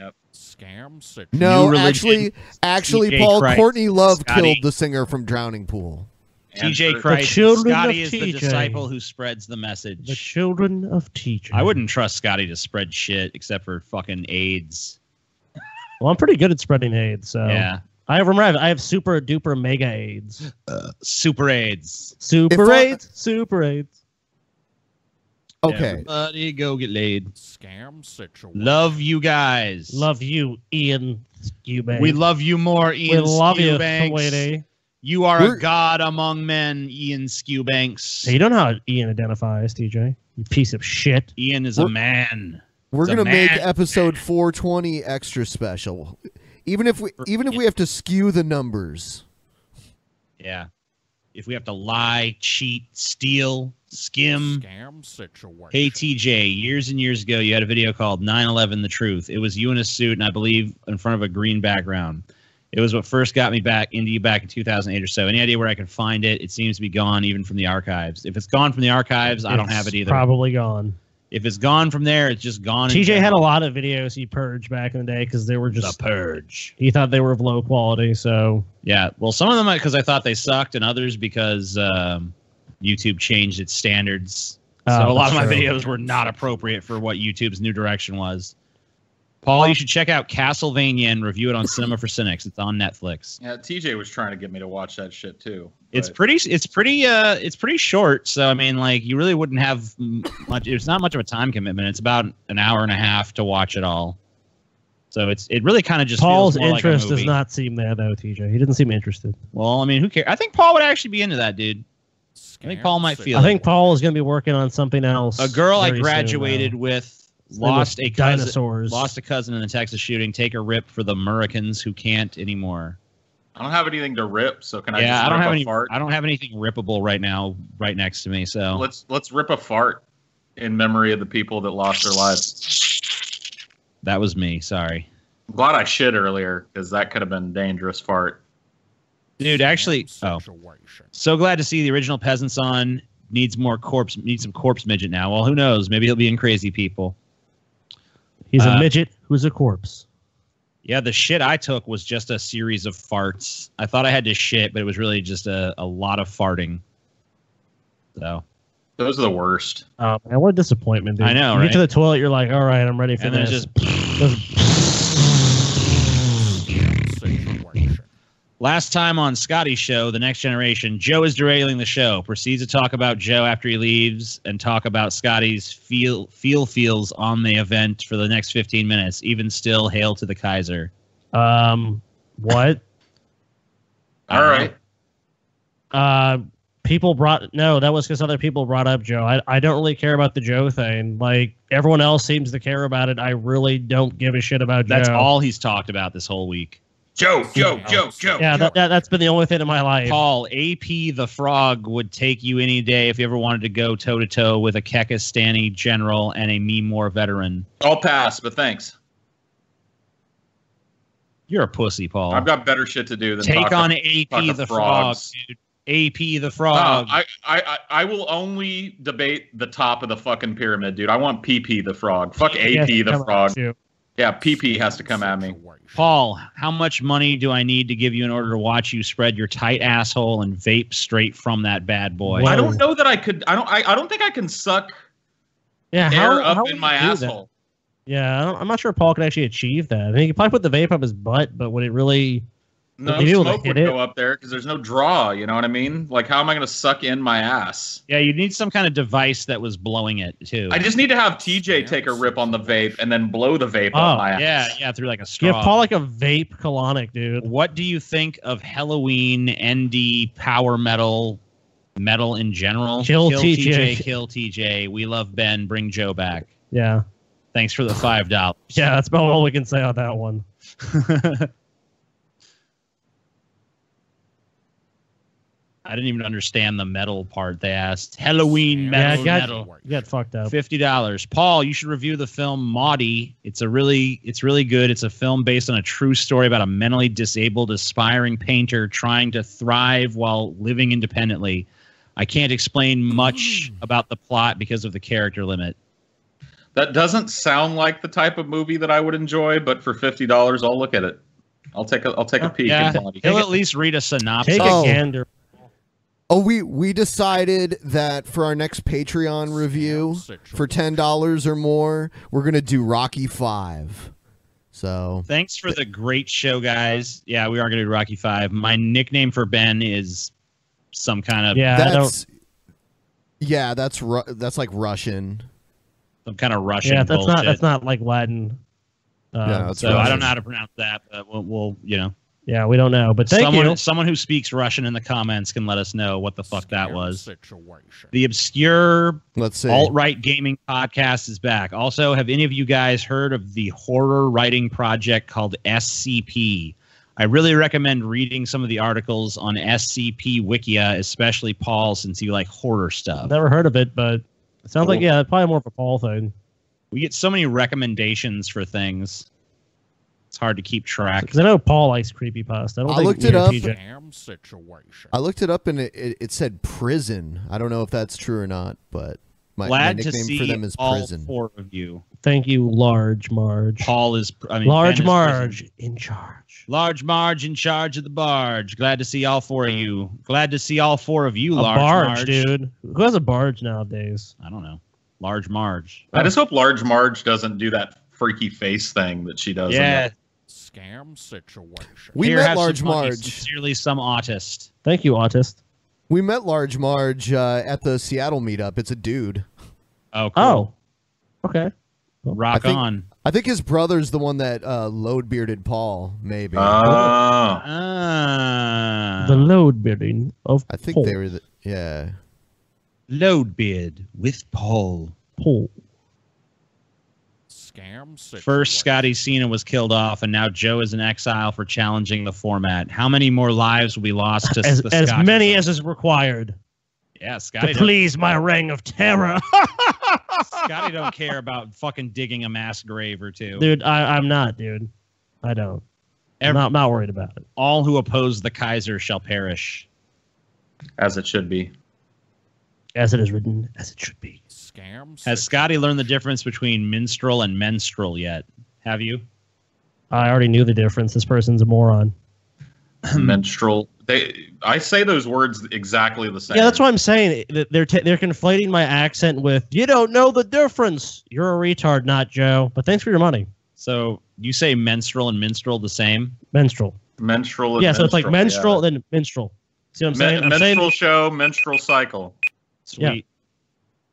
S8: Yep.
S23: Scam sick.
S1: No, actually, actually,
S23: TJ
S1: Paul
S23: Christ,
S1: Courtney Love
S23: Scotty.
S1: killed the singer from Drowning Pool.
S2: TJ
S7: The
S2: Christ.
S7: children
S2: Scotty
S7: of
S2: is the
S7: TJ.
S2: disciple who spreads the message.
S7: The children of TJ.
S2: I wouldn't trust Scotty to spread shit except for fucking AIDS.
S7: Well, I'm pretty good at spreading AIDS. So
S2: Yeah.
S7: I remember I have, I have super duper mega AIDS.
S2: Uh, Super AIDS.
S7: Super
S2: If I-
S7: AIDS. Super AIDS.
S1: Okay.
S2: Everybody go get laid.
S23: Scam situation.
S2: Love you guys.
S7: Love you, Ian Eubanks.
S2: We love you more, Ian
S7: We love you,
S2: Skewbanks.
S7: Sweetie.
S2: You are
S7: We're-
S2: a god among men, Ian Skewbanks.
S7: Hey, you don't know how Ian identifies, TJ. You piece of shit.
S2: Ian is a man.
S1: We're
S2: It's a
S1: gonna make
S2: man.
S1: episode 420 extra special, even if we even if we have to skew the numbers.
S2: Yeah. If we have to lie, cheat, steal, skim.
S23: Scam situation.
S2: Hey, TJ, years and years ago, you had a video called 9 11 The Truth. It was you in a suit, and I believe in front of a green background. It was what first got me back into you back in 2008 or so. Any idea where I can find it? It seems to be gone even from the archives. If it's gone from the archives, I don't have it
S7: It's
S2: either.
S7: Probably gone.
S2: If it's gone from there, it's just gone. in
S7: TJ had a
S2: general.
S7: lot of videos he purged back in the day because they were just
S2: The purge.
S7: He thought they were of low quality, so
S2: Yeah. Well, some of them because I thought they sucked, and others because um, YouTube changed its standards.
S7: Ah,
S2: so a lot of my
S7: true.
S2: videos were not appropriate for what YouTube's new direction was. Paul, you should check out Castlevania and review it on Cinema for Cynics. It's on Netflix.
S8: Yeah, TJ was trying to get me to watch that shit too.
S2: It's pretty. It's pretty. Uh, it's pretty short. So I mean, like, you really wouldn't have m- much. It's not much of a time commitment. It's about an hour and a half to watch it all. So it's it really kind of just
S7: Paul's
S2: feels more like a
S7: interest does
S2: movie.
S7: not seem there though, TJ. He didn't seem interested.
S2: Well, I mean, who cares? I think Paul would actually be into that, dude. I think Paul might feel.
S7: I
S2: it.
S7: think Paul is going to be working on something else.
S2: a girl I
S7: very soon,
S2: graduated
S7: though.
S2: with
S7: They look
S2: lost a cousin,
S7: dinosaurs.
S2: lost a cousin in the Texas shooting. Take a rip for the Americans who can't anymore.
S8: I don't have anything to rip, so can I?
S2: yeah,
S8: just
S2: I don't
S8: rip
S2: have
S8: a
S2: any.
S8: Fart?
S2: I don't have anything rippable right now, right next to me. So
S8: Let's let's rip a fart in memory of the people that lost their lives.
S2: that was me. Sorry,
S8: I'm glad I shit earlier because that could have been a dangerous fart.
S2: dude. Actually, oh, so glad to see the original peasants on. Needs more corpse. Needs some corpse midget now. Well, who knows? Maybe he'll be in Crazy People.
S7: He's a
S2: Uh,
S7: midget who's a corpse.
S2: Yeah, the shit I took was just a series of farts. I thought I had to shit, but it was really just a, a lot of farting. So
S8: Those are the worst.
S7: Um, and what a disappointment, dude.
S2: I know,
S7: You get to
S2: right?
S7: the toilet, you're like, all right, I'm ready for
S2: And then
S7: this.
S2: it's Last time on Scotty's show, The Next Generation, Joe is derailing the show, proceeds to talk about Joe after he leaves and talk about Scotty's feel feel feels on the event for the next 15 minutes. Even still, hail to the Kaiser.
S7: um, what?
S8: All right.
S7: Uh, people brought no that was because other people brought up joe I, I don't really care about the joe thing like everyone else seems to care about it i really don't give a shit about
S2: That's
S7: joe
S2: all he's talked about this whole week.
S8: Joe, Joe, Joe,
S2: Oh,
S8: Joe.
S7: yeah That, that, that's been the only thing in my life
S2: Paul, AP the Frog would take you any day if you ever wanted to go toe to toe with a Kekistani general and a Mimor veteran.
S8: I'll pass, but thanks.
S2: You're a pussy, Paul.
S8: I've got better shit to do than
S2: Take
S8: talk
S2: on
S8: to- talk to
S2: AP the Frog,
S8: frogs. Oh,
S2: dude. AP the Frog.
S8: No, I, I, I, I will only debate the top of the fucking pyramid, dude. I want PP the frog. Fuck
S2: He
S8: AP
S2: has to
S8: the
S2: come at
S8: frog.
S7: you.
S8: Yeah, PP has to come at me.
S2: Paul, how much money do I need to give you in order to watch you spread your tight asshole and vape straight from that bad boy?
S8: I don't know that I could. I don't. I, I don't think I can suck
S7: yeah
S8: air
S7: how,
S8: up
S7: how
S8: in
S7: would
S8: my
S7: you do that?
S8: asshole.
S7: yeah I don't, i'm not sure paul could actually achieve that i mean he could probably put the vape up his butt but would it really
S8: No
S7: would he be able to
S8: smoke
S7: hit
S8: would
S7: it?
S8: go up there because there's no draw. You know what I mean? Like, how am I going to suck in my ass?
S2: Yeah, you need some kind of device that was blowing it too.
S8: I just need to have TJ take a rip on the vape and then blow the vape
S7: Oh,
S8: on my ass.
S2: yeah, yeah, through like a straw.
S7: give paul like a vape colonic dude
S2: what do you think of Halloween ND power metal metal in general?
S7: Kill TJ.
S2: kill TJ. We love Ben. Bring Joe back.
S7: yeah
S2: Thanks for the five dollars.
S7: yeah that's about all we can say on that one
S2: I didn't even understand the metal part they asked. Halloween metal
S7: yeah, I got,
S2: metal.
S7: you got fucked up
S2: Fifty dollars. Paul, you should review the film Maudie. It's a really it's really good. It's a film based on a true story about a mentally disabled aspiring painter trying to thrive while living independently. I can't explain much
S1: Hmm.
S2: about the plot because of the character limit.
S8: That doesn't sound like the type of movie that I would enjoy, but for fifty dollars, I'll look at it. I'll take a I'll take a peek.
S2: Yeah,
S8: and tell you.
S2: he'll at least read a synopsis.
S1: Take a Oh.
S7: gander.
S1: Oh, we we decided that for our next Patreon review, for ten dollars or more, we're gonna do Rocky Five. So
S2: Thanks for the great show, guys. Yeah, we are going to do Rocky Five. My nickname for Ben is some kind of
S1: that's yeah, that's Ru- that's like Russian.
S2: some kind of Russian.
S7: yeah that's not
S2: bullshit.
S7: that's not like latin um,
S1: No, it's
S2: so I don't know how to pronounce that, but we'll, we'll you know.
S7: yeah we don't know but thank
S2: someone,
S7: you
S2: someone who speaks Russian in the comments can let us know what the fuck that was. The obscure
S1: Let's see.
S2: alt right gaming podcast is back. Also, have any of you guys heard of the horror writing project called SCP? I really recommend reading some of the articles on SCP Wikia, especially Paul, since you like horror stuff.
S7: Never heard of it, but it sounds like yeah, probably more of a Paul thing.
S2: We get so many recommendations for things. It's hard to keep track.
S7: Because I know Paul likes creepy pasta. I don't
S1: I
S7: think E
S1: looked
S7: we
S1: it
S7: or
S1: up.
S7: PJ.
S1: I looked it up and it, it, it said prison. I don't know if that's true or not, but my,
S2: Glad
S1: my
S2: to
S1: nickname
S2: see
S1: for them is
S2: all
S1: prison.
S2: four of you.
S7: Thank you, Large Marge.
S2: Paul is I mean,
S7: Large
S2: Ben is
S7: Marge in charge.
S2: Large Marge in charge of the barge. Glad to see all four of you. Glad to see all four of you,
S7: A
S2: Large
S7: barge,
S2: Marge.
S7: dude. Who has a barge nowadays?
S2: I don't know. Large Marge.
S8: I just hope Large Marge doesn't do that freaky face thing that she does. in
S2: Yeah.
S8: the-
S23: Scam situation.
S1: We
S2: Here,
S1: met
S2: have some
S1: Large
S2: money.
S1: Marge.
S2: Sincerely, some autist.
S7: Thank you, autist.
S1: We met Large Marge uh, at the Seattle meetup. It's a dude.
S2: Oh, cool.
S7: Oh. Okay.
S1: I
S2: Rock
S1: think,
S2: on.
S1: I think his brother's the one that uh, load bearded Paul. Maybe.
S8: Ah.
S2: Ah.
S7: the load bearing of
S1: I think
S7: Paul.
S1: they were. The, yeah.
S2: Load beard with Paul.
S7: Paul.
S23: Scam situation.
S2: First, Scotty Cena was killed off, and now Joe is in exile for challenging the format. How many more lives will be lost to
S7: as,
S2: the
S7: as
S2: Scotty?
S7: many as is required
S2: yeah,
S7: to
S2: Scotty. don't-
S7: please my ring of terror.
S2: Scotty don't care about fucking digging a mass grave or two.
S7: dude, I, I'm not, dude. I don't. I'm not, not worried about it.
S2: All who oppose the Kaiser shall perish.
S8: As it should be.
S7: As it is written, as it should be.
S23: Scam.
S2: Has Scotty learned the difference between minstrel and menstrual yet? Have you?
S7: I already knew the difference. This person's a moron.
S8: menstrual. They. I say those words exactly the same.
S7: Yeah, that's what I'm saying. Th- They're t- they're conflating my accent with you don't know the difference. You're a retard, not Joe. But thanks for your money,
S2: So you say menstrual and minstrel the same?
S7: menstrual.
S8: menstrual. and
S7: yeah, so it's like menstrual
S8: yeah.
S7: then minstrel. See what I'm
S8: Men-
S7: saying? I'm saying
S8: menstrual show, menstrual cycle.
S7: Yeah.
S2: Sweet.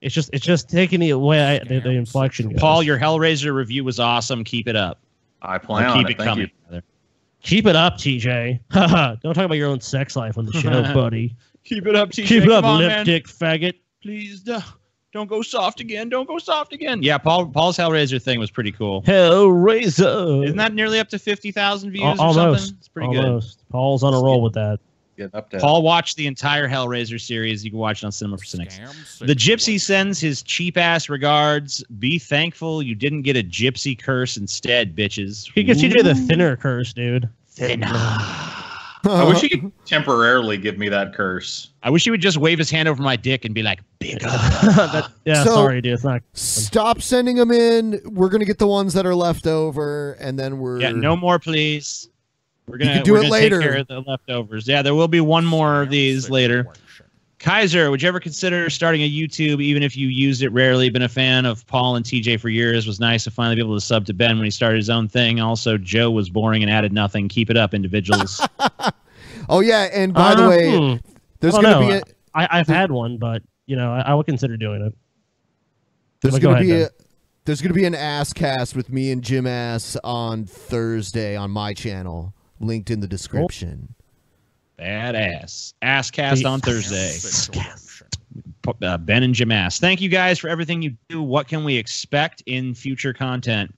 S7: it's just it's just taking the way I, the, the inflection. goes.
S2: Paul, your Hellraiser review was awesome. Keep it up.
S8: I plan
S2: Or
S8: on
S2: keep
S8: it.
S2: it
S8: Thank
S2: coming.
S8: you.
S2: rather.
S7: keep it up, TJ. don't talk about your own sex life on the show, buddy.
S2: Keep it up, TJ.
S7: Keep it
S2: Come
S7: up,
S2: on,
S7: lip
S2: man.
S7: dick faggot.
S2: Please, duh. don't go soft again. Don't go soft again. Yeah, Paul Paul's Hellraiser thing was pretty cool.
S7: Hellraiser.
S2: Isn't that nearly up to fifty thousand views?
S7: Al-
S2: or
S7: almost?
S2: something? It's pretty good.
S7: almost. Paul's on a roll with that.
S8: Getting up to
S2: Paul watched the entire Hellraiser series. You can watch it on Cinema for Cynics. The gypsy sends his cheap ass regards. Be thankful you didn't get a gypsy curse instead, bitches.
S7: He gets you to the
S2: Ooh.
S7: thinner curse, dude.
S8: I wish you could temporarily give me that curse.
S2: I wish he would just wave his hand over my dick and be like, bigger.
S7: Yeah,
S1: So-
S7: sorry, dude. It's not.
S1: Stop sending them in. We're gonna get the ones that are left over, and then we're
S2: Yeah, no more, please. We're
S1: You
S2: gonna
S1: can do
S2: we're
S1: it
S2: gonna
S1: later.
S2: Take care of the leftovers. Yeah, there will be one more of these later. Kaiser, would you ever consider starting a YouTube, even if you used it rarely? Been a fan of Paul and TJ for years. Was nice to finally be able to sub to Ben when he started his own thing. Also, Joe was boring and added nothing. Keep it up, individuals.
S1: Oh yeah, and by the
S7: Uh,
S1: way,
S7: hmm.
S1: there's
S7: I don't
S1: gonna
S7: know.
S1: be a,
S7: I, I've had one, but you know, I, I would consider doing it.
S1: there's
S7: But go
S1: gonna
S7: ahead,
S1: be
S7: Ben.
S1: a there's gonna be an ass cast with me and Jim Ass on Thursday on my channel, linked in the description.
S2: Badass. Asscast on Thursday. P- Uh, ben and Jim Ass. Thank you guys for everything you do. What can we expect in future content?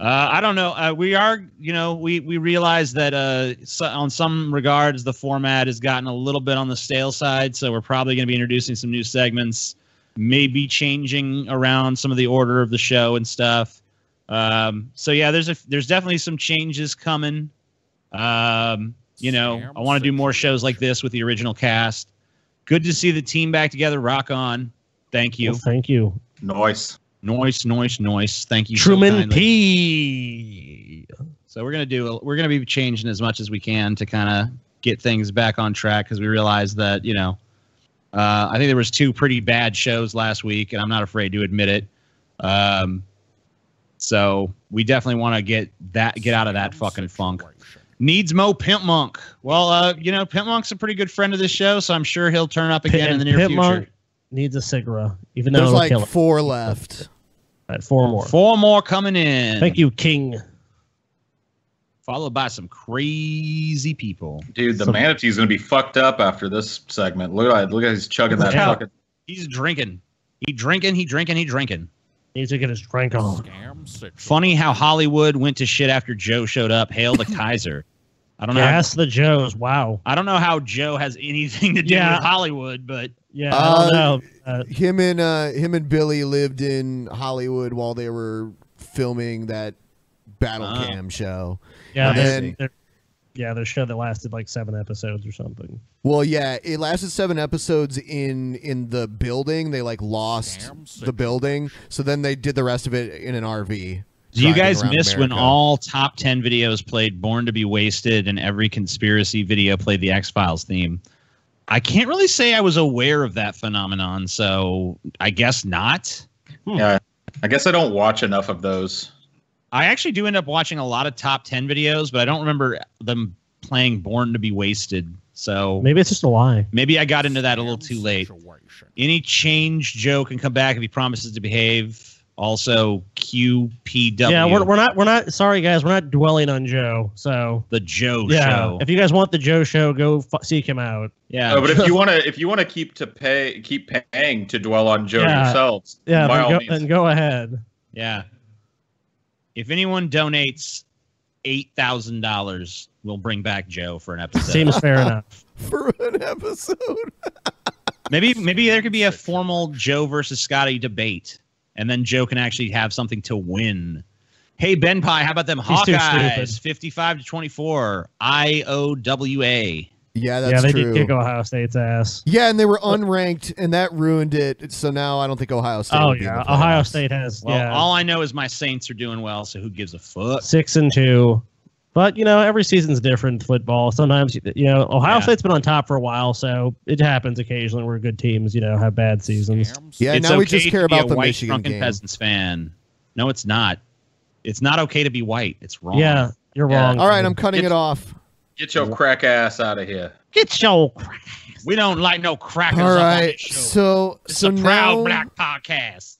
S2: Uh, I don't know. Uh, we are, you know, we we realize that uh, so, on some regards the format has gotten a little bit on the stale side, so we're probably going to be introducing some new segments, maybe changing around some of the order of the show and stuff. Um, so yeah, there's a there's definitely some changes coming. Um, you know, I want to do more shows like this with the original cast. Good to see the team back together. Rock on. Thank you.
S7: Well, thank you,
S8: Noise.
S2: Noise, noise, noise. Thank you, so
S7: Truman
S2: kindly.
S7: P.
S2: So we're gonna do. We're gonna be changing as much as we can to kind of get things back on track because we realize that you know, uh, I think there was two pretty bad shows last week, and I'm not afraid to admit it. Um, so we definitely want to get that get out of that fucking funk. Needs Mo Pimp Monk. Well, uh, you know, Pimp Monk's a pretty good friend of this show, so I'm sure he'll turn up again in the near
S7: Pit
S2: future.
S7: Monk needs a cigarette, even though
S1: There's
S7: it'll
S1: like
S7: kill him.
S1: four left.
S7: All right, four more.
S2: Four more coming in.
S7: Thank you, King.
S2: Followed by some crazy people.
S8: Dude, the
S2: Some-
S8: manatee's gonna be fucked up after this segment. Look at look at he's chugging that
S2: Yeah.
S8: fucking
S2: He's drinking. He drinking. He drinking. He drinking.
S7: Needs to get his drink on.
S2: Funny how Hollywood went to shit after Joe showed up. Hail the Kaiser. I don't know. how-
S7: Gas the Joes. Wow.
S2: I don't know how Joe has anything to do
S7: Yeah.
S2: with Hollywood, but
S7: Yeah, I don't
S1: Uh,
S7: know. Uh,
S1: Him and uh, him and Billy lived in Hollywood while they were filming that battle
S2: Oh.
S1: cam show.
S7: yeah,
S1: and
S7: their-
S1: then-
S7: their- yeah, their show that lasted like seven episodes or something.
S1: Well, yeah, it lasted seven episodes in in the building. They like lost the building, so then they did the rest of it in an RV.
S2: do you
S1: driving
S2: guys
S1: around
S2: miss when
S1: America.
S2: all top ten videos played "Born to Be Wasted" and every conspiracy video played the X Files theme? I can't really say I was aware of that phenomenon, so I guess not.
S8: Yeah. I guess I don't watch enough of those.
S2: I actually do end up watching a lot of top 10 videos, but I don't remember them playing Born to be Wasted. So
S7: Maybe it's just a lie.
S2: maybe I got into that a little too late. Any change, Joe can come back if he promises to behave. Also, QPW.
S7: Yeah, we're, we're not we're not sorry guys. We're not dwelling on Joe. So
S2: the Joe
S7: yeah,
S2: show.
S7: if you guys want the Joe show, go f- seek him out.
S2: yeah.
S8: No, but if you wanna if you wanna keep to pay keep paying to dwell on Joe
S7: Yeah.
S8: yourselves,
S7: Yeah,
S8: by
S7: then
S8: all
S7: go,
S8: means.
S7: then go ahead.
S2: yeah. If anyone donates $8,000, we'll bring back Joe for an episode.
S7: Seems fair enough.
S1: for an episode.
S2: Maybe maybe there could be a formal Joe versus Scotty debate, and then Joe can actually have something to win. Hey Ben Pie, how about them
S7: He's too
S2: Hawkeyes?
S7: stupid.
S2: Fifty-five to twenty-four. I O W A.
S1: Yeah,
S7: yeah,
S1: that's
S7: they
S1: true.
S7: did kick Ohio State's ass.
S1: yeah, and they were unranked, and that ruined it. So now I don't think Ohio State.
S7: Oh
S1: would be in
S7: yeah,
S1: the
S7: Ohio
S1: playoffs.
S7: State has
S2: Well,
S7: yeah
S2: all I know is my Saints are doing well, so who gives a fuck?
S7: six and two. But you know, every season's different. in Football. Sometimes you know Ohio
S2: Yeah.
S7: State's been on top for a while, so it happens occasionally where good teams you know have bad seasons.
S1: Yeah,
S2: it's
S1: now
S2: okay
S1: we just
S2: to
S1: care
S2: be
S1: about
S2: a
S1: the
S2: white
S1: Michigan
S2: drunken
S1: game.
S2: peasants fan. No, it's not. It's not okay to be white. It's wrong.
S7: Yeah, you're
S8: Yeah.
S7: wrong.
S1: All right, I'm cutting
S8: It's-
S1: it off.
S8: Get your crack ass out of here.
S7: Get your crack.
S2: we don't like no crackers.
S1: All
S2: up on
S1: right,
S2: this show.
S1: so
S2: it's
S1: so
S2: a proud
S1: now
S2: black podcast.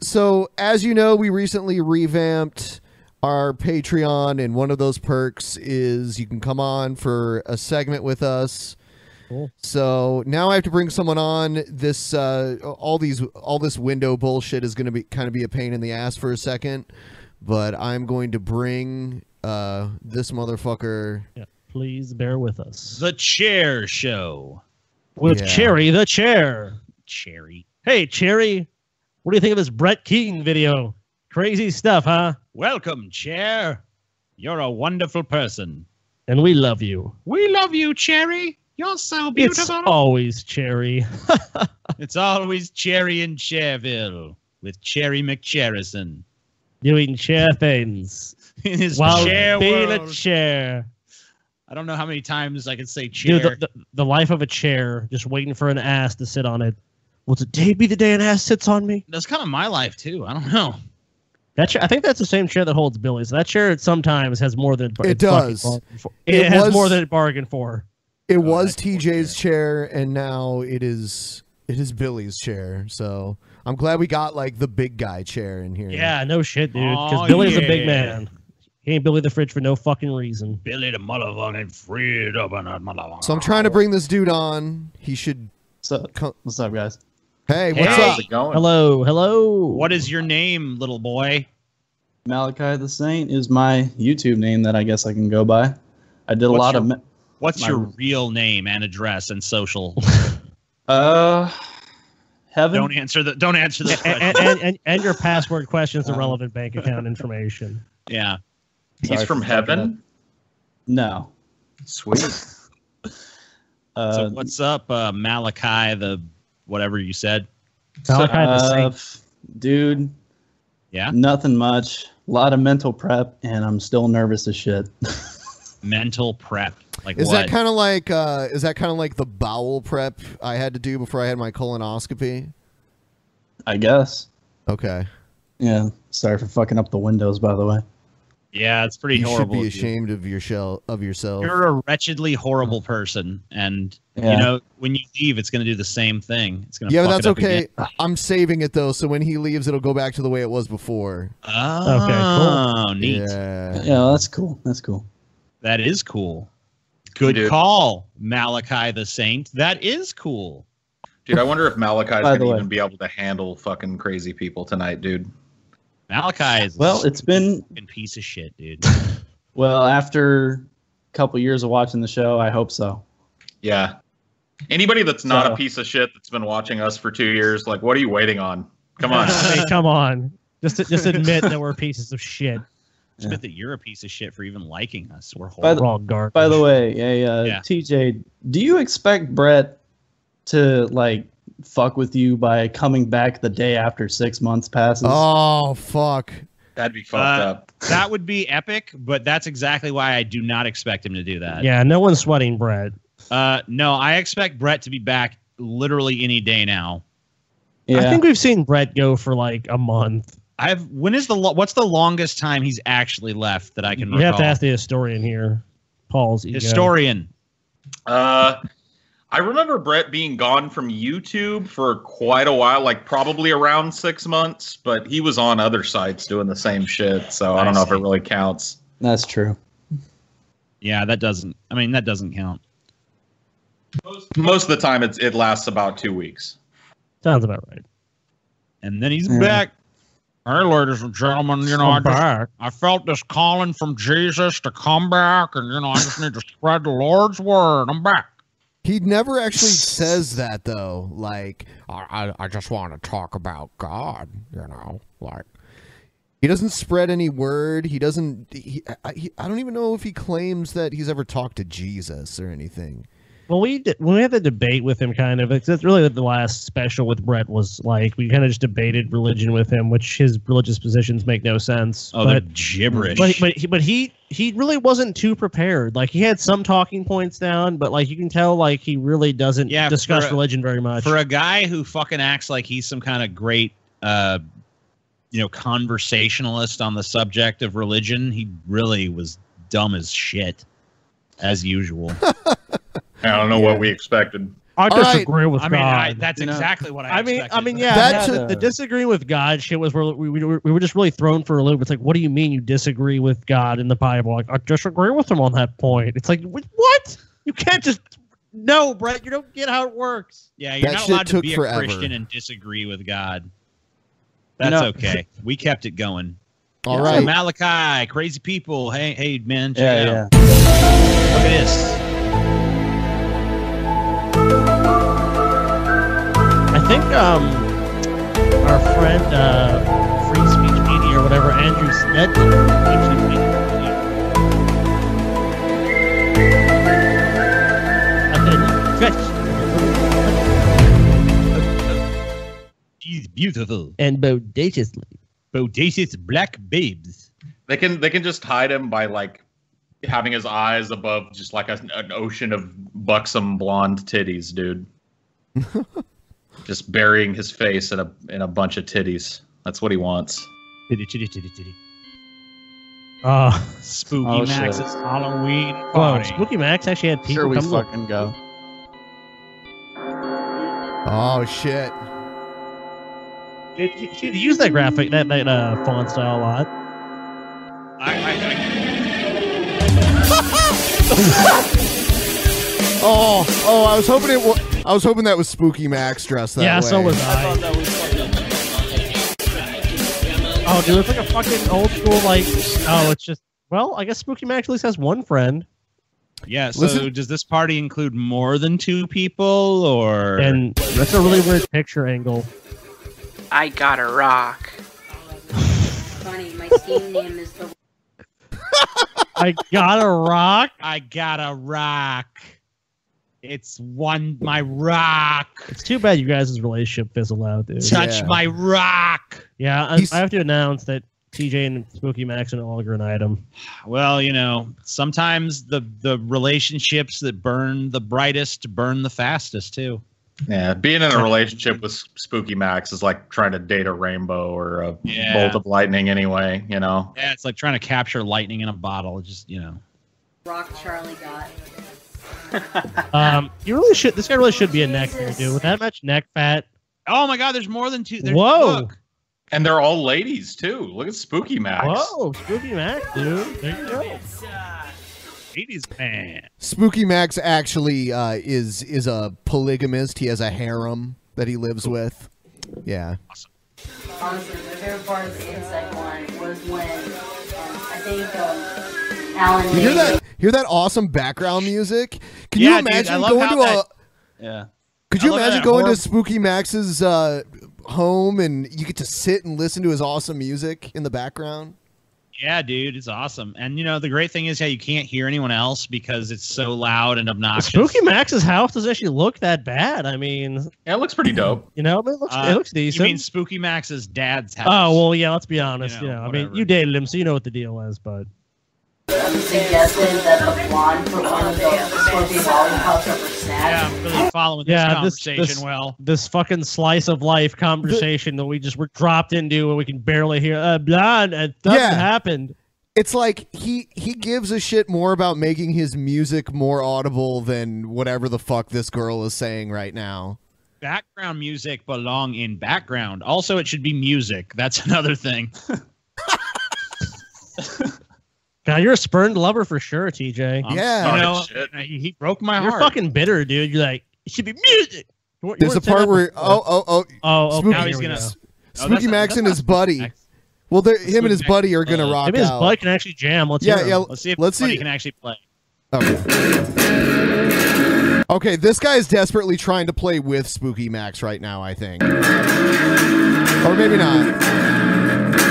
S1: so as you know, we recently revamped our Patreon, and one of those perks is you can come on for a segment with us. So now I have to bring someone on. This uh, all these all this window bullshit is going to be kind of be a pain in the ass for a second, but I'm going to bring uh, this motherfucker.
S7: Please bear with us.
S2: The Chair Show
S7: with
S1: Yeah.
S7: Cherry the Chair.
S2: Cherry.
S7: Hey, Cherry, what do you think of this Brett Keating video? Crazy stuff, huh?
S2: Welcome, Chair. You're a wonderful person.
S7: And we love you.
S2: We love you, Cherry. You're so
S7: It's
S2: beautiful.
S7: always Cherry.
S2: It's always Cherry in Cherville with Cherry McCherrison.
S7: doing chair things
S2: In his
S7: while
S2: chair
S7: being
S2: world.
S7: a chair.
S2: I don't know how many times I can say chair.
S7: Dude, the, the, the life of a chair, just waiting for an ass to sit on it. Will today be the day an ass sits on me?
S2: That's kind of my life too. I don't know.
S7: That chair, I think that's the same chair that holds Billy. So that chair sometimes has more than
S1: It does.
S7: It,
S1: It
S7: has
S1: was-
S7: more than it bargained for.
S1: It was TJ's chair, and now it is it is Billy's chair. So I'm glad we got like the big guy chair in here.
S7: Yeah, no shit, dude. Because
S1: Aw,
S7: Billy's a big
S1: yeah.
S7: man. He ain't Billy the Fridge for no fucking reason.
S2: Billy the motherfucking freed up on that motherfucker.
S1: So I'm trying to bring this dude on. He should. What's
S9: up? What's up, guys?
S1: Hey, what's up?
S7: Hello, hello.
S2: What is your name, little boy?
S9: Malachi the Saint is my YouTube name that I guess I can go by. I did a
S2: What's
S9: lot
S2: your-
S9: of. ma-
S2: What's
S9: my-
S2: your real name and address and social?
S9: Uh, heaven.
S2: don't answer the. Don't answer the.
S7: And,
S2: question.
S7: and, and, and, your password questions
S1: Uh-huh.
S7: the relevant bank account information.
S2: yeah.
S9: Sorry for fucking up. No.
S2: Sweet.
S9: Uh,
S2: so what's up, uh, Malachi? The whatever you said.
S9: Malachi the Uh, Saint. dude.
S2: Yeah.
S9: Nothing much. A lot of mental prep, and I'm still nervous as shit.
S2: Mental prep. Like
S1: Is
S2: what?
S1: that kind of like uh, is that kind of like the bowel prep I had to do before I had my colonoscopy?
S9: I guess.
S1: Okay.
S9: Yeah. Sorry for fucking up the windows, by the way.
S2: yeah, it's pretty
S1: you
S2: horrible.
S1: should be
S2: of you.
S1: ashamed of your shell of yourself.
S2: You're a wretchedly horrible person, and
S1: Yeah.
S2: you know when you leave, it's going to do the same thing. It's going to
S1: yeah, but that's okay. I'm saving it though, so when he leaves, it'll go back to the way it was before.
S2: Oh,
S1: Okay, cool.
S2: neat.
S1: Yeah.
S9: that's cool. That's cool.
S2: That is cool. Good
S9: Dude.
S2: call, Malachi the Saint. That is cool.
S8: Dude, I wonder if Malachi's
S9: By the
S8: gonna
S9: way.
S8: even be able to handle fucking crazy people tonight, dude.
S2: Malachi is
S9: Well, it's been
S2: a piece of shit, dude.
S9: well after a couple years of watching the show. I hope so.
S8: Yeah. Anybody that's not
S9: So-
S8: a piece of shit that's been watching us for two years, like, what are you waiting on? Come on.
S7: Hey, come on. Just just admit that we're pieces of shit.
S2: Admit that you're a piece of shit for even liking us. We're
S9: By
S2: horrible.
S9: the, by the way, a, uh,
S2: Yeah.
S9: TJ, do you expect Brett to like fuck with you by coming back the day after six months passes?
S1: Oh fuck!
S8: That'd be
S9: fucked
S2: up. Uh, That would be epic, but that's exactly why I do not expect him to do that.
S7: Yeah, no one's sweating bread.
S2: Uh, no, I expect Brett to be back literally any day now.
S7: I think we've seen Brett go for like a month.
S2: I've when is the lo- what's the longest time he's actually left that I can
S7: You
S2: recall?
S7: have to ask the historian here, Paul's ego.
S2: Historian.
S8: Uh, I remember Brett being gone from YouTube for quite a while, like probably around six months, but he was on other sites doing the same shit. So I don't know if it really counts.
S9: That's true.
S2: Yeah, that doesn't. I mean, that doesn't count.
S8: Most of the time, it's, it lasts about two weeks.
S7: Sounds about right.
S2: And then he's back. Hey, ladies and gentlemen, you know, I,
S7: I'm back.
S2: just, I felt this calling from Jesus to come back, and you know, I just need to spread the Lord's word. I'm back.
S1: He never actually says that though. Like
S10: I, I, I just want to talk about God, you know, like
S1: he doesn't spread any word. He doesn't. He, I, he, I don't even know if he claims that he's ever talked to Jesus or anything.
S7: Well, we did, when we had the debate with him, kind of, it's it's really the last special with Brett was like we kind of just debated religion with him, which his religious positions make no sense.
S2: Oh, they're
S7: but,
S2: gibberish.
S7: But but he, but he he really wasn't too prepared. Like he had some talking points down, but like you can tell, like he really doesn't
S2: Yeah,
S7: discuss
S2: for a-
S7: religion very much.
S2: For a guy who fucking acts like he's some kind of great, uh, you know, conversationalist on the subject of religion, he really was dumb as shit, as usual.
S8: I don't know what we expected.
S7: I disagree with
S2: I mean, I-
S7: God.
S2: that's
S7: You know?
S2: exactly what I.
S7: I mean, I
S2: expected.
S7: mean, yeah,
S2: That's
S7: yeah,
S2: a-
S7: the disagreeing with God shit was where we, we, were- we were just really thrown for a loop. It's like, what do you mean you disagree with God in the Bible? Like, I disagree with him on that point. It's like, wh- what? You can't just
S2: No, Brett, you don't get how it works. Yeah, you're
S1: That
S2: not
S1: shit
S2: allowed to
S1: took
S2: be a
S1: forever.
S2: Christian and disagree with God. That's
S1: No.
S2: okay. We kept it going.
S1: All
S2: All
S1: right.
S2: right, Malachi, crazy people. Hey, hey, man, check
S1: Yeah,
S2: it out. Look at this.
S7: I think um, our friend uh, Free Speech Media or whatever, Andrew Snedden, actually made it. I said,
S2: She's beautiful
S7: and bodaciously.
S2: Bodacious black babes.
S8: They can they can just hide him by like having his eyes above just like a, an ocean of buxom blonde titties, dude. just burying his face in a in a bunch of titties. That's what he wants.
S2: Titty, titty, titty, titty.
S7: Uh,
S2: Spooky
S7: Oh,
S2: Max's
S7: shit.
S2: Halloween
S7: Whoa,
S2: party.
S7: Spooky Max actually had people
S9: Here we
S7: come look.
S9: fucking go.
S1: Oh shit!
S7: Dude, you- you use that graphic, that that uh, font style a lot.
S1: Oh, oh! I was hoping it. Wa- I was hoping that was Spooky Max dressed that
S7: yeah,
S1: way.
S7: so was I. Oh, dude, it's like a fucking old school like. Oh, it's just well, I guess Spooky Max at least has one friend.
S2: Yeah. So
S7: Listen-
S2: does this party include more than two people, or
S7: And that's a really weird picture angle.
S12: I got a rock.
S13: Funny, my Steam name is the.
S7: I gotta rock.
S2: I gotta rock. It's one my rock.
S7: It's too bad you guys' relationship fizzled out, dude.
S2: Touch my rock.
S7: Yeah, I, I have to announce that TJ and Spooky Max are no longer an item.
S2: Well, you know, sometimes the the relationships that burn the brightest burn the fastest too.
S8: Yeah, being in a relationship with Spooky Max is like trying to date a rainbow or a
S2: Yeah.
S8: bolt of lightning. Anyway, you know.
S2: Yeah, it's like trying to capture lightning in a bottle. It's Just you know.
S13: Rock Charlie got.
S7: Um, you really should. This guy really should be a neck here, dude. With that much neck fat.
S2: Oh my God! There's more than two. There's,
S7: Whoa.
S2: look.
S8: And they're all ladies too. Look at Spooky Max.
S7: Whoa, Spooky Max, dude. There you go.
S2: Ladies man.
S1: Spooky Max actually uh, is is a polygamist. He has a harem that he lives with. Yeah.
S13: Honestly, my favorite part of the insect one was when um, I think um, Alan.
S1: You hear
S13: made
S1: that? Hear that awesome background music? Can you
S13: Yeah, dude,
S1: imagine
S13: I love
S1: going
S13: how
S1: to a?
S13: that-
S9: Yeah.
S1: Could
S9: I
S1: you
S9: love
S1: imagine
S9: that
S1: going
S9: horror-
S1: to Spooky Max's uh, home and you get to sit and listen to his awesome music in the background?
S2: Yeah, dude, it's awesome. And you know, the great thing is how you can't hear anyone else because it's so loud and obnoxious.
S7: Spooky Max's house doesn't actually look that bad. I mean,
S8: yeah, it looks pretty dope.
S7: You know, I mean, it looks
S2: Uh,
S7: it looks decent.
S2: You mean Spooky Max's dad's house?
S7: oh well, yeah. Let's be honest.
S2: know,
S7: You know, I mean, you dated him, so you know what the deal was. But
S13: You suggested that the blonde for one of the Scorpion lollipops over
S2: Yeah,
S13: Snatch.
S2: I'm really following this
S7: yeah, this,
S2: conversation
S7: this
S2: well.
S7: this fucking slice of life conversation that we just were dropped into, and we can barely hear. Uh, blah, and stuff
S1: Yeah.
S7: happened.
S1: It's like he he gives a shit more about making his music more audible than whatever the fuck this girl is saying right now.
S2: Background music belong in background. Also, it should be music. That's another thing.
S7: God, you're a spurned lover for sure, TJ.
S2: I'm
S7: you
S2: Yeah. sorry,
S7: know,
S2: shit. he he broke my
S7: you're
S2: heart.
S7: fucking bitter, dude. You're like, it should be music. You weren't- you
S1: There's a
S7: weren't saying
S1: part
S7: that
S1: where
S7: before.
S1: oh oh oh,
S7: oh, okay,
S1: Spooky,
S7: now he's gonna-
S1: S-
S7: Oh,
S1: Spooky
S7: that's not-
S1: Max
S7: that's
S1: and
S7: not
S1: his buddy. Well, they're- him and his buddy are gonna rock
S7: Maybe his
S1: out.
S7: butt can actually jam. Let's
S1: Yeah,
S7: hear him.
S1: yeah,
S7: Let's see if
S1: let's
S7: his buddy
S1: see.
S7: can actually play.
S1: Okay, this guy is desperately trying to play with Spooky Max right now, I think. Or maybe not.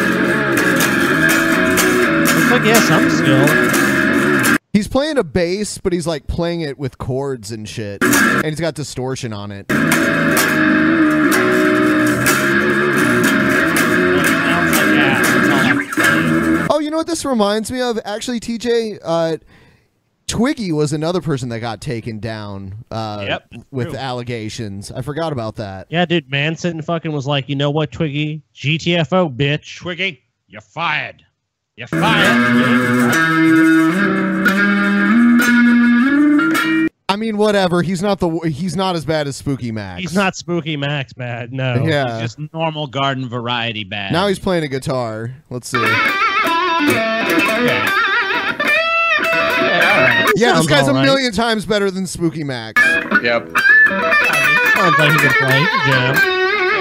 S7: Looks like he has some skill.
S1: He's playing a bass, but he's like playing it with chords and shit. And he's got distortion on it. Oh, you know what this reminds me of? Actually, TJ, uh, Twiggy was another person that got taken down uh,
S7: Yep,
S1: with
S7: true.
S1: allegations. I forgot about that.
S7: Yeah, dude, Manson fucking was like, you know what, Twiggy? GTFO, bitch.
S2: Twiggy, you're fired. You're fired.
S1: I mean, whatever. He's not the he's not as bad as Spooky Max.
S7: He's not Spooky Max bad. No.
S1: Yeah.
S2: He's just normal garden variety bad.
S1: Now he's playing a guitar. Let's see.
S2: Okay. Yeah, all right.
S1: Yeah, this
S7: Sounds
S1: guy's
S7: all right.
S1: a million times better than Spooky Mac.
S8: Yep.
S7: Sounds like he can play. He can jam.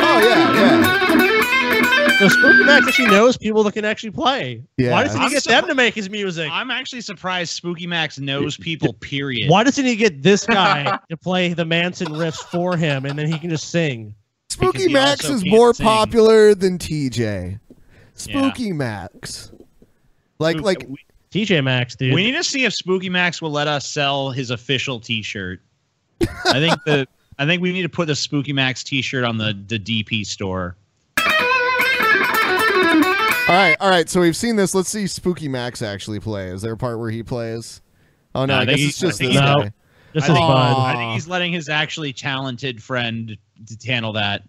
S1: Oh yeah,
S7: yeah. So Spooky Mac actually knows people that can actually play. Why doesn't he
S2: I'm
S7: get
S2: surpri-
S7: them to make his music?
S2: I'm actually surprised Spooky Max knows people, period.
S7: Why doesn't he get this guy to play the Manson riffs for him, and then he can just sing?
S1: Spooky Max is more popular than TJ. Spooky Max. Like like
S7: TJ Max, dude.
S2: We need to see if Spooky Max will let us sell his official T-shirt. I think the I think we need to put the Spooky Max T-shirt on the the DP store.
S1: All right, all right. So we've seen this. Let's see Spooky Max actually play. Is there a part where he plays? Oh no, I, guess
S2: think
S1: it's
S2: he-
S1: just
S2: I
S1: this
S2: think he's-
S1: guy.
S2: I think- I think he's letting his actually talented friend t- handle that.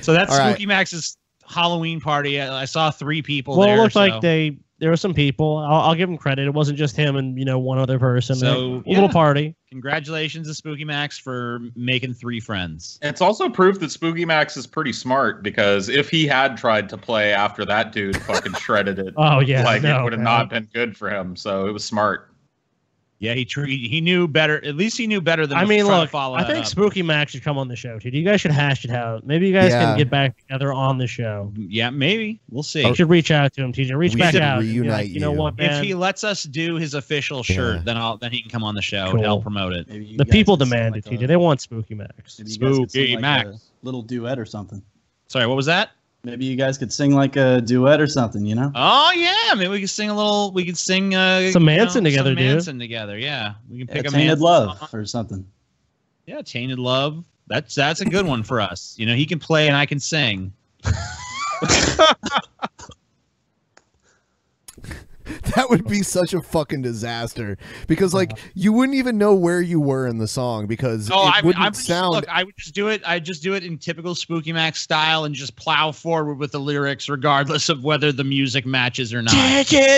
S2: So that's
S7: All right.
S2: Spooky Max's Halloween party. I, I saw three people
S7: well,
S2: there.
S7: it looked
S2: so-
S7: like they there were some people. I'll, I'll give him credit. It wasn't just him and you know one other person. a
S2: So,
S7: little
S2: yeah.
S7: party.
S2: Congratulations to Spooky Max for making three friends.
S8: It's also proof that Spooky Max is pretty smart because if he had tried to play after that dude fucking shredded it,
S2: Oh, yeah,
S8: like it
S2: no,
S8: would have
S2: man.
S8: not been good for him. So it was smart.
S2: Yeah, he tr- he knew better. At least he knew better than.
S7: I
S2: to
S7: mean,
S2: try to
S7: look,
S2: follow
S7: I
S2: that
S7: think
S2: up.
S7: Spooky Mac should come on the show, dude. You guys should hash it out. Maybe you guys
S2: Yeah.
S7: can get back together on the show.
S2: Yeah, maybe we'll see.
S1: Oh,
S7: You should reach out to him, TJ. Reach
S2: We
S7: back
S2: should
S7: out. and be like,
S2: reunite
S7: you know
S2: you.
S7: what, man?
S2: If he lets us do his official shirt, then I'll then he can come on the show
S7: Cool.
S2: and I'll promote it.
S7: the people demand it, TJ. They want Spooky Max.
S9: Maybe you guys could sing
S2: Spooky
S9: like a little duet or something.
S2: Sorry, what was that?
S9: Maybe you guys could sing like a duet or something. You know.
S2: Oh yeah, maybe we could sing a little. We could sing uh,
S9: Some
S2: you
S9: Manson together,
S2: some
S9: dude.
S2: Manson together. Yeah, we can pick
S9: Yeah,
S2: a Uh-huh.
S9: Tainted
S2: Manson
S9: Love
S2: song.
S9: or something.
S2: Yeah, tainted love. That's that's a good one for us. You know, he can play and I can sing.
S1: That would be such a fucking disaster because like you wouldn't even know where you were in the song because
S2: Oh,
S1: it
S2: I would.
S1: wouldn't
S2: I would
S1: sound.
S2: Just, look, I would just do it. I just do it in typical Spooky Mac style and just plow forward with the lyrics, regardless of whether the music matches or not.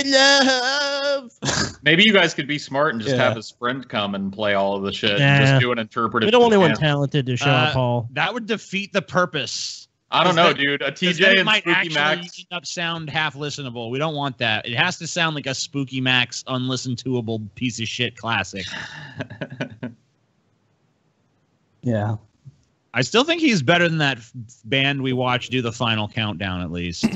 S2: love.
S8: Maybe you guys could be smart and just
S2: Yeah.
S8: have his friend come and play all of the shit and
S7: Nah.
S8: just do an interpretive.
S7: We don't want
S8: to
S7: anyone
S8: him.
S7: talented to show up,
S2: Uh,
S7: Paul.
S2: That would defeat the purpose.
S8: I don't
S2: 'Cause
S8: know,
S2: then-
S8: dude. A
S2: 'cause then
S8: TJ
S2: it
S8: and
S2: might
S8: Spooky
S2: actually
S8: Max.
S2: end up sound half listenable. We don't want that. It has to sound like a Spooky Max unlisten toable piece of shit classic.
S9: Yeah.
S2: I still think he's better than that f- band we watched do the final countdown at least.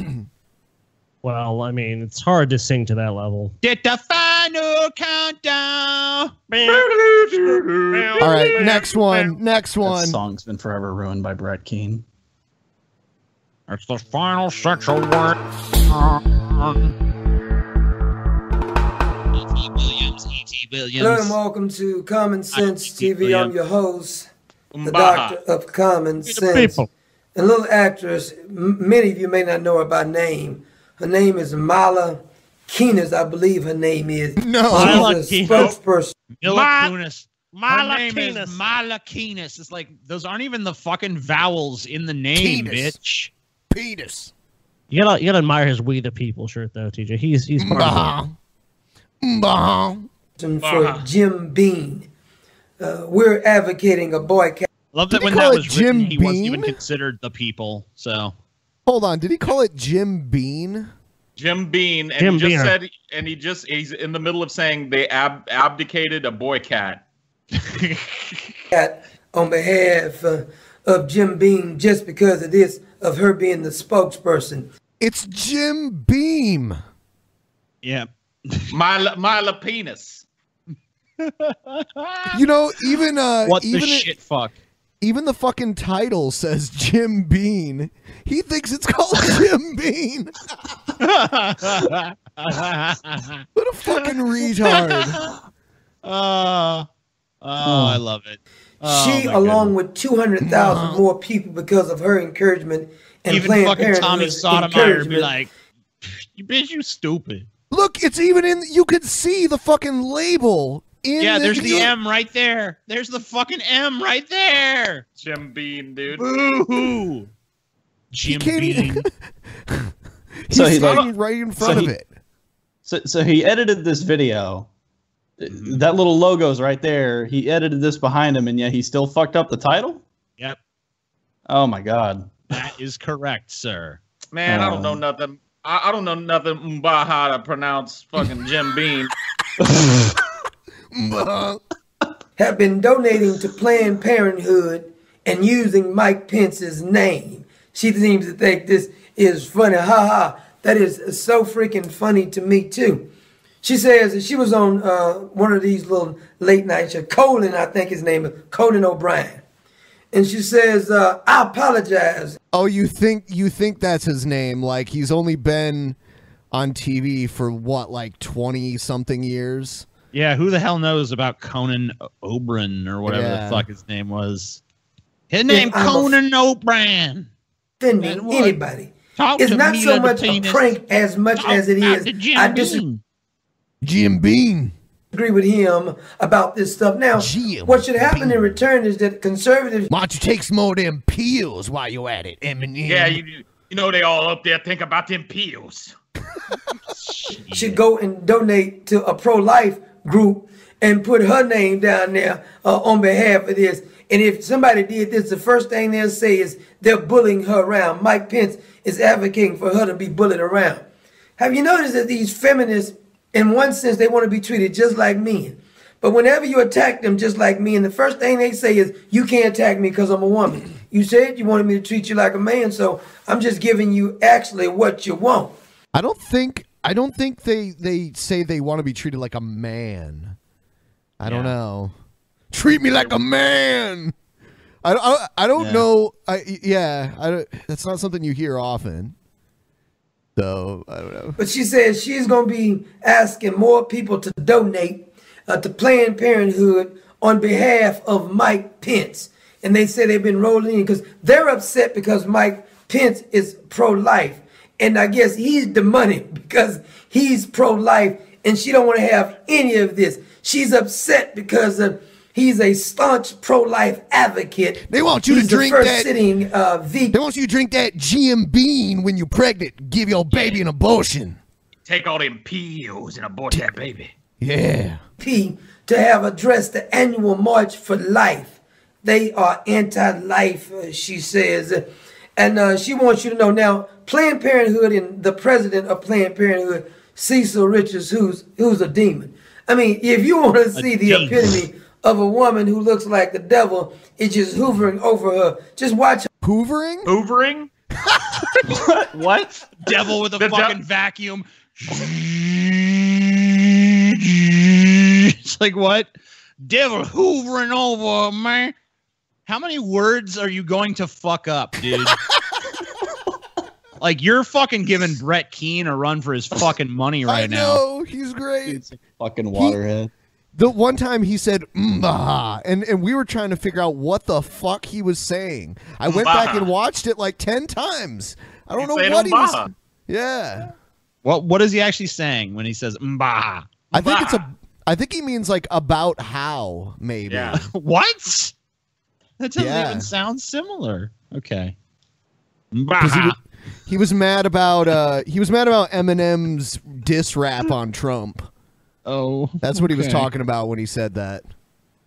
S7: Well, I mean, it's hard to sing to that level.
S2: Did the final countdown.
S1: All right, next one. Next
S9: That
S1: one.
S9: song's been forever ruined by Brett Keane.
S2: It's the final sexual word. Oh,
S6: Hello and welcome to Common Sense TV. I'm
S2: Williams.
S6: your host, the
S2: Mbaha.
S6: Doctor of Common Sense.
S2: people.
S6: And little actress, m- many of you may not know her by name. Her name is Mala Kunis, I believe her name is.
S1: No,
S2: Mala
S6: she's a
S2: Kunis.
S6: spokesperson.
S2: Mila
S6: Ma-
S2: Kunis.
S6: Mila
S2: Her name
S6: Kunis.
S2: is Mila Kunis. It's like those aren't even the fucking vowels in the name,
S6: Kunis.
S2: bitch.
S1: Penis.
S7: You gotta, you gotta admire his "We the People" shirt, though, TJ. He's he's part of it.
S6: For Jim Bean. Uh, we're advocating a boycott.
S2: Love that
S6: Did he
S2: when
S6: call
S2: that
S6: it
S2: was written,
S6: Jim
S2: he wasn't
S6: Beam?
S2: even considered the people. So
S1: Hold on. Did he call it Jim Bean?
S8: Jim Bean, and
S1: Jim
S8: he just
S1: Beaner.
S8: said, and he just he's in the middle of saying they ab- abdicated a boy cat.
S6: that on behalf uh, of Jim Beam just because of this, of her being the spokesperson.
S1: It's Jim Beam.
S2: Yeah.
S8: Mila, Mila Penis.
S1: You know, even uh,
S2: what the
S1: even it-
S2: shit? fuck.
S1: even the fucking title says Jim Bean. He thinks it's called Jim Bean.
S2: what
S1: a fucking retard.
S2: Uh, oh, I love it. Oh,
S6: she,
S2: my Uh-huh.
S6: along with 200,000 more people because of her encouragement and
S2: Even
S6: Planned
S2: fucking Tommy
S6: Parenthood's
S2: Sotomayor would be
S6: encouragement.
S2: like, "You bitch, you stupid."
S1: Look, it's even in. You could see the fucking label. In
S2: yeah,
S1: the
S2: there's the
S1: deal.
S2: M right there. There's the fucking M right there.
S8: Jim Bean, dude.
S2: Boo-hoo. Jim Beam.
S1: He's standing right in front of
S9: he-
S1: it.
S9: So, so he edited this video.
S2: Mm-hmm.
S9: That little logo's right there. He edited this behind him, and yet he still fucked up the title.
S2: Yep,
S9: Oh my god.
S2: that is correct, sir.
S8: Man, I don't
S1: Um.
S8: know nothing. I, I don't know nothing about how to pronounce fucking Jim Bean.
S6: have been donating to Planned Parenthood and using Mike Pence's name. She seems to think this is funny. Ha ha. That is so freaking funny to me, too. She says that she was on uh, one of these little late night shows. Colin, I think his name is Conan O'Brien. And she says, uh, I apologize.
S1: Oh, you think you think that's his name? Like he's only been on TV for what, like twenty something years?
S2: Yeah, who the hell knows about Conan O'Brien or whatever
S1: Yeah.
S2: the fuck his name was? His name Conan O'Brien.
S6: Offending
S2: what?
S6: anybody.
S2: Talk
S6: it's
S2: to
S6: not
S2: me,
S6: so
S2: little
S6: much a
S2: penis.
S6: prank as much
S2: Talk
S6: as it
S2: back
S6: is.
S2: to Jim
S6: I dis-
S2: Beam.
S1: Jim Beam.
S6: Agree with him about this stuff. Now, what should happen in return is that conservatives.
S1: Why don't you take some more of them pills while you're at it, Eminem?
S8: Yeah, you, you know they all up there think about them pills.
S6: should go and donate to a pro life group and put her name down there uh, on behalf of this. And if somebody did this, the first thing they'll say is they're bullying her around. Mike Pence is advocating for her to be bullied around. Have you noticed that these feminists, in one sense, they want to be treated just like men? But whenever you attack them just like me, and the first thing they say is, You can't attack me because I'm a woman. You said you wanted me to treat you like a man, so I'm just giving you actually what you want.
S1: I don't think I don't think they they say they want to be treated like a man. I don't know. Treat me like a man. I I, I don't
S2: Yeah.
S1: know. I yeah. I don't, that's not something you hear often. So I don't know.
S6: But she says she's going to be asking more people to donate uh, to Planned Parenthood on behalf of Mike Pence. And they say they've been rolling in because they're upset because Mike Pence is pro life. And I guess he's the money because he's pro life and she don't want to have any of this. She's upset because uh, he's a staunch pro life advocate.
S1: They want you
S6: He's
S1: to drink
S6: the first
S1: that.
S6: Sitting, uh, vegan.
S1: They want you to drink that GM Bean when you're pregnant. Give your baby an abortion.
S8: Take all them pills and abort that baby.
S1: Yeah.
S6: P to have addressed the annual March for Life. They are anti life, she says. And uh, she wants you to know now Planned Parenthood and the president of Planned Parenthood, Cecil Richards, who's, who's a demon. I mean, if you want to see the epitome of a woman who looks like the devil, it's just hoovering over her. Just watch
S1: Hoovering?
S8: Hoovering?
S9: what?
S2: Devil with a
S8: The de-
S2: fucking vacuum. it's like what? Devil hoovering over, man. How many words are you going to fuck up, dude? like you're fucking giving Brett Keane a run for his fucking money right
S1: I
S2: now.
S1: know he's great.
S9: Fucking waterhead.
S1: The one time he said "mbaha," and and we were trying to figure out what the fuck he was saying. I went back
S2: Mbaha.
S1: and watched it like ten times. I don't
S2: He
S1: know
S2: said
S1: what he was.
S2: "Mbaha."
S1: Yeah,
S2: What what is he actually saying when he says "mbah"?
S1: I think it's a. I think he means like about how maybe.
S2: Yeah. what? That doesn't
S1: Yeah.
S2: even sound similar. Okay.
S1: 'Cause He, was, he was mad about uh he was mad about Eminem's diss rap on Trump.
S2: Oh,
S1: that's what he was
S2: okay.
S1: talking about when he said that.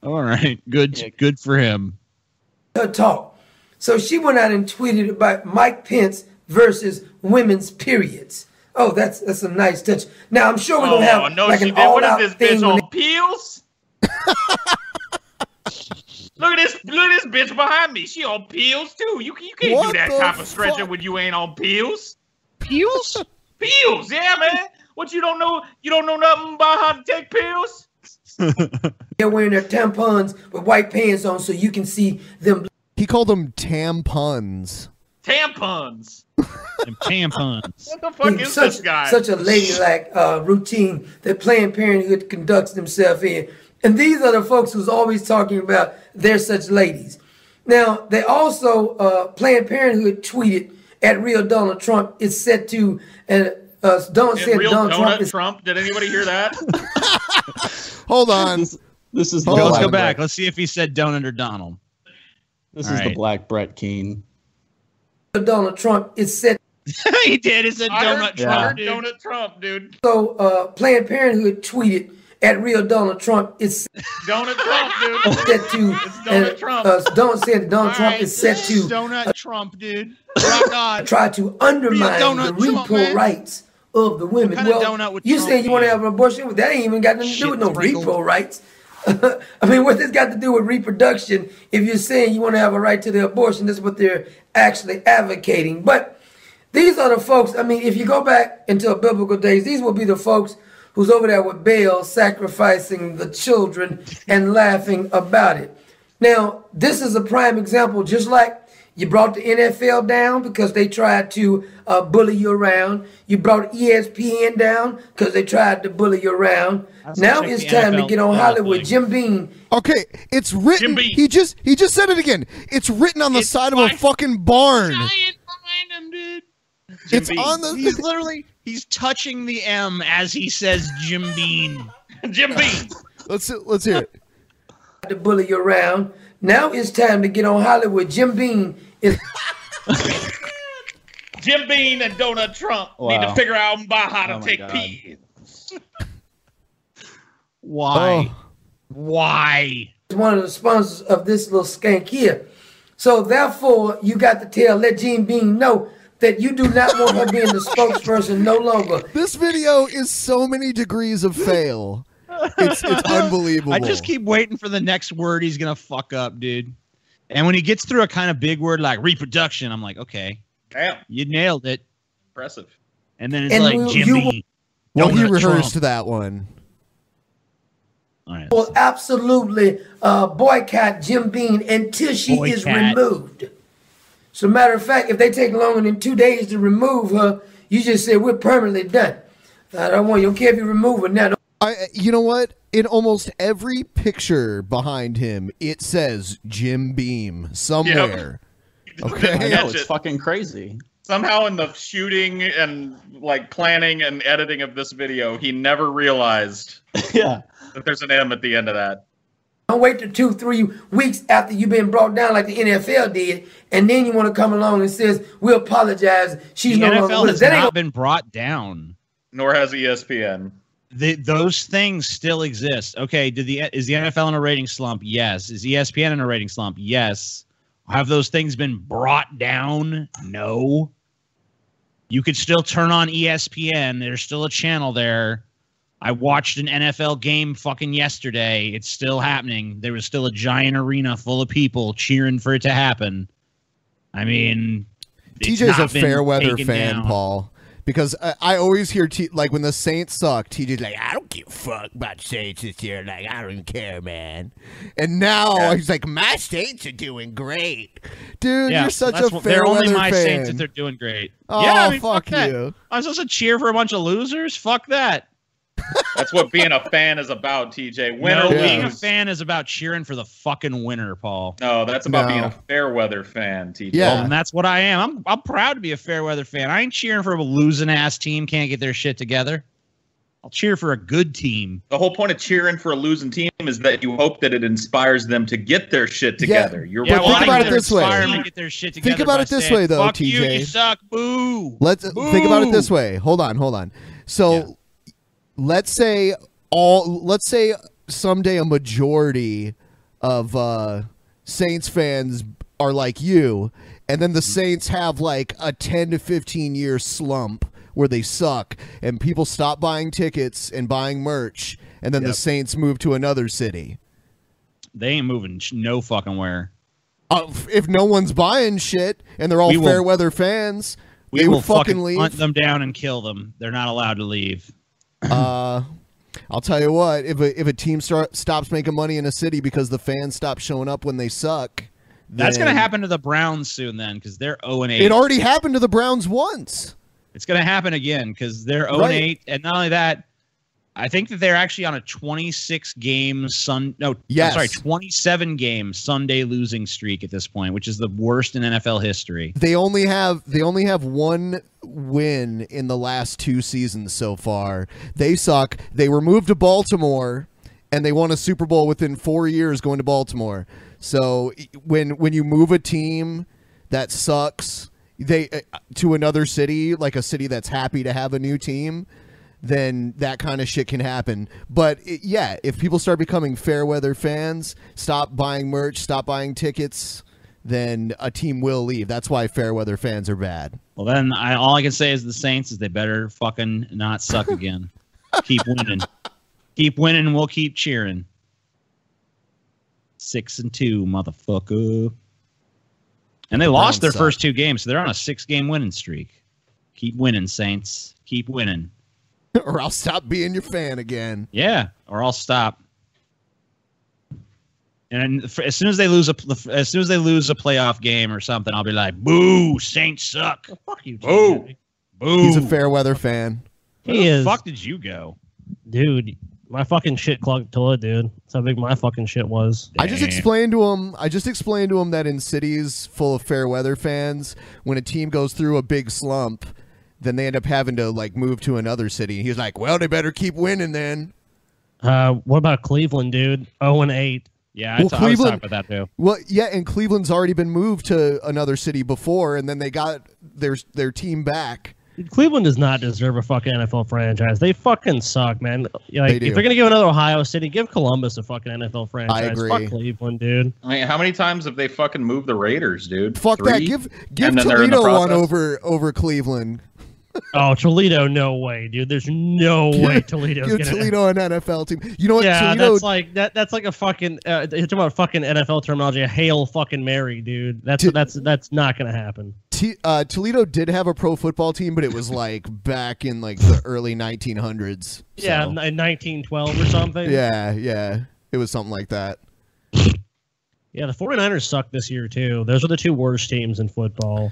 S2: All right, good, good for him.
S6: her talk. So she went out and tweeted about Mike Pence versus women's periods. Oh, that's that's a nice touch. Now I'm sure we're gonna
S8: Oh,
S6: have
S8: no,
S6: like
S8: she
S6: an
S8: did. What
S6: all-out
S8: is this
S6: thing.
S8: bitch
S6: when
S8: on
S6: they-
S8: pills? look at this! Look at this bitch behind me. She on pills too. You you can't
S3: What
S8: do that
S3: the
S8: type of stretching
S3: fuck?
S8: when you ain't on pills.
S2: Pills?
S8: pills? Yeah, man. What you don't know? You don't know nothing about how to take pills?
S6: They're wearing their tampons with white pants on, so you can see them
S1: He called them tampons.
S8: Tampons.
S2: tampons.
S8: What the fuck
S6: Dude,
S8: is
S6: such,
S8: this guy?
S6: Such a ladylike uh, routine that Planned Parenthood conducts themselves in. And these are the folks who's always talking about they're such ladies. Now, they also, uh, Planned Parenthood tweeted at real Donald Trump is set to, and uh, Donald
S8: Is
S6: said
S8: real
S6: Donald
S8: donut
S6: Trump
S8: Trump,
S6: is
S8: Did anybody hear that?
S1: Hold on.
S9: This, this is
S2: Let's
S9: the
S2: go
S9: black
S2: back.
S9: Brett-
S2: Let's see if he said Donut or Donald.
S9: This
S2: All
S9: is the
S2: right.
S9: black Brett Keane.
S6: Donald Trump is set.
S2: he did. He said
S8: I heard-
S2: Donut
S9: Yeah.
S2: Trump.
S8: Donut Trump, dude.
S6: So, uh, Planned Parenthood tweeted at real Donald Trump is
S8: Donut Trump, dude.
S6: set to,
S8: Donald Trump.
S6: Uh, Donald said Donald Trump is set to uh,
S2: Donut Trump, dude. Rock on.
S6: try to undermine
S2: Be a donut,
S6: the
S2: come on,
S6: repro
S2: man.
S6: rights of the women.
S2: kind of
S6: Well,
S2: donut would
S6: you
S2: Trump
S6: say you want to have an abortion, well, that ain't even got nothing to do with no
S2: sprinkled.
S6: repro rights. I mean, what this got to do with reproduction? If you're saying you want to have a right to the abortion, that's what they're actually advocating. But these are the folks. I mean, if you go back into biblical days, these will be the folks who's over there with Baal sacrificing the children and laughing about it. Now, this is a prime example, just like you brought the NFL down because they tried to uh, bully you around. You brought E ESPN down because they tried to bully you around. Now it's time to get on Hollywood. Jim Beam.
S1: Okay, it's written. He just he just said it again. It's written on the side of a fucking barn. It's on the-
S2: He's literally he's touching the M as he says Jim Bean.
S8: Jim Bean.
S1: Let's let's hear it.
S6: To bully you around. Now it's time to get on Hollywood. Jim Beam is.
S8: Jim Bean and Donald Trump need to
S6: Wow.
S8: figure out by how to
S6: Oh my
S8: take
S1: Uh,
S6: God.
S8: pins.
S2: Why?
S1: Oh.
S2: Why?
S6: It's one of the sponsors of this little skank here. So therefore, you got to tell let Jim Beam know that you do not want her being the spokesperson no longer.
S1: This video is so many degrees of fail. It's it's unbelievable.
S2: I just keep waiting for the next word he's gonna fuck up, dude. And when he gets through a kind of big word like reproduction, I'm like, okay,
S8: Damn,
S2: you nailed it.
S8: impressive.
S2: And then it's
S6: And
S2: like
S6: will
S2: Jim
S6: you-
S2: Beam.
S1: well, he
S2: Donald
S1: rehearsed
S2: Trump.
S1: that one.
S6: Will absolutely uh, boycott Jim Beam until she is
S1: Boycott.
S6: removed. So, matter of fact, if they take longer than two days to remove her, you just say we're permanently done. I don't want you. Don't care if you remove her now.
S1: I, uh, you know what? In almost every picture behind him, it says Jim Beam somewhere. Okay,
S9: I know it's fucking crazy.
S8: Somehow, in the shooting and like planning and editing of this video, he never realized
S9: yeah.
S8: that there's an M at the end of that.
S6: Don't wait till two, three weeks after you've been brought down like the NFL did, and then you want to come along and says we apologize. She's
S2: the
S6: no
S2: NFL
S6: longer with us.
S2: has
S6: That ain't
S2: not been brought down.
S8: Nor has E ESPN.
S2: The, those things still exist. Okay, did the is the NFL in a rating slump? Yes. Is E ESPN in a rating slump? Yes. Have those things been brought down? No. You could still turn on E ESPN. There's still a channel there. I watched an NFL game fucking yesterday. It's still happening. There was still a giant arena full of people cheering for it to happen. I mean, it's
S1: TJ's a
S2: not been
S1: fair weather
S2: taken
S1: fan,
S2: down.
S1: Paul, because I, I always hear T, like when the Saints suck, TJ's like, I don't give a fuck about Saints this year. Like, I don't even care, man. And now he's like, my Saints are doing great, dude.
S2: Yeah,
S1: you're such
S2: that's
S1: a
S2: what-
S1: fair
S2: They're only
S1: weather
S2: my
S1: fan.
S2: Saints if they're doing great.
S1: Oh,
S2: yeah, I mean,
S1: fuck
S2: fuck, that.
S1: you.
S2: I'm supposed to cheer for a bunch of losers? Fuck that.
S8: That's what being a fan is about, TJ. Win
S2: no,
S8: or
S2: being a
S8: lose.
S2: fan is about cheering for the fucking winner, Paul.
S8: No, that's about being
S2: No.
S8: a fair weather fan, TJ.
S2: Well, and that's what I am. I'm I'm proud to be a fair weather fan. I ain't cheering for a losing ass team can't get their shit together. I'll cheer for a good team.
S8: The whole point of cheering for a losing team is that you hope that it inspires them to get their shit together. You're
S1: Yeah, but
S8: rewarding
S1: think about it
S8: their
S1: this way.
S8: inspiring-
S2: Get their shit
S1: Think
S2: together.
S1: about
S2: by
S1: it this
S2: saying,
S1: way, though,
S2: Fuck You,
S1: TJ.
S2: you suck. Boo.
S1: Let's think about it this
S2: Boo.
S1: way. Hold on, hold on. So let's say all let's say someday a majority of uh Saints fans are like you and then the
S2: Mm-hmm.
S1: Saints have like a 10 to 15 year slump where they suck and people stop buying tickets and buying merch and then the
S2: Yep.
S1: Saints move to another city.
S2: They ain't moving sh- no fucking where.
S1: Uh, f- if no one's buying shit and they're all
S2: We will-
S1: fair weather fans,
S2: We
S1: they
S2: will
S1: would fucking leave.
S2: hunt them down and kill them. They're not allowed to leave.
S1: Uh, I'll tell you what. If a if a team start, stops making money in a city because the fans stop showing up when they suck,
S2: That's
S1: then-
S2: gonna happen to the Browns soon, then, because they're zero and eight.
S1: It already happened to the Browns once.
S2: It's gonna happen again because they're zero
S1: Right.
S2: and eight, and not only that, I think that they're actually on a twenty-six game sun. No,
S1: Yes.
S2: I'm sorry, twenty-seven game Sunday losing streak at this point, which is the worst in NFL history.
S1: They only have they only have one win in the last two seasons so far. They suck. They were moved to Baltimore, and they won a Super Bowl within four years going to Baltimore. So i- when when you move a team that sucks they uh, to another city like a city that's happy to have a new team then that kind of shit can happen but it, yeah if people start becoming fair weather fans stop buying merch stop buying tickets then a team will leave that's why fair weather fans are bad
S2: Well, then I, all I can say is the Saints is they better fucking not suck again. keep winning, keep winning, and we'll keep cheering. Six and two, motherfucker. And they lost their
S15: suck.
S2: first two games, so they're on a six-game winning streak. Keep winning, Saints. Keep winning.
S1: or I'll stop being your fan again.
S2: Yeah, or I'll stop. And f- as soon as they lose a pl- as soon as they lose a playoff game or something, I'll be like, "Boo, Saints suck." fuck you, Boo, boo.
S1: He's a fair weather fan.
S2: Where
S7: He
S2: the
S7: is.
S2: fuck did you go?
S7: dude. My fucking shit clogged toilet, dude. That's how big my fucking shit was.
S1: I just explained to him. I just explained to him that in cities full of fair weather fans, when a team goes through a big slump, then they end up having to like move to another city. And he was like, "Well, they better keep winning then."
S7: Uh, what about Cleveland, dude? Zero and eight.
S2: Yeah,
S1: I Well, t- I was talking Cleveland-
S2: about that too.
S1: Well, yeah, and Cleveland's already been moved to another city before, and then they got their their team back.
S7: Cleveland does not deserve a fucking NFL franchise. They fucking suck, man. Like,
S1: They do.
S7: If they're gonna give another Ohio City, give Columbus a fucking NFL franchise. Fuck
S8: agree.
S7: Cleveland, dude.
S8: I mean, how many times have they fucking moved the Raiders, dude?
S1: Fuck that.
S8: Three?
S1: Give
S8: And
S1: give
S8: then they're in the
S1: Toledo one
S8: process.
S1: over over Cleveland.
S7: Oh, Toledo, no way, dude. There's no way Toledo's
S1: Give
S7: gonna.
S1: Toledo an NFL team. You know what?
S7: yeah,
S1: Toledo
S7: that's like that. That's like a fucking. Uh, you're talking about fucking NFL terminology. A hail fucking Mary, dude. That's that's that's not gonna happen.
S1: T- uh, Toledo did have a pro football team, but it was like back in like the early 1900s.
S7: Yeah,
S1: so-
S7: in 1912 or something.
S1: yeah, yeah. It was something like that.
S7: Yeah, the 49ers suck this year, too. Those are the two worst teams in football.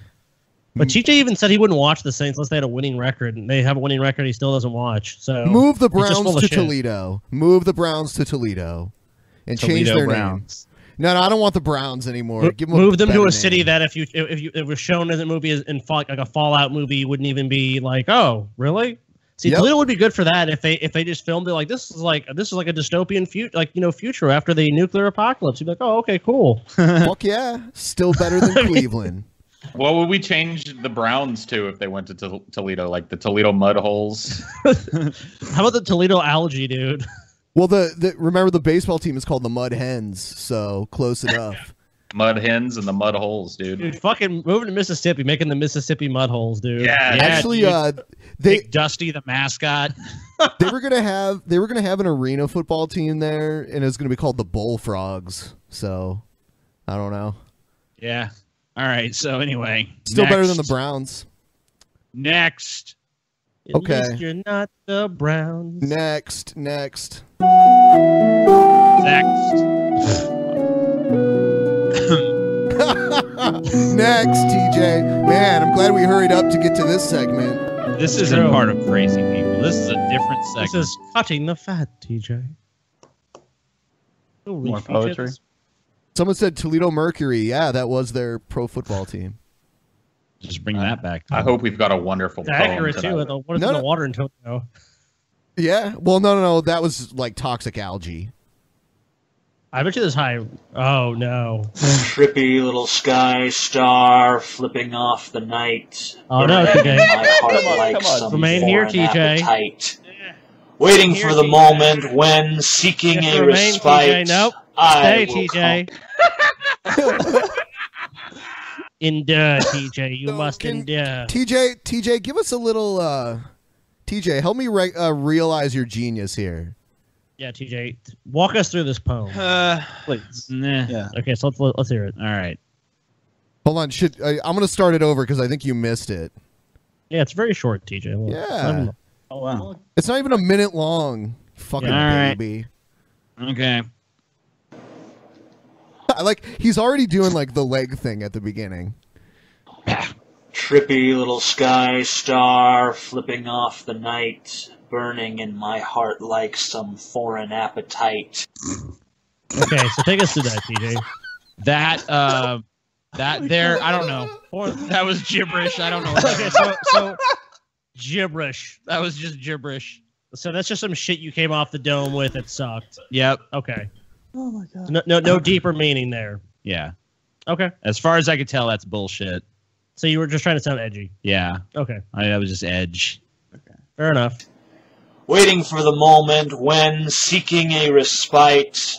S7: But
S1: Mm.
S7: TJ even said he wouldn't watch the Saints unless they had a winning record, and they have a winning record he still doesn't watch. So
S1: Move the
S7: he's just full
S1: Browns
S7: of
S1: to
S7: shit.
S1: Toledo. Move the Browns to Toledo, and change
S7: Toledo
S1: their
S7: Browns.
S1: name. No, no, I don't want the Browns anymore.
S7: Mo-
S1: Give 'em
S7: Move them to
S1: better
S7: a
S1: name.
S7: city that if you if if you it was shown as a movie as- in fall, like a Fallout movie, you wouldn't even be like, oh, really? See,
S1: Yep.
S7: Toledo would be good for that if they if they just filmed it like this is like this is like a dystopian future, like you know, future after the nuclear apocalypse. You'd be like, oh, okay, cool.
S1: Fuck yeah, still better than Cleveland.
S8: What would we change the Browns to if they went to Tol- Toledo? Like the Toledo mud holes?
S7: How about the Toledo algae, dude?
S1: Well, the, the remember the baseball team is called the Mud Hens, so close enough.
S8: mud hens and the mud holes, dude.
S7: Dude, fucking moving to Mississippi, making the Mississippi mud holes, dude.
S8: Yeah,
S1: Actually,
S2: dude.
S1: uh, they
S2: Big Dusty the mascot.
S1: they were gonna have they were gonna have an arena football team there, and it was gonna be called the Bullfrogs. So, I don't know.
S2: Yeah. All right. So anyway,
S1: Still better than the
S2: next.
S1: Browns.
S2: Next.
S7: At
S1: Okay.
S7: least you're not the Browns.
S1: Next, next. Next, TJ. Man, I'm glad we hurried up to get to this segment.
S2: This isn't part of crazy people. This is a different
S7: This
S2: segment.
S7: is cutting the fat, TJ. Holy shit, that's-
S1: Someone said Toledo Mercury. Yeah, that was their pro football team.
S2: Just bring that back.
S8: I hope we've got a wonderful
S7: It's
S8: poem
S7: accurate
S8: tonight.
S7: too. Though. What is
S1: No,
S7: in the
S1: no.
S7: water in Tokyo?
S1: Yeah. Well, no, no, no. That was like toxic algae.
S7: I bet you there's high. Oh no.
S16: trippy little sky star flipping off the night.
S7: Oh, no, it's okay.
S16: My heart
S7: Come on,
S16: like
S7: come on.
S16: some
S7: Remain here,
S16: foreign
S7: TJ.
S16: appetite. Waiting
S7: Here,
S16: for the
S7: TJ.
S16: moment when, seeking
S7: Just
S16: a
S7: remain,
S16: respite,
S7: TJ. Nope. Stay,
S16: I will
S7: TJ. endure, TJ. You must endure.
S1: TJ, TJ, give us a little. uh TJ, help me re- uh, realize your genius here.
S7: yeah, TJ. Walk us through this poem,
S2: uh,
S7: please.
S2: Nah.
S7: Okay, so let's let's hear it.
S2: All right.
S1: Hold on. Should I, I'm going to start it over because I think you missed it.
S7: Yeah, it's very short, TJ. Well,
S1: Yeah.
S7: Oh wow.
S1: It's not even a minute long. Fucking
S2: Yeah. All right.
S1: baby.
S2: Okay.
S1: I like he's already doing like the leg thing at the beginning.
S16: Trippy little sky star flipping off the night, burning in my heart like some foreign appetite.
S7: Okay, so take us through that, TJ.
S2: That uh that there I don't know. That was gibberish. I don't know. What that
S7: Okay,
S2: was.
S7: so so gibberish.
S2: That was just gibberish.
S7: So that's just some shit you came off the dome with. It sucked.
S2: Yep.
S7: Okay.
S16: Oh my god.
S7: No no no deeper meaning there.
S2: Yeah.
S7: Okay.
S2: As far as I could tell, that's bullshit.
S7: So you were just trying to sound edgy.
S2: Yeah.
S7: Okay.
S2: I that was just edge.
S7: Fair enough.
S16: Waiting for the moment when, seeking a respite,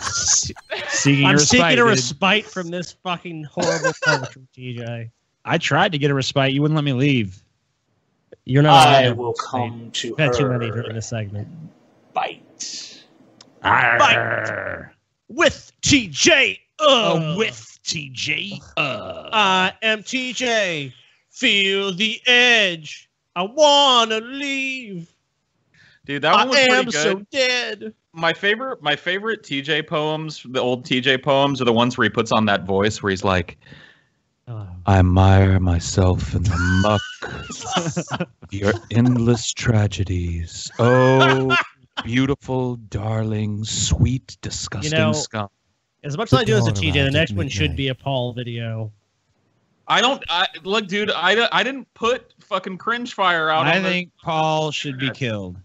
S2: Seeking
S7: I'm
S2: a respite,
S7: seeking a
S2: dude.
S7: respite from this fucking horrible poetry, TJ.
S2: I tried to get a respite. You wouldn't let me leave.
S7: You're not.
S16: I
S7: allowed to
S16: will
S7: say-
S16: come to
S7: We've had too
S16: her.
S7: many during this segment.
S16: bite.
S2: Arr.
S7: with TJ.
S2: Oh.
S7: Uh,
S11: with TJ. Uh,
S7: I am TJ. Feel the edge. I wanna leave.
S8: Dude, that one was
S7: I
S8: pretty
S7: am
S8: good.
S7: so dead.
S8: my favorite my favorite TJ poems, the old TJ poems are the ones where he puts on that voice where he's like
S15: I admire myself in the muck of your endless tragedies. Oh, beautiful, darling, sweet, disgusting
S7: know,
S15: scum.
S7: As much
S15: The
S7: as I do as a
S15: dawn
S7: TJ, the
S15: arrived at
S7: next one should be a Paul video.
S8: I don't I look dude, I, don't- I didn't put fucking cringe fire out
S2: I
S8: on
S2: think Paul should be killed.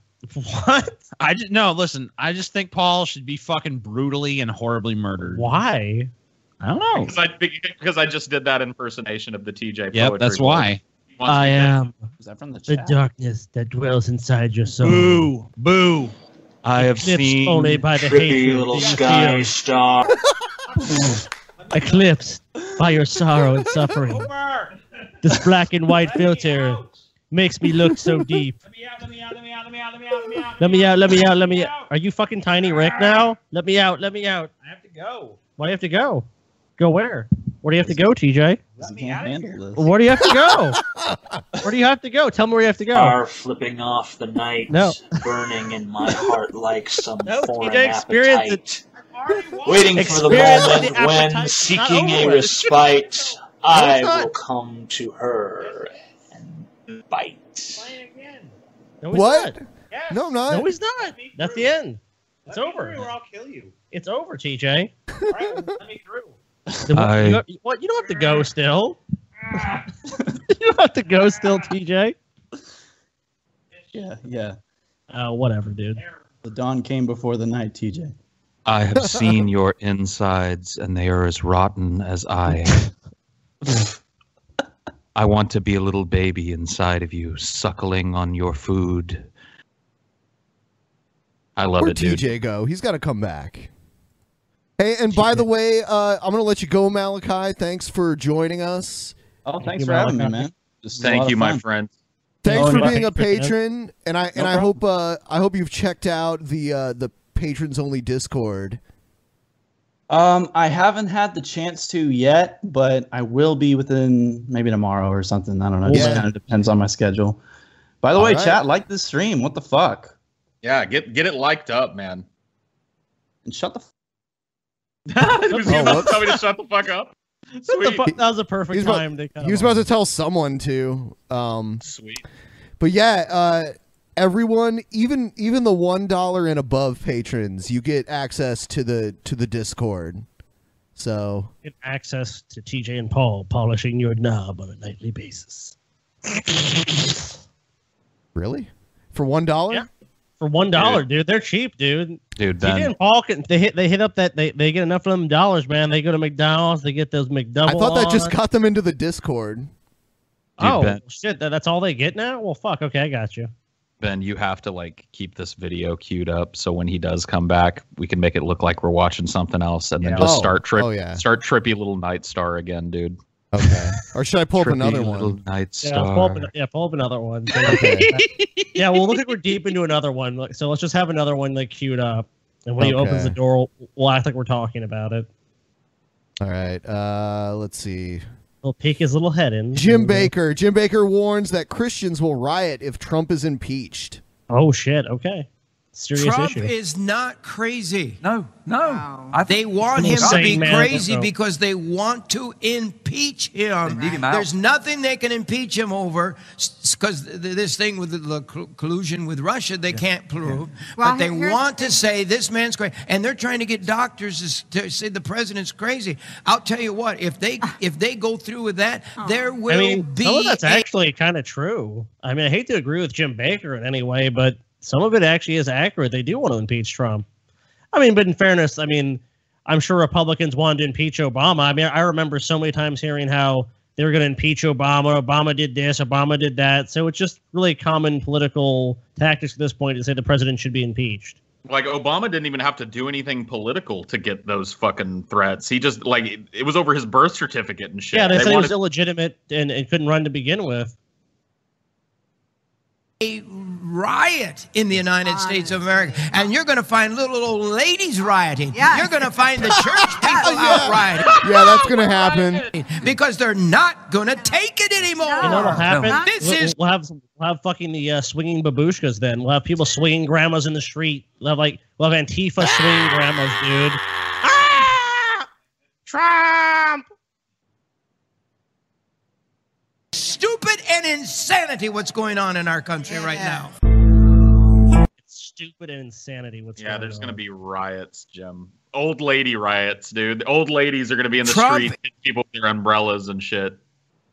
S2: What? I just no. Listen, I just think Paul should be fucking brutally and horribly murdered.
S7: Why?
S2: I don't know.
S8: because I because I just did that impersonation of the TJ
S2: Yep,
S8: poetry
S2: that's
S8: voice.
S2: why.
S8: He wants
S7: I
S8: to get-
S7: am
S2: Is that from the
S7: the
S2: chat?
S7: darkness that dwells inside your soul.
S2: Boo! Boo!
S15: I have
S7: Eclipsed
S15: seen
S7: only by the
S15: pretty
S7: hatred
S15: little
S7: that you
S15: sky
S7: feel.
S15: star.
S7: eclipsed by your sorrow and suffering. This black and white filter makes me look so deep. Let me out, let me out, let me out. Are you fucking tiny Rick now? Let me out, let me out.
S2: I have to go.
S7: Why do you have to go? Go where? Where do you have to go, TJ?
S2: Let me out of here.
S7: Where do you have to go? Where do you have to go? Tell me where you have to
S16: Star
S7: go.
S16: flipping off the night,
S7: No.
S16: burning in my heart like some foreign
S7: TJ, experience
S16: appetite. Waiting for the
S7: Experience the
S16: moment when,
S7: appetite's
S16: seeking
S7: not
S16: a
S7: over.
S16: respite, I
S7: not.
S16: will come to her and bite.
S7: No, he's
S1: What?
S7: not.
S1: No, I'm not.
S7: No, he's not. That's the end. It's over. I'll kill you. It's over, TJ. Then what-
S15: I-
S7: you, have- what? You don't have to go still. you don't have to go still, TJ.
S9: Yeah, yeah.
S7: Uh, whatever, dude.
S9: The dawn came before the night, TJ.
S15: I have seen your insides, and they are as rotten as I am. I want to be a little baby inside of you, suckling on your food. I love
S1: Where'd
S15: it, dude.
S1: TJ go? He's got to come back. Hey, and by the way, uh, I'm going to let you go, Malachi. Thanks for joining us.
S9: Oh, thanks
S1: you,
S9: for having me,
S1: Malachi.
S9: man. This is a lot
S8: Thank
S9: of
S8: you, my
S9: fun.
S8: friend.
S1: Thanks
S9: Oh,
S1: for
S9: yeah.
S1: being a
S9: Thanks, man.
S1: patron, and I and I hope uh, I hope you've checked out the uh, the patrons only Discord.
S9: Um, I haven't had the chance to yet, but I will be within maybe tomorrow or something. I don't know. It just
S1: Yeah.
S9: kind of depends on my schedule. By the
S8: All
S9: way,
S8: right.
S9: chat, like this stream. What the fuck?
S8: Yeah, get get it liked up, man.
S9: And shut the. F-
S8: Was he
S1: Oh,
S8: about
S1: whoops.
S8: to tell me to shut the fuck up?
S7: The
S8: Sweet.
S7: fu- that was a perfect
S1: He's about-
S7: time to cut
S1: he was
S7: him
S1: about
S7: off.
S1: to tell someone to. Um,
S8: Sweet.
S1: But yeah, uh, everyone, even even the one dollar and above patrons, you get access to the to the Discord. So
S7: Get access to TJ and Paul polishing your knob on a nightly basis.
S1: really, for one dollar,
S7: For one dollar, dude. They're cheap, dude.
S15: Dude,
S7: TJ
S15: Ben,
S7: and Paul can they hit they hit up that they, they get enough of them dollars, man. They go to McDonald's, they get those McDouble.
S1: I thought that just
S7: on.
S1: got them into the Discord.
S7: Oh
S15: Dude, Ben.
S7: shit! That, that's all they get now. Well, fuck. Okay, I got you.
S15: ben, you have to like keep this video queued up so when he does come back, we can make it look like we're watching something else, and
S7: Yeah.
S15: then just
S1: Oh,
S15: start trip,
S1: oh, yeah.
S15: start trippy little night star again, dude.
S1: Okay, or should I pull up
S15: trippy
S1: another
S15: little
S1: one?
S15: night
S7: Yeah,
S15: star.
S7: pull up, an- yeah, pull up another one. yeah, well, look like we're deep into another one. Like, So let's just have another one like queued up, and when he opens
S1: Okay.
S7: the door, we'll act like we're talking about it.
S1: All right, uh, let's see.
S7: We'll peek his little head in.
S1: Jim Baker. Jim Baker warns that Christians will riot if Trump is impeached.
S7: Oh shit! Okay, serious
S17: Trump
S7: issue.
S17: is not crazy. No, no. They want
S7: Little
S17: him to be
S7: sane man,
S17: crazy
S7: though.
S17: because they want to impeach him.
S24: need him out.
S17: There's nothing they can impeach him over because this thing with the, the col- collusion with Russia they can't prove.
S24: Well,
S17: but they
S24: here- here's
S17: want to say this man's crazy, and they're trying to get doctors to s- to say the president's crazy. I'll tell you what, if they
S24: Ah.
S17: if they go through with that,
S24: Oh.
S17: there will
S7: I mean,
S17: be
S7: some of that's
S17: a-
S7: actually kind of true. I mean, I hate to agree with Jim Baker in any way, but some of it actually is accurate. They do want to impeach Trump. I mean, but in fairness, I mean, I'm sure Republicans wanted to impeach Obama. I mean, I remember so many times hearing how they were going to impeach Obama. Obama did this, Obama did that. So it's just really common political tactics at this point to say the president should be impeached.
S8: Like Obama didn't even have to do anything political to get those fucking threats. He just like it, it was over his birth certificate and shit.
S7: yeah, they, said it was
S8: wanted-
S7: illegitimate and, and couldn't run to begin with.
S17: a riot in the United States of America. And you're going to find little old ladies rioting. You're going to find the church people out rioting.
S1: Yeah, that's going to happen.
S17: Because they're not going to take it anymore.
S7: You know what'll happen?
S17: This
S7: we'll,
S17: is
S7: Oh, we'll have some, we'll have fucking the uh, swinging babushkas. Then we'll have people swinging grandmas in the street. We'll have like we'll have Antifa swinging grandmas, dude.
S17: Ah!
S3: Trump!
S17: stupid and insanity what's going on in our country right now.
S7: Stupid and insanity. What's
S8: Yeah, there's going to be riots, Jim. Old lady riots, dude. The old ladies are going to be in the
S7: Trump-
S8: street, hitting people with their umbrellas and shit.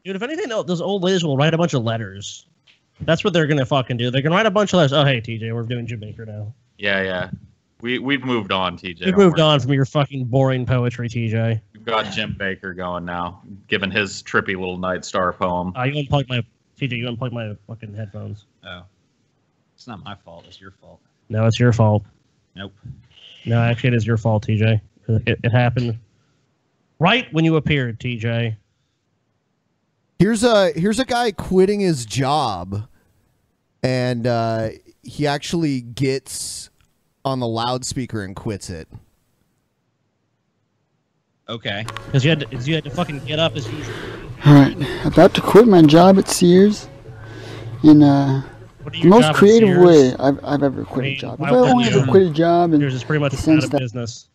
S7: Dude, if anything, tho- those old ladies will write a bunch of letters. That's what they're gonna fucking do. They're gonna write a bunch of letters. Oh hey TJ, we're doing Jamaica now.
S8: Yeah, yeah. We we've moved on, TJ.
S7: We
S8: Don't
S7: moved
S8: worry.
S7: on from your fucking boring poetry, TJ.
S8: We've got Jim Baker going now, giving his trippy little Night Star poem.
S7: Uh, you unplug my TJ. You unplug my fucking headphones.
S2: Oh. It's not my fault. It's your fault.
S7: No, it's your fault.
S2: Nope.
S7: No, actually, it is your fault, TJ. It, it happened right when you appeared, TJ.
S1: Here's a here's a guy quitting his job, and uh, he actually gets on the loudspeaker and quits it.
S2: Okay.
S7: Because you had to, 'cause you had to fucking get up as usual.
S5: Alright, about to quit my job at Sears in uh,
S7: What are
S5: the
S7: your
S5: most
S7: job at
S5: creative
S7: Sears?
S5: way I've, I've ever quit a job.
S7: why
S5: If I only
S7: wouldn't
S5: ever
S7: you?
S5: quit a job in
S7: Yours is pretty much
S5: the
S7: out
S5: sense
S7: of
S5: that,
S7: business.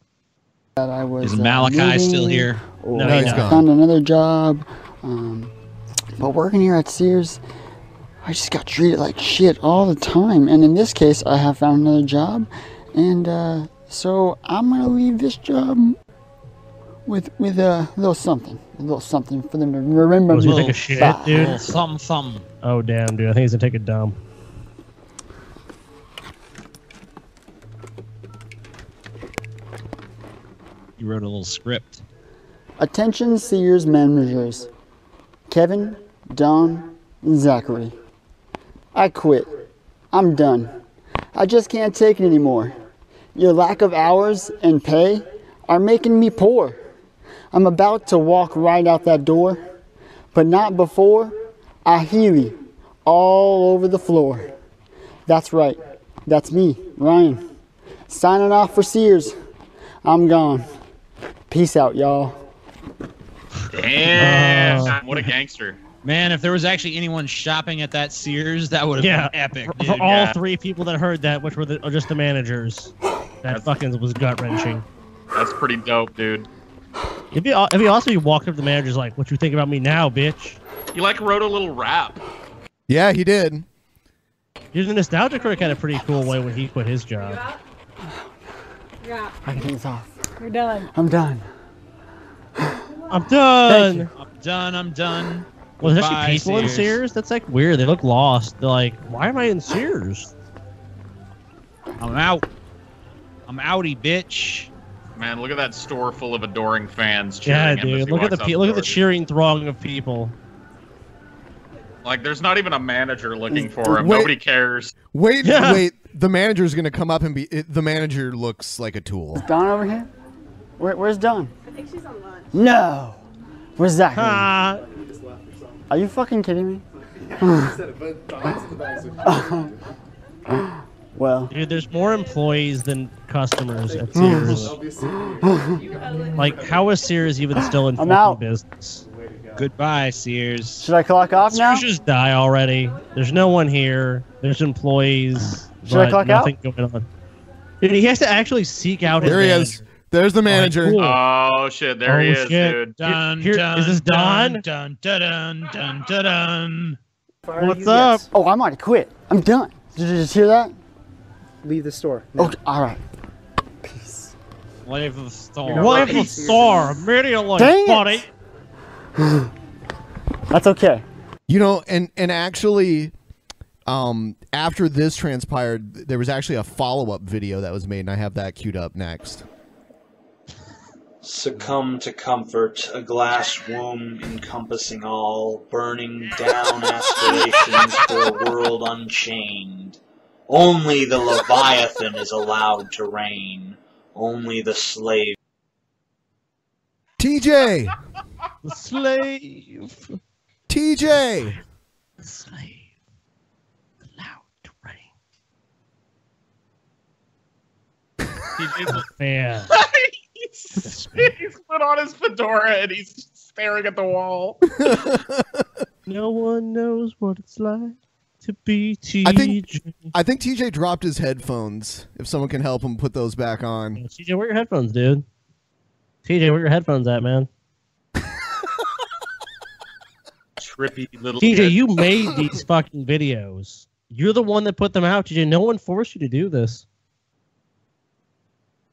S5: that I was.
S2: Is Malachi
S5: uh,
S2: still
S5: leaving
S2: here?
S5: Or
S7: No, he's
S5: I
S7: gone.
S5: found another job. Um, but working here at Sears, I just got treated like shit all the time. And in this case, I have found another job. And uh, so I'm going to leave this job with with a little something. A little something for them to remember.
S7: Was he
S5: me
S7: take a shit,
S5: by.
S7: dude?
S2: Thumb thumb.
S7: Oh damn, dude! I think he's gonna take a dump.
S2: You wrote a little script.
S5: Attention Sears managers. Kevin, Don, and Zachary. I quit. I'm done. I just can't take it anymore. Your lack of hours and pay are making me poor. I'm about to walk right out that door, but not before I hear you all over the floor. That's right. That's me, Ryan. Signing off for Sears. I'm gone. Peace out, y'all.
S8: Damn! what a gangster.
S2: Oh. Man, if there was actually anyone shopping at that Sears, that would have
S7: Yeah,
S2: been epic.
S7: For
S2: dude.
S7: all three people that heard that, which were the, or just the managers, that fucking was gut wrenching.
S8: That's pretty dope, dude.
S7: It'd be, aw- it'd be awesome if you walked up to the managers like, "What you think about me now, bitch?"
S8: You like wrote a little rap.
S1: Yeah, he did.
S7: Dude, the nostalgia critic had a pretty cool way when he quit his job.
S5: I can take this off.
S14: You're done.
S5: I'm done.
S7: I'm done.
S2: I'm done. I'm done.
S7: Was there
S2: Goodbye,
S7: actually people in Sears? That's like weird. They look lost. They're like, "Why am I in Sears?"
S2: I'm out. I'm outie, bitch.
S8: Man, look at that store full of adoring fans cheering
S7: Yeah,
S8: him as
S7: dude.
S8: he
S7: Look at
S8: walks
S7: the
S8: out
S7: pe- look at
S8: door,
S7: the cheering throng of people.
S8: dude. Like, there's not even a manager looking for him.
S1: Wait-
S8: Nobody cares.
S1: Wait,
S8: Yeah.
S1: wait. The manager's gonna come up and be. It, the manager looks like a tool.
S5: Don over here? Where, where's Don? I think she's on lunch. No! Where's Zachary? Are you fucking kidding me? well,
S7: dude, there's more employees than customers at Sears. like, how is Sears even still in
S5: I'm
S7: fucking
S5: out.
S7: business? Goodbye, Sears.
S5: Should I clock off now?
S7: Sears just die already. There's no one here. There's employees.
S5: Should I
S7: but
S5: clock out?
S7: nothing Going on. Dude, he has to actually seek out his
S1: There he is. There's the manager.
S8: Oh shit, there he
S7: Oh,
S8: is,
S7: shit.
S8: dude.
S2: Dun,
S7: Here-
S2: dun,
S7: is this Don?
S2: Dun dun dun dun dun dun. dun.
S5: What's up? Oh, I'm already quit. I'm done. Did you just hear that?
S18: Leave the store.
S5: Okay, alright.
S2: Life of Star.
S5: You're not
S7: Life
S5: working
S7: of
S5: Sears.
S7: Star, media life,
S5: Dang it.
S7: buddy.
S5: That's okay.
S1: You know, and and actually, um, after this transpired, there was actually a follow up video that was made, and I have that queued up next.
S16: Succumb to comfort, a glass womb encompassing all, burning down aspirations for a world unchained. Only the Leviathan is allowed to reign. Only the slave.
S1: TJ,
S7: The slave.
S1: TJ,
S7: The slave. Allowed to reign. Man.
S19: he's, he's put on his fedora and he's just staring at the wall.
S7: no one knows what it's like to be TJ.
S1: I think I think TJ dropped his headphones. If someone can help him put those back on.
S7: TJ, where your headphones, dude? TJ, where your headphones at, man?
S8: Trippy little
S7: TJ,
S8: kid.
S7: you made these fucking videos. You're the one that put them out, TJ. No one forced you to do this.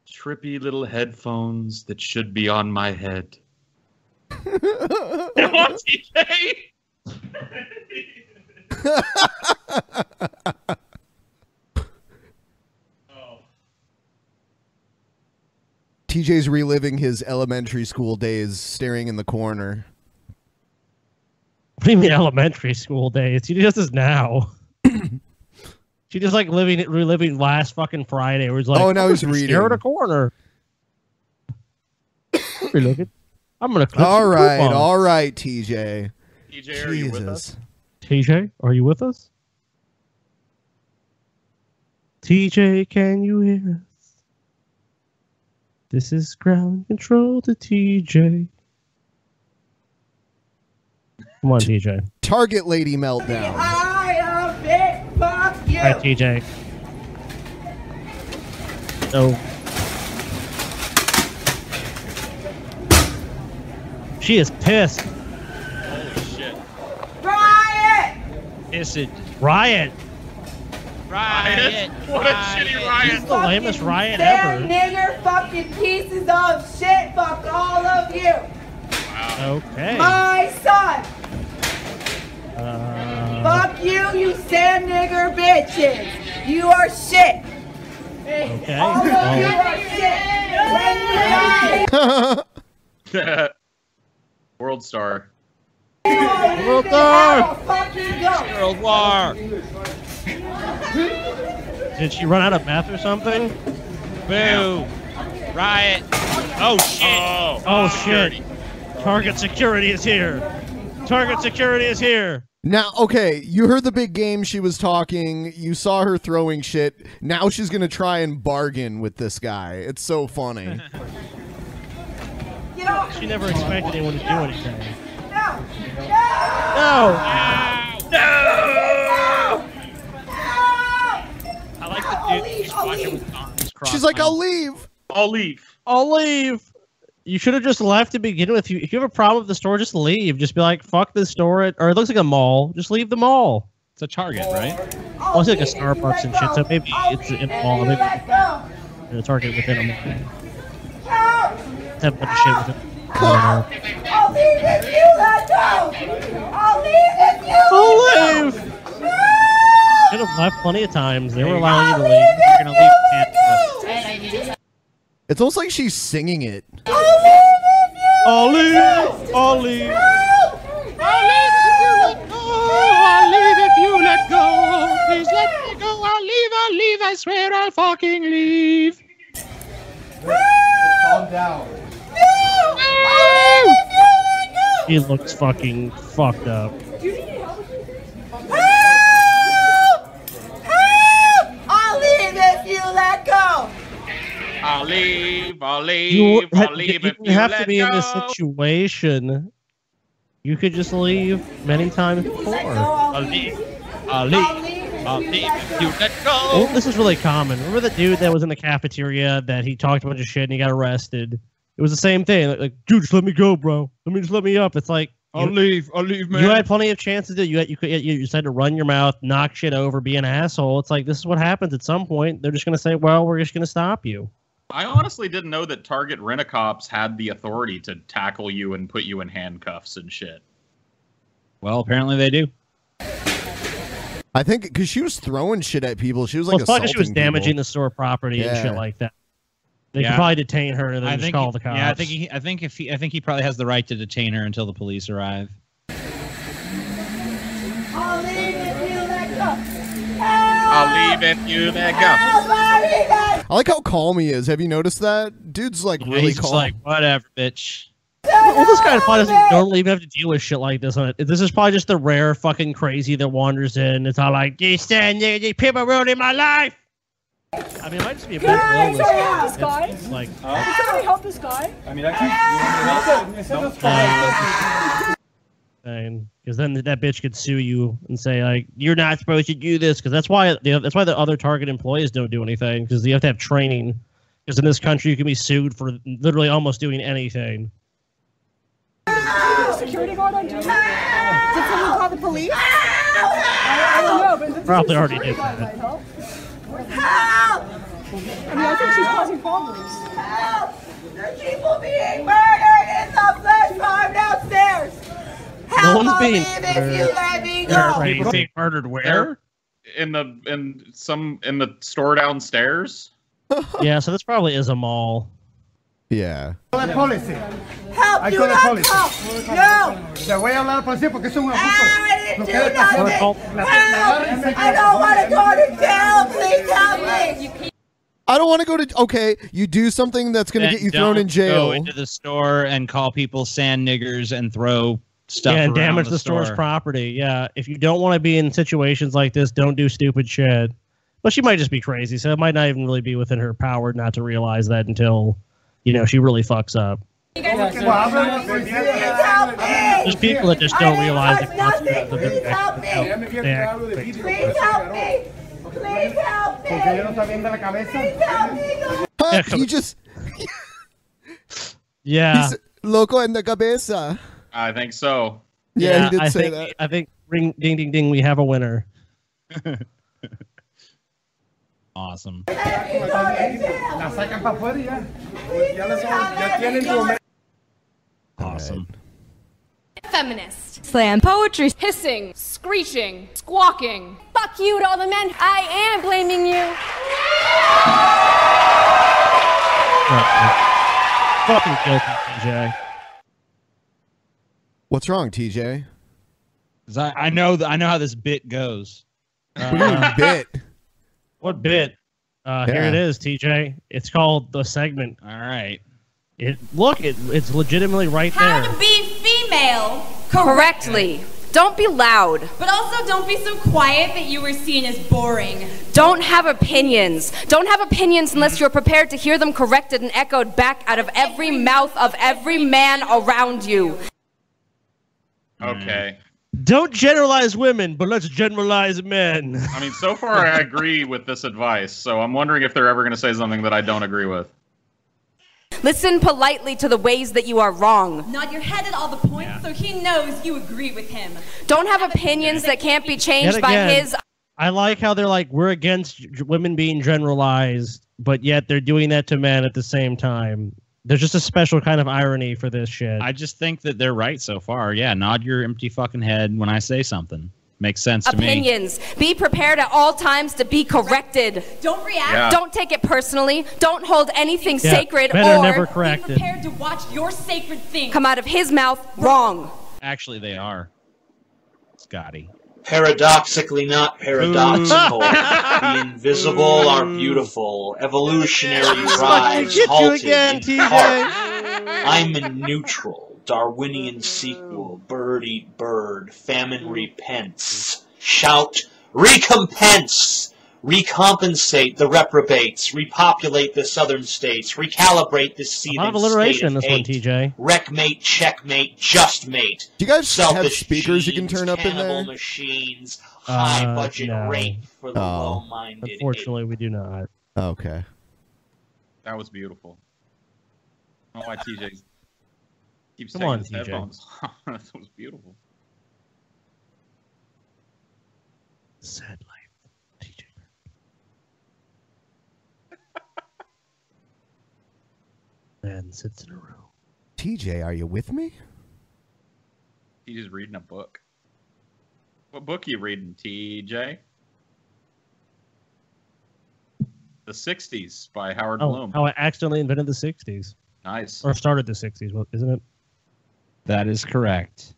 S8: trippy little headphones that should be on my head.
S19: Come on, TJ.
S1: TJ's reliving his elementary school days, staring in the corner.
S7: What do you mean elementary school days? She does this now. she just like living it, reliving last fucking Friday. Where it's like,
S1: Oh, now
S7: I'm
S1: he's
S7: just gonna Stare at a
S1: reading.
S7: corner. Hey, look at- I'm gonna. clip
S1: All
S7: some
S1: right,
S7: coupons.
S1: all right, TJ.
S8: TJ, are you with us?
S7: TJ, are you with us? TJ, can you hear us? This is ground control to TJ. Come on, TJ.
S1: Target lady meltdown.
S3: I am big fuck you.
S7: All right, TJ. So she is pissed.
S3: Riot!
S2: Pissed.
S7: Riot.
S3: Riot! What a shitty riot!
S7: This is the lamest riot
S3: Damn
S7: ever.
S3: nigger fucking pieces of shit! Fuck all of you!
S7: Okay.
S3: My son! Fuck you, you Sam nigger bitches! You are shit!
S7: Okay.
S3: All of
S7: Oh.
S3: you are shit! When you die,
S8: World Star.
S3: you are
S2: World
S3: leaving
S2: War.
S3: out of fucking go!
S2: World War.
S7: Did she run out of meth or something?
S2: Boo. Riot. Oh shit.
S7: Oh, shit. Target security is here. Target security is here.
S1: Now, okay, you heard the big game she was talking, you saw her throwing shit. Now she's going to try and bargain with this guy. It's so funny.
S7: She never expected anyone to do anything.
S3: No! No!
S2: I like the dude who's watching with arms crossed.
S1: She's like, I'll leave.
S8: I'll leave.
S7: I'll leave. You should have just left to begin with. You- If you have a problem with the store, just leave. Just be like, fuck this store. It, or it looks like a mall. Just leave the mall.
S2: It's a Target, right?
S7: Oh, it's like a Starbucks and shit. So maybe it's in a mall. Maybe
S3: Let go!
S7: it's a Target within a mall.
S3: Help!
S7: Have a bunch of shit within I don't know.
S3: I'll leave if you let go! I'll leave if you
S7: I'll
S3: let go!
S7: leave. Should have left plenty of times. They were allowing you to
S3: I'll
S7: leave.
S3: leave
S7: You're gonna leave.
S1: It's almost like she's singing it.
S7: I'll leave. I'll leave.
S3: I'll leave if you let go! I'll leave if you let go!
S2: Please let me go. I'll leave. I'll leave. I swear I'll fucking leave.
S3: Calm down. No! I'll leave if you let go!
S7: He looks fucking fucked up.
S3: Do you need help? Help! Help! I'll leave if you let go!
S8: I'll leave. I'll leave.
S7: You,
S8: I'll leave
S7: you
S8: if you
S7: have
S8: let
S7: to be in this
S8: go.
S7: situation. You could just leave many times before.
S3: I'll leave.
S2: I'll
S3: I'll
S2: leave.
S3: leave
S2: I'll
S3: if
S2: leave.
S3: you let
S2: You
S3: go!
S2: let go.
S7: Well, Oh, this is really common. Remember the dude that was in the cafeteria that he talked a bunch of shit and he got arrested? It was the same thing. Like, like, dude, just let me go, bro. Let me just let me up. It's like
S23: I'll
S7: you,
S23: leave. I'll leave, man.
S7: you had plenty of chances that you had, you could you decided to run your mouth, knock shit over, be an asshole. It's like this is what happens at some point. They're just gonna say, well, we're just gonna stop you.
S8: I honestly didn't know that Target Rent-A-Cops had the authority to tackle you and put you in handcuffs and shit.
S2: Well, apparently they do.
S1: I think because she was throwing shit at people. She was like,
S7: well, fuck if she was
S1: assaulting
S7: damaging
S1: people.
S7: the store property and
S1: Yeah.
S7: shit like that. They
S2: Yeah.
S7: could probably detain her and then
S2: I
S7: just
S2: think
S7: call
S2: he-
S7: the cops.
S2: Yeah, I think he, I think if he, I think he probably has the right to detain her until the police arrive.
S3: I'll leave if you let go!
S8: I'll leave if you let go.
S3: Help! I'll leave
S1: I like how calm he is. Have you noticed that? Dude's like really
S2: he's just
S1: calm.
S2: like, whatever, bitch.
S7: Well, this guy probably doesn't normally even have to deal with shit like this. On it, this is probably just the rare fucking crazy that wanders in. It's all like, "You stand there, you people ruining my life." I mean, it might just be a
S3: Can I
S7: mental
S3: try out
S7: illness.
S3: this guy?
S7: It's Like,
S3: Can somebody help this guy?
S6: I mean, I can. You want me to help? Nope.
S7: because then that bitch could sue you and say like, "You're not supposed to do this," because that's why the that's why the other target employees don't do anything because you have to have training. Because in this country, you can be sued for literally almost doing anything.
S3: Is there a security guard on duty? Did someone call the police? I I don't know, but this is
S7: Probably
S3: a
S7: already did
S3: security guard
S7: that.
S3: might help. Help! I mean, I think she's causing problems. Help! There's people being murdered in the flesh farm downstairs.
S7: no one's being.
S3: you let me
S7: There
S3: go.
S7: are people
S8: People-
S7: being murdered where?
S8: in the in some in the store downstairs.
S7: yeah, so this probably is a mall.
S1: Yeah.
S6: Call the policy.
S3: Help
S6: I
S3: you
S6: call the
S3: not
S6: policy.
S3: help. No.
S6: Le voy a hablar al policía porque es un abuso.
S3: I
S6: Lo
S3: didn't
S6: que
S3: do
S6: debe hacer-
S3: nothing. Help!
S6: La- la-
S3: I don't want to go to jail. Please help me.
S1: I don't want to go to. Okay, you do something that's going to
S7: Eh,
S2: Then
S1: get you thrown
S2: don't
S1: in jail.
S2: Go into the store and call people sand niggers and throw stuff.
S7: yeah, and
S2: around
S7: damage the, store's
S2: store.
S7: property. Yeah, if you don't want to be in situations like this, don't do stupid shit. But she might just be crazy, so it might not even really be within her power not to realize that until, you know, she really fucks up.
S6: Bueno, habla al policía.
S7: There's people that just don't realize the consequences of
S6: Please
S7: their
S6: help
S7: actions.
S6: me. Ella me vio que
S7: Yeah.
S6: hablo de vidrio.
S3: Please help me. Please help me.
S6: Porque ella no está viendo la cabeza.
S1: Huh, you just.
S7: Yeah,
S1: Loco en la cabeza.
S8: I think so.
S1: Yeah, he did
S7: I
S1: say
S7: think,
S1: that.
S7: I think ring ding ding ding, we have a winner.
S2: Awesome.
S6: La sacan para afuera y ya. Pues ya, la son- ya tienen su momento.
S2: Awesome.
S24: Feminist. Slam poetry. Hissing. Screeching. Squawking. Fuck you to all the men. I am blaming you.
S7: Fucking guilty, TJ.
S1: What's wrong, TJ?
S2: 'Cause I, I know that I know how this bit goes. Uh,
S1: do you mean bit?
S7: What bit? Uh, Here
S2: Yeah.
S7: it is, TJ. It's called the segment.
S2: All right.
S7: It look, it, it's legitimately right
S19: How
S7: there.
S19: to be female
S24: Correctly. Don't be loud.
S19: But also don't be so quiet that you were seen as boring.
S24: Don't have opinions. Don't have opinions unless you're prepared to hear them corrected and echoed back out of every mouth of every man around you.
S8: Okay.
S7: Don't generalize women, but let's generalize men.
S8: I mean, so far I agree with this advice. So I'm wondering if they're ever going to say something that I don't agree with.
S24: Listen politely to the ways that you are wrong.
S19: Nod your head at all the points so he knows you agree with him.
S24: Don't have opinions that can't be
S7: Yet
S24: changed by
S7: again,
S24: his
S7: I like how they're like we're against g- women being generalized, but yet they're doing that to men at the same time. There's just a special kind of irony for this shit.
S2: I just think that they're right so far. Yeah, nod your empty fucking head when I say something. Makes sense to me.
S24: opinions. Be prepared at all times to be corrected.
S19: Don't react.
S2: Yeah.
S24: Don't take it personally. Don't hold anything
S2: Yeah,
S24: sacred
S2: men are
S24: or
S2: never corrected.
S19: Prepared to watch your sacred thing.
S24: come out of his mouth wrong.
S2: Actually, they are. Scotty.
S16: Paradoxically not paradoxical. the invisible are beautiful. Evolutionary drives
S3: get you
S16: halted
S3: again,
S16: in
S3: TJ.
S16: part. I'm in neutral. Darwinian sequel. Bird eat bird. Famine repents. Shout recompense. Recompensate the reprobates. Repopulate the southern states. Recalibrate the
S7: a lot
S16: seething
S7: of alliteration in
S16: state of
S7: this one,
S16: hate.
S7: TJ.
S16: Wreckmate, checkmate, just mate.
S1: Do you guys have
S16: Selfish
S1: speakers you can
S16: genes,
S1: turn up in
S16: cannibal
S1: there?
S16: machines, high
S7: Uh,
S16: budget
S7: no.
S16: rape for the
S1: Oh.
S16: low-minded.
S7: Unfortunately, we do not.
S1: Okay.
S8: That was beautiful. I don't know why TJ keeps
S7: Come
S8: taking
S7: on,
S8: his
S7: TJ.
S8: headphones off. that was beautiful.
S7: Sad life. Man sits in a room.
S1: TJ, are you with me?
S8: He's just reading a book. What book you reading, TJ? The 60s by Howard
S7: Oh,
S8: Bloom.
S7: how I accidentally invented the '60s
S8: nice.
S7: or started the '60s, wa- isn't it?
S2: That is correct.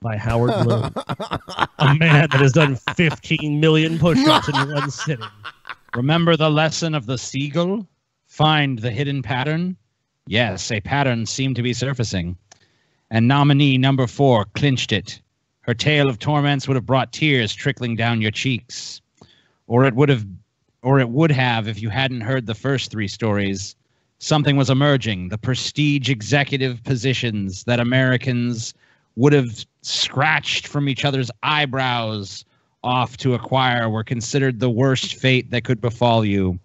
S7: By Howard Bloom, a man that has done 15 million push-ups in one sitting.
S2: Remember the lesson of the seagull? Find the hidden pattern? Yes, a pattern seemed to be surfacing. And nominee number four clinched it. Her tale of torments would have brought tears trickling down your cheeks. Or it would have or it would have if you hadn't heard the first three stories, something was emerging the prestige executive positions that Americans would have scratched from each other's eyebrows off to acquire were considered the worst fate that could befall you.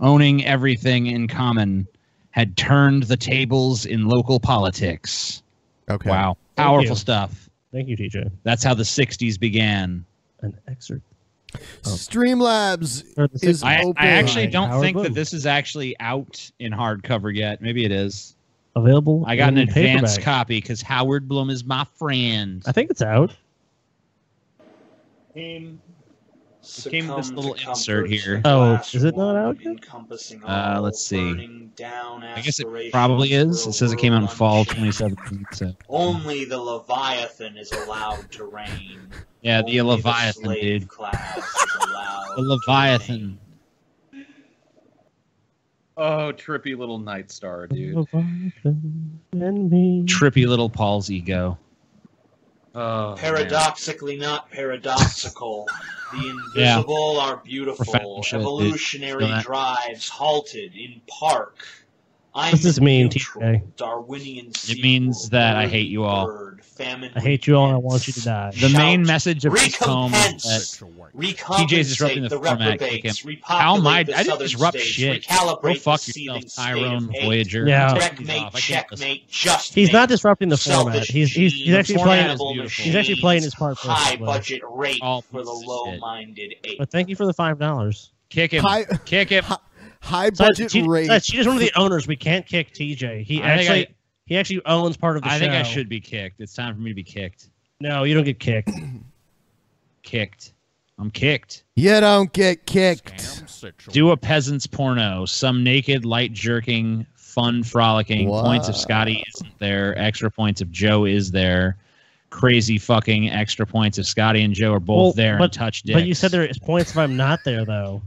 S2: Owning everything in common had turned the tables in local politics.
S1: Okay.
S2: Wow.
S7: Thank
S2: Powerful
S7: you.
S2: stuff.
S7: Thank you, TJ.
S2: That's how the 60s began.
S7: An excerpt. Oh.
S1: Streamlabs
S2: Uh,
S7: the
S1: is
S2: I,
S1: open.
S2: I actually don't
S7: Howard
S2: think
S7: Bloom.
S2: that this is actually out in hardcover yet. Maybe it is.
S7: Available.
S2: I got an
S7: in
S2: advance
S7: paperback.
S2: copy because Howard Bloom is my friend.
S7: I think it's out.
S2: Came with this little insert here.
S7: Oh, is it not out?
S16: Encompassing
S2: Uh, let's see.
S16: down
S2: I guess it
S16: aspirations
S2: probably is.
S16: for
S2: It
S16: a
S2: says it came out in
S16: world
S2: fall 2017. So.
S16: Only the Leviathan is allowed to reign.
S2: Yeah, the
S16: Only
S2: Leviathan,
S16: slave
S2: dude.
S16: Class is allowed.
S2: The Leviathan.
S8: Oh, trippy little night star, dude.
S7: And me.
S2: Trippy little Paul's ego.
S8: Oh,
S16: Paradoxically not paradoxical. the
S2: Yeah.
S16: invisible are beautiful.
S2: Profound shit, dude.
S16: Evolutionary
S2: Feel that.
S16: drives halted in park.
S7: What
S16: I'm
S7: does this mean, TJ?
S16: Darwinian
S2: It means that I hate you all.
S16: famine.
S7: I hate you all. and I want you to die.
S2: The main message of this poem is
S16: Recompense.
S2: that
S16: Recompensate
S2: TJ's disrupting the,
S16: the
S2: format. Kick
S16: reprobates,
S2: him.
S16: repopulate
S2: How am I? I
S16: the
S2: didn't
S16: southern
S2: disrupt
S16: states,
S2: shit.
S16: recalibrate
S2: Go
S16: the
S2: fuck
S16: seething
S2: yourself,
S16: state
S2: Tyrone
S16: of hate.
S2: Voyager.
S7: Yeah.
S2: Take these
S16: Checkmate,
S2: off. I can't listen.
S16: checkmate, just
S7: He's not disrupting the format.
S16: Selfish
S7: He's he's, he's
S16: The
S7: actually
S16: format
S7: playing.
S16: is beautiful.
S7: He's actually playing his part.
S16: high
S7: perfectly.
S16: budget rate for the low minded ape.
S7: But thank you for the five dollars.
S2: Kick him.
S1: Hi-
S2: Kick him.
S1: High
S7: Besides,
S1: budget
S7: she-
S1: rate.
S7: besides, She is one of the owners. We can't kick TJ. He
S2: I think I-
S7: actually he actually owns part of the
S2: I
S7: show.
S2: think I should be kicked. It's time for me to be kicked.
S7: No, you don't get kicked.
S2: Kicked. I'm kicked.
S1: You don't get kicked.
S2: Do a peasant's porno. Some naked, light jerking, fun frolicking. Points of Scotty isn't there. Extra points of Joe is there. Crazy fucking extra points of Scotty and Joe are both
S7: Well,
S2: there
S7: but-
S2: and touch dicks.
S7: But you said there is points if I'm not there though.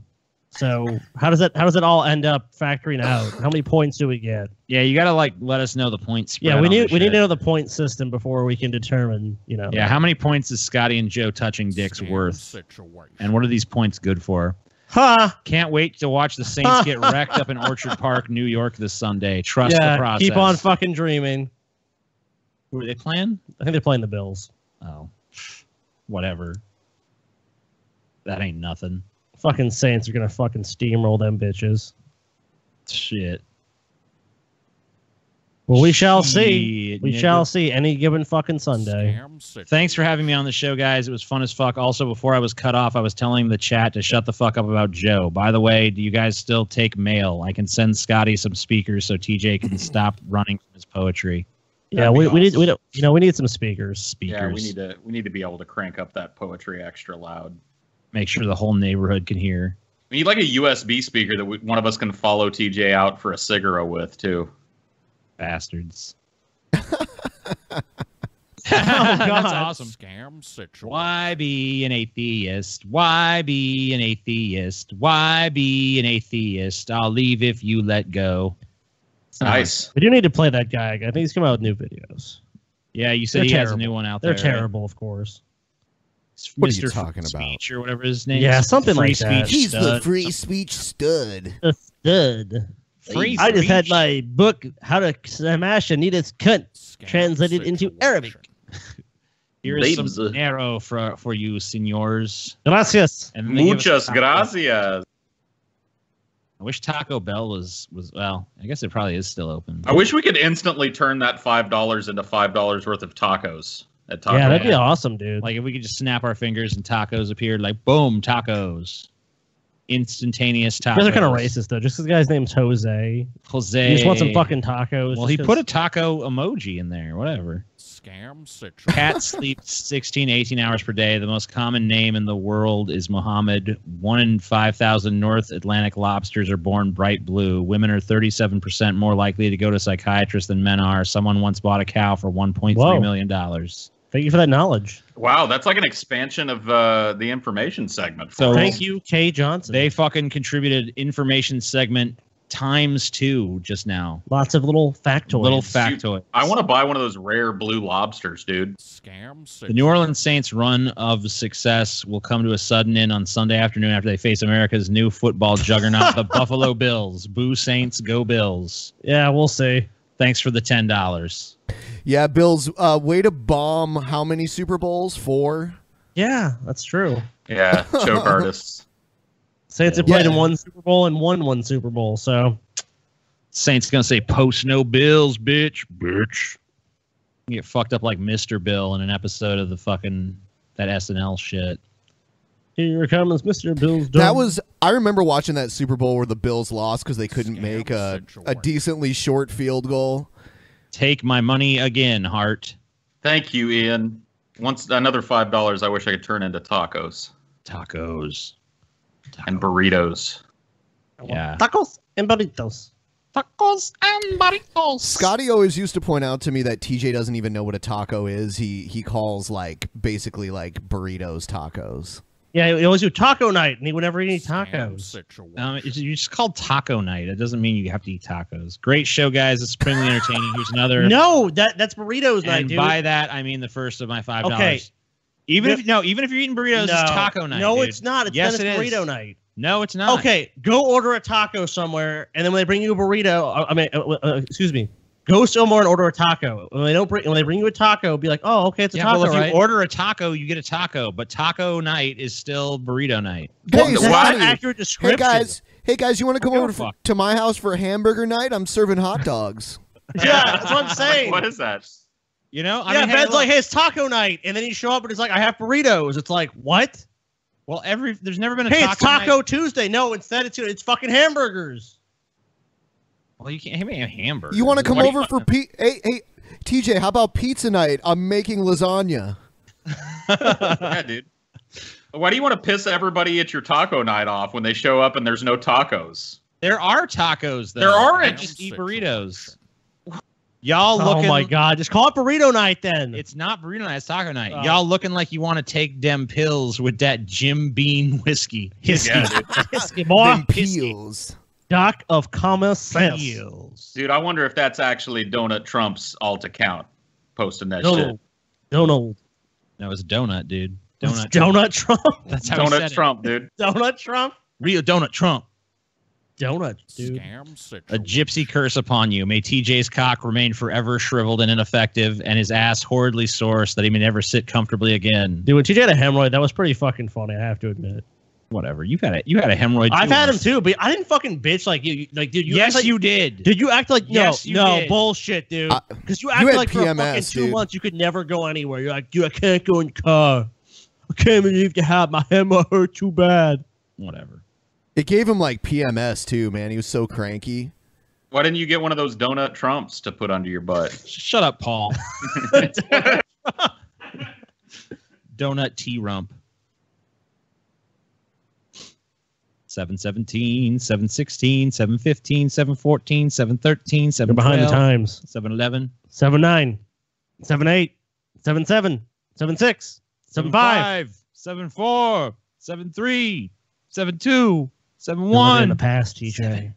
S7: So how does that how does it all end up factoring out? How many points do we get?
S2: yeah, you gotta like let us know the point spread.
S7: Yeah, we
S2: on
S7: need
S2: this
S7: we need
S2: shit.
S7: to know the point system before we can determine. You know.
S2: Yeah, how many points is Scotty and Joe touching dicks worth? And what are these points good for?
S7: Ha!
S2: Can't wait to watch the Saints get wrecked up in Orchard Park, New York this Sunday. Trust the
S7: Yeah.
S2: process.
S7: Keep on fucking dreaming.
S2: Who are they playing?
S7: I think they're playing the Bills.
S2: Oh, whatever. That ain't nothing.
S7: Fucking Saints are gonna fucking steamroll them bitches.
S2: Shit.
S7: Well, we shall see.
S2: Shit,
S7: We
S2: nigga.
S7: shall see any given fucking Sunday.
S2: Thanks for having me on the show, guys. It was fun as fuck. Also, before I was cut off, I was telling the chat to shut the fuck up about Joe. By the way, do you guys still take mail? I can send Scotty some speakers so TJ can stop running from his poetry.
S7: Yeah, we, we need we don't you know we need some speakers. Speakers.
S8: Yeah, we need to we need to be able to crank up that poetry extra loud.
S2: Make sure the whole neighborhood can hear.
S8: We need like a USB speaker that we, one of us can follow TJ out for a cigarette with too.
S2: Bastards.
S11: God.
S7: Oh,
S2: That's awesome.
S23: Scam situation.
S2: Why be an atheist? Why be an atheist? Why be an atheist? I'll leave if you let go.
S8: Nice.
S7: We do need to play that guy. I think he's coming out with new videos.
S2: Yeah, you said
S7: They're
S2: he has a
S7: terrible.
S2: new one out
S7: They're
S2: there. right?
S7: terrible, of course.
S1: What are you
S2: Mr.
S1: talking
S2: Free
S1: about?
S2: Speech or whatever his name
S7: Yeah,
S2: is.
S7: something
S2: Free
S7: like that.
S2: Speech
S1: He's the
S2: stud.
S1: free speech stud.
S7: A stud.
S2: Free
S7: I just had
S2: speech.
S7: my book, How to Smash Anita's Cunt, translated into Arabic.
S2: Here is some dinero for, for you, senors.
S7: Gracias.
S2: And then they give us
S8: Muchas
S2: taco.
S8: gracias.
S2: I wish Taco Bell was, was, well, I guess it probably is still open.
S8: I wish we could instantly turn that five dollars into five dollars worth of tacos at Taco
S7: yeah, that'd be
S8: Bell.
S7: awesome, dude.
S2: Like if we could just snap our fingers and tacos appeared, like boom, tacos, instantaneous
S7: you
S2: tacos.
S7: guys are kind of racist, though, just 'cause the guy's name's Jose.
S2: Jose.
S7: You just want some fucking tacos.
S2: Well, he put a taco emoji in there. Whatever.
S23: Scam situation.
S2: Cat sleeps 16, 18 hours per day. The most common name in the world is Mohammed. One in 5,000 North Atlantic lobsters are born bright blue. Women are 37% more likely to go to psychiatrists than men are. Someone once bought a cow for
S7: Whoa.
S2: $1.3 million. dollars.
S7: Thank you for that knowledge.
S8: Wow, that's like an expansion of uh, the information segment. for
S2: So
S8: us.
S7: Thank you, Kay Johnson.
S2: They fucking contributed information segment times two just now.
S7: Lots of little factoids.
S2: Little factoids.
S8: I want to buy one of those rare blue lobsters, dude.
S23: Scam
S2: The New Orleans Saints' run of success will come to a sudden end on Sunday afternoon after they face America's new football juggernaut, the Buffalo Bills. Boo Saints, go Bills.
S7: Yeah, we'll see.
S2: Thanks for the ten dollars.
S1: Yeah, Bills, uh, way to bomb how many Super Bowls? Four?
S7: Yeah, that's true.
S8: Yeah, choke artists.
S7: Saints have played in one Super Bowl and won one Super Bowl. So
S2: Saints gonna say post no bills, bitch, bitch. You get fucked up like Mr. Bill in an episode of the fucking that SNL shit.
S7: here comes Mr. Bills.
S1: That was I remember watching that Super Bowl where the Bills lost because they couldn't make a, a decently short field goal.
S2: Take my money again, Hart.
S8: Thank you, Ian. Once another five dollars, I wish I could turn into tacos.
S2: Tacos.
S8: and burritos.
S2: Yeah.
S7: tacos and burritos.
S11: Tacos and burritos.
S1: Scotty always used to point out to me that TJ doesn't even know what a taco is. He he calls like basically like burritos tacos.
S7: Yeah, he always do taco night, and he would never eat any tacos.
S2: Um, it's, you just called taco night. It doesn't mean you have to eat tacos. Great show, guys. It's supremely entertaining. Here's another.
S7: No, that that's burritos night,
S2: and
S7: dude.
S2: by that I mean the first of my five dollars.
S7: Okay.
S2: Even
S7: Yep.
S2: if no, even if you're eating burritos,
S7: No.
S2: it's taco night.
S7: No,
S2: dude.
S7: it's not. It's
S2: yes,
S7: Dennis
S2: it is.
S7: burrito night.
S2: No, it's not.
S7: Okay, go order a taco somewhere, and then when they bring you a burrito, I- I mean, uh, uh, excuse me, go somewhere and order a taco. When they don't bring, when they bring you a taco, be like, oh, okay, it's a
S2: Yeah,
S7: taco,
S2: well, if
S7: right?
S2: you order a taco, you get a taco, but taco night is still burrito night.
S1: Hey,
S2: That's
S1: Scotty.
S2: not accurate
S1: Hey
S2: description.
S1: guys, hey guys, you want to come over to,
S2: fuck.
S1: to my house for a hamburger night? I'm serving hot dogs.
S7: yeah, that's what I'm saying.
S8: What is that?
S2: You know, I
S7: yeah,
S2: mean, hey,
S7: Ben's
S2: look.
S7: like, hey, it's taco night, and then you show up and he's like, I have burritos. It's like, what?
S2: Well, every there's never been a
S7: hey,
S2: taco.
S7: it's Taco
S2: night-
S7: Tuesday. No, instead it's it's fucking hamburgers.
S2: Well, you can't have me a hamburger.
S1: You want to come
S2: What do you-
S1: over for pe- hey hey TJ? How about pizza night? I'm making lasagna.
S8: yeah, dude. Why do you want to piss everybody at your taco night off when they show up and there's no tacos?
S2: There are tacos. Though.
S8: There are
S2: I
S8: it.
S2: just eat burritos. Y'all
S7: Oh
S2: looking.
S7: my god, just call it burrito night then.
S2: It's not burrito night. It's taco night.
S7: Oh.
S2: Y'all looking like you want to take them pills with that Jim Bean whiskey.
S8: Yeah,
S2: Hisky.
S8: dude.
S7: Hisky, boy.
S1: Them peels.
S7: Doc of common sense.
S8: Dude, I wonder if that's actually Donut Trump's alt account posting that
S7: Donald.
S8: shit.
S7: Donald.
S2: That was donut, dude.
S7: Donut.
S2: Donut.
S7: Donut Trump.
S2: That's how he said
S8: Donut
S2: it.
S8: Trump, dude.
S7: Donut Trump.
S2: Real donut Trump.
S7: Donut, dude.
S23: Scam six.
S2: A gypsy curse upon you. May TJ's cock remain forever shriveled and ineffective, and his ass horridly sore so that he may never sit comfortably again.
S7: Dude, when TJ had a hemorrhoid, that was pretty fucking funny. I have to admit.
S2: Whatever. You had a you had a hemorrhoid.
S7: I've
S2: too,
S7: had him
S2: once.
S7: too, but I didn't fucking bitch like you. you like, dude, you act
S2: yes,
S7: like,
S2: you did.
S7: Did you act like no,
S2: Yes, you
S7: no
S2: did.
S7: bullshit, dude?
S1: I-
S7: Because you
S1: you
S7: acted
S1: had
S7: like for a fucking
S1: PMS,
S7: two
S1: dude.
S7: months you could never go anywhere. You're like, dude, I can't go in the car. I can't believe to have my hemorrhoid hurt too bad.
S2: Whatever.
S1: It gave him like PMS too, man. He was so cranky.
S8: Why didn't you get one of those Donut Trumps to put under your butt?
S2: Shut up, Paul. donut T rump. 717, 716, 715, 714, 713,
S7: You're
S2: 712,
S7: behind the times.
S2: 711,
S7: Seven nine, seven eight, seven seven, seven six, seven five.
S2: 75, 74, 73, 72,
S7: You're living in
S2: 71.
S7: the past, TJ.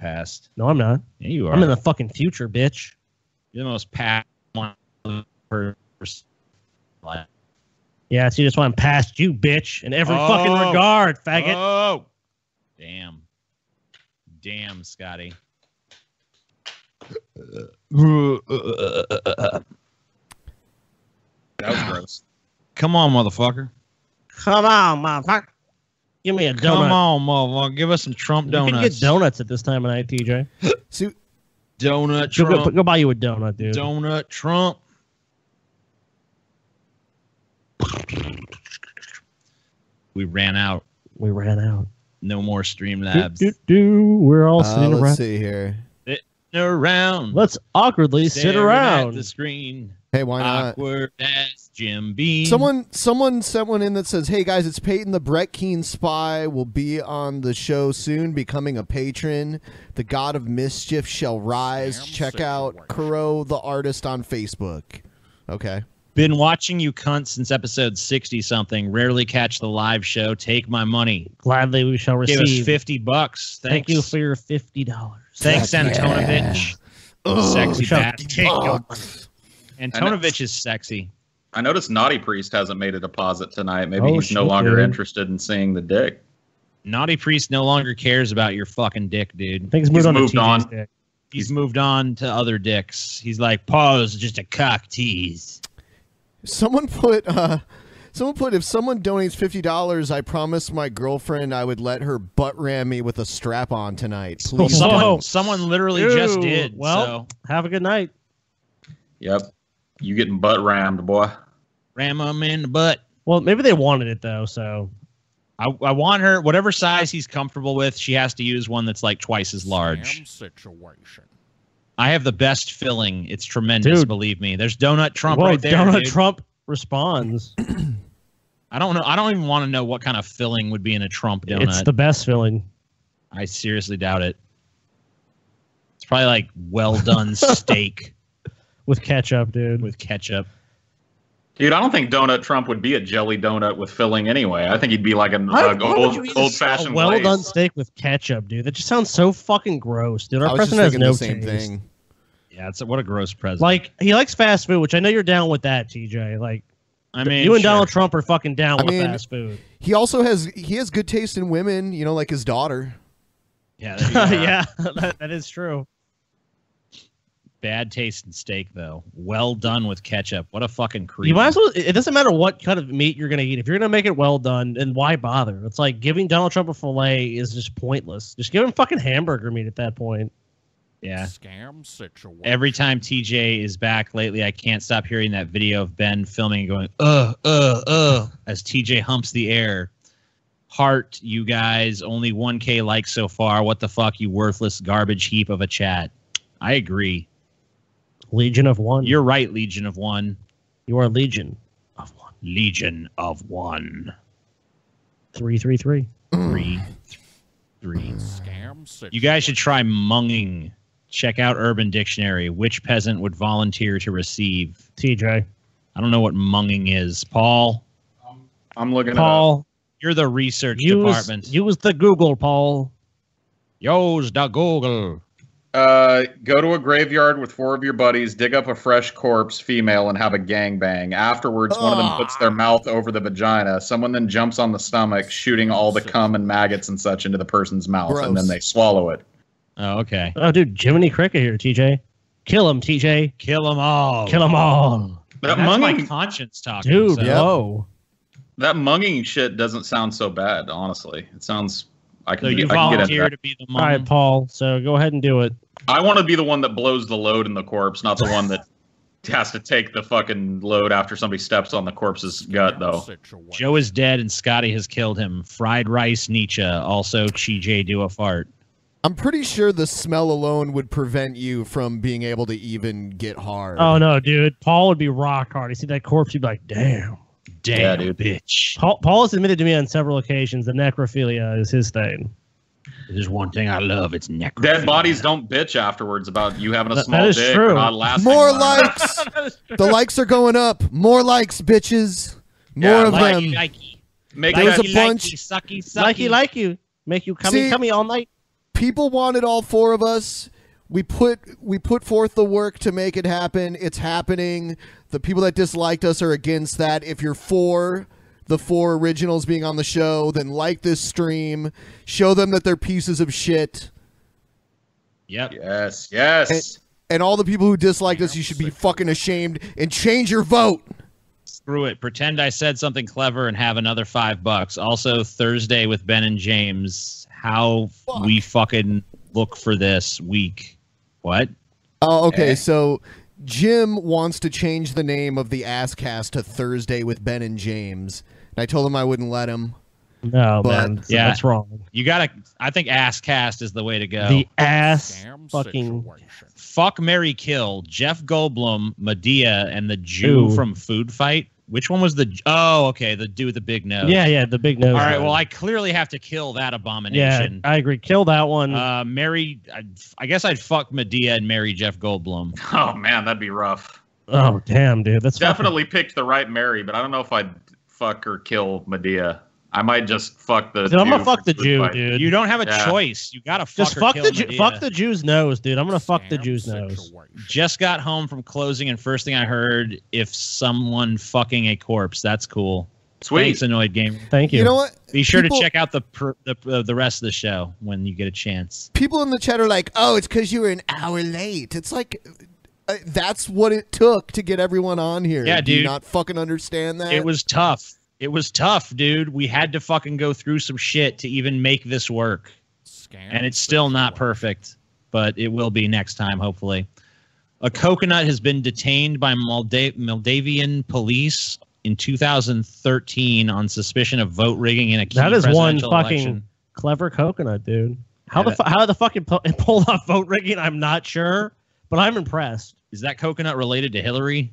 S2: Past.
S7: No, I'm not.
S2: Yeah, you are.
S7: I'm in the fucking future, bitch.
S2: You're the most past one person. Like,
S7: Yeah, see, that's why I'm past you, bitch, in every fucking
S2: Oh.
S7: regard, faggot.
S2: Oh, damn, damn, Scotty.
S8: That was gross.
S2: Come on, motherfucker.
S7: Come on, motherfucker. Give me a donut.
S2: Come on, motherfucker. Give us some Trump
S7: You can get
S2: donuts.
S7: donuts at this time of night, TJ.
S1: See,
S2: donut
S7: Go, go,
S2: Trump.
S7: go buy you a donut, dude.
S2: Donut Trump. We ran out.
S7: We ran out.
S2: No more Streamlabs.
S7: Do, do, do. We're all
S1: Uh,
S7: sitting
S1: let's
S7: around.
S1: see here.
S2: Sitting around.
S7: Let's awkwardly sit
S2: staring
S7: around.
S2: at the screen.
S1: Hey, why not?
S2: Awkward as Jim Beam.
S1: Someone, someone sent one in that says, "Hey guys, it's Peyton, the Brett Keen spy, will be on the show soon, becoming a patron. The God of Mischief shall rise. Check out Kuro the artist on Facebook." Okay,
S2: Been watching you cunt since episode 60 something. Rarely catch the live show. Take my money.
S7: Gladly we shall
S2: Give
S7: receive.
S2: us 50 bucks.
S7: Thank
S2: Thanks.
S7: you for your fifty dollars.
S2: Thanks,
S7: Yeah.
S2: Antonovich.
S7: Oh,
S2: sexy
S7: shut
S2: bat.
S7: the
S2: Take your
S7: fuck.
S2: money. Antonovich is sexy.
S8: I noticed Naughty Priest hasn't made a deposit tonight. Maybe
S2: Oh,
S8: he's no
S2: shit,
S8: longer
S2: dude.
S8: interested in seeing the dick.
S2: Naughty Priest no longer cares about your fucking dick, dude.
S7: Things moved
S2: he's
S7: on to
S2: moved
S7: TJ's
S2: on.
S7: dick.
S2: He's, moved on to other dicks. He's like, pause, just a cock tease.
S1: Someone put uh someone put if someone donates fifty dollars, I promise my girlfriend I would let her butt ram me with a strap on tonight. Please
S7: Oh.
S2: someone,
S1: don't.
S2: someone literally just
S1: Ew.
S2: did.
S1: Well,
S2: so. have a good night.
S8: Yep. You getting butt rammed, boy.
S2: Ram him in the butt.
S7: Well, maybe they wanted it though, so
S2: I, I want her whatever size he's comfortable with. She has to use one that's like twice as large.
S23: Situation.
S2: I have the best filling. It's tremendous,
S7: Dude.
S2: believe me. There's Donut Trump
S7: Whoa,
S2: right there.
S7: Donald
S2: dude.
S7: Trump responds.
S2: I don't know. I don't even want to know what kind of filling would be in a Trump donut.
S7: It's the best feeling.
S2: I seriously doubt it. It's probably like well done steak
S7: with ketchup, dude.
S2: With ketchup.
S8: Dude, I don't think Donut Trump would be a jelly donut with filling anyway. I think he'd be like an
S7: Why-
S8: uh,
S7: why would
S8: old,
S7: you eat a
S8: old
S7: A
S8: fashioned
S7: well
S8: glaze.
S7: done steak with ketchup, dude. That just sounds so fucking gross, dude. Our
S2: I was
S7: president
S2: just
S7: has
S2: thinking
S7: no
S2: the same
S7: taste.
S2: thing. Yeah, it's what a gross president.
S7: Like he likes fast food, which I know you're down with that, TJ. Like,
S2: I
S1: mean,
S7: you and
S1: sure.
S7: Donald Trump are fucking down
S1: I
S7: with
S1: mean,
S7: fast food.
S1: He also has he has good taste in women, you know, like his daughter.
S2: yeah, there you go.
S7: yeah, that, that is true.
S2: Bad taste in steak though. Well done with ketchup. What a fucking creep.
S7: You might as well. It doesn't matter what kind of meat you're gonna eat. If you're gonna make it well done, then why bother? It's like giving Donald Trump a fillet is just pointless. Just give him fucking hamburger meat at that point.
S2: yeah.
S23: Scam situation.
S2: Every time TJ is back lately, I can't stop hearing that video of Ben filming and going, uh, uh, uh, as TJ humps the air. Heart, you guys, only 1K likes so far. What the fuck, you worthless garbage heap of a chat. I agree.
S7: Legion of One.
S2: You're right, Legion of One.
S7: You are Legion.
S2: Legion of One.
S7: Three, three, three.
S2: Three. Three.
S23: Scam situation.
S2: Mm. You guys should try munging. Check out Urban Dictionary. Which peasant would volunteer to receive?
S7: TJ.
S2: I don't know what munging is. Paul.
S8: I'm looking
S7: Paul.
S2: You're the research
S7: Use,
S2: department.
S7: use the Google, Paul.
S2: Yo's da Google.
S8: Uh, go to a graveyard with four of your buddies, dig up a fresh corpse, female, and have a gangbang. Afterwards, one of them puts
S2: Ah.
S8: their mouth over the vagina. Someone then jumps on the stomach, shooting all the cum and maggots and such into the person's mouth, and
S7: Gross.
S8: then they swallow it.
S2: Oh, okay.
S7: Oh, dude, Jiminy Cricket here, TJ. Kill him, TJ.
S2: Kill them all.
S7: Kill them all.
S8: That
S2: That's my
S8: munging-
S2: conscience talking.
S7: Dude,
S2: so-
S7: no.
S8: That munging shit doesn't sound so bad, honestly. It sounds I can,
S7: So
S8: get-
S7: you
S8: I can get into
S7: volunteer
S8: that.
S2: to be the
S7: All right, Paul. So go ahead and do it.
S8: I want to be the one that blows the load in the corpse, not the one that has to take the fucking load after somebody steps on the corpse's gut, though.
S2: Joe is dead and Scotty has killed him. Fried rice Nietzsche. Also, Chi J do a fart.
S1: I'm pretty sure the smell alone would prevent you from being able to even get hard.
S7: Oh no, dude. Paul would be rock hard. He see that corpse, he'd be like, damn.
S2: Damn,
S1: Yeah,
S2: dude. bitch.
S7: Paul, Paul has admitted to me on several occasions that necrophilia is his thing.
S2: There's one thing I love. It's neck.
S8: Dead bodies don't bitch afterwards about you having a
S7: That-
S8: small
S7: that is
S8: dick
S7: true.
S8: or not lasting.
S1: More
S8: long.
S1: likes. the likes are going up. More likes, bitches. More
S8: Yeah,
S1: of
S8: like-
S1: them.
S8: like-
S1: Make There's a bunch.
S2: Sucky,
S7: Likey, like you. Make you come
S1: See-
S7: come all night.
S1: People wanted all four of us. We put we put forth the work to make it happen. It's happening. The people that disliked us are against that. If you're for the four originals being on the show, then like this stream. Show them that they're pieces of shit.
S2: Yep.
S8: Yes. Yes.
S1: And, and all the people who disliked us, you should be fucking ashamed and change your vote.
S2: Screw it. Pretend I said something clever and have another five bucks. Also, Thursday with Ben and James. How we fucking look for this week. What?
S1: Oh, okay.
S2: Eh.
S1: So Jim wants to change the name of the Asscast to Thursday with Ben and James. And I told him I wouldn't let him.
S7: No,
S1: But-
S7: man.
S2: Yeah.
S7: That's wrong.
S2: You gotta. I think ass cast is the way to go.
S7: The ass fucking
S2: Fuck Mary Kill, Jeff Goldblum, Medea, and the Jew
S7: Ooh.
S2: from Food Fight. Which one was the? Oh, okay, the dude with the big nose.
S7: Yeah, yeah, the big nose
S2: All right,
S7: one.
S2: well, I clearly have to kill that
S7: Yeah,
S2: abomination.
S7: I agree. Kill that one.
S2: Uh, Mary, I, I guess I'd fuck Medea and marry Jeff Goldblum.
S8: Oh man, that'd be rough.
S7: Oh damn, dude, that's
S8: Definitely picked the right Mary, but I don't know if I'd fuck or kill Medea. I might just fuck the.
S7: Dude, I'm gonna
S8: Jew
S7: fuck the
S8: for
S7: Jew,
S8: fight.
S7: dude.
S2: You don't have a
S8: Yeah.
S2: choice. You gotta fuck
S7: Just
S2: or
S7: fuck
S2: kill
S7: the Jew,
S2: Medea.
S7: fuck the Jew's nose, dude. I'm gonna fuck the Jew's nose.
S2: Just got home from closing, and first thing I heard, if someone fucking a corpse, that's cool.
S8: Sweet.
S2: Thanks, annoyed game.
S7: Thank
S1: you. You know what?
S2: Be sure
S1: People-
S2: to check out the pr- the uh, the rest of the show when you get a chance.
S1: People in the chat are like, "Oh, it's because you were an hour late." It's like uh, that's what it took to get everyone on here.
S2: Yeah,
S1: Do you
S2: dude.
S1: not fucking understand that?
S2: It was tough. It was tough, dude. We had to fucking go through some shit to even make this work. And it's still not perfect, but it will be next time, hopefully. A coconut has been detained by Molda- Moldavian police in 2013 on suspicion of vote rigging in a key
S7: That is one
S2: presidential
S7: fucking
S2: election.
S7: clever coconut, dude. How the
S2: Yeah,
S7: fu-
S2: that-
S7: how the fucking po- pulled off vote rigging? I'm not sure, but I'm impressed.
S2: Is that coconut related to Hillary?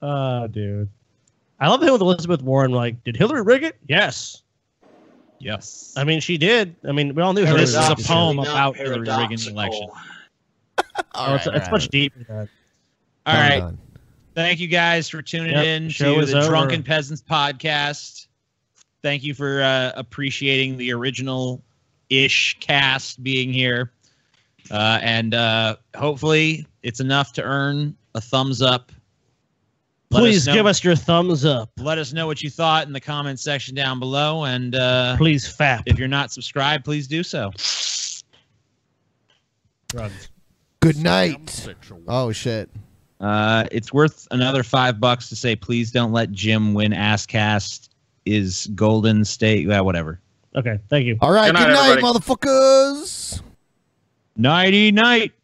S7: Uh, dude. I love him with Elizabeth Warren. Like, did Hillary rig it? Yes.
S2: Yes.
S7: I mean, she did. I mean, we all knew.
S2: This
S7: Hillary
S2: is a
S7: rigged it.
S2: poem about Hillary rigging the election.
S7: Oh, it's, it's much deeper. Than that.
S2: All
S7: Well
S2: right.
S7: done.
S2: Thank you guys for tuning
S7: Yep,
S2: in
S7: show
S2: to
S7: is
S2: the
S7: over.
S2: Drunken Peasants podcast. Thank you for uh, appreciating the original ish cast being here. Uh, and uh, hopefully it's enough to earn a thumbs up. Let
S7: Please
S2: know-
S7: give us your thumbs up.
S2: let us know what you thought in the comment section down below. And uh,
S7: Please fap.
S2: if you're not subscribed, please do so.
S1: Good night. Oh shit.
S2: Uh, it's worth another five bucks to say, please don't let Jim win. Asscast is Golden State. Yeah, whatever.
S7: Okay. Thank you.
S1: All right. Good night,
S2: everybody.
S1: motherfuckers.
S2: Nighty night.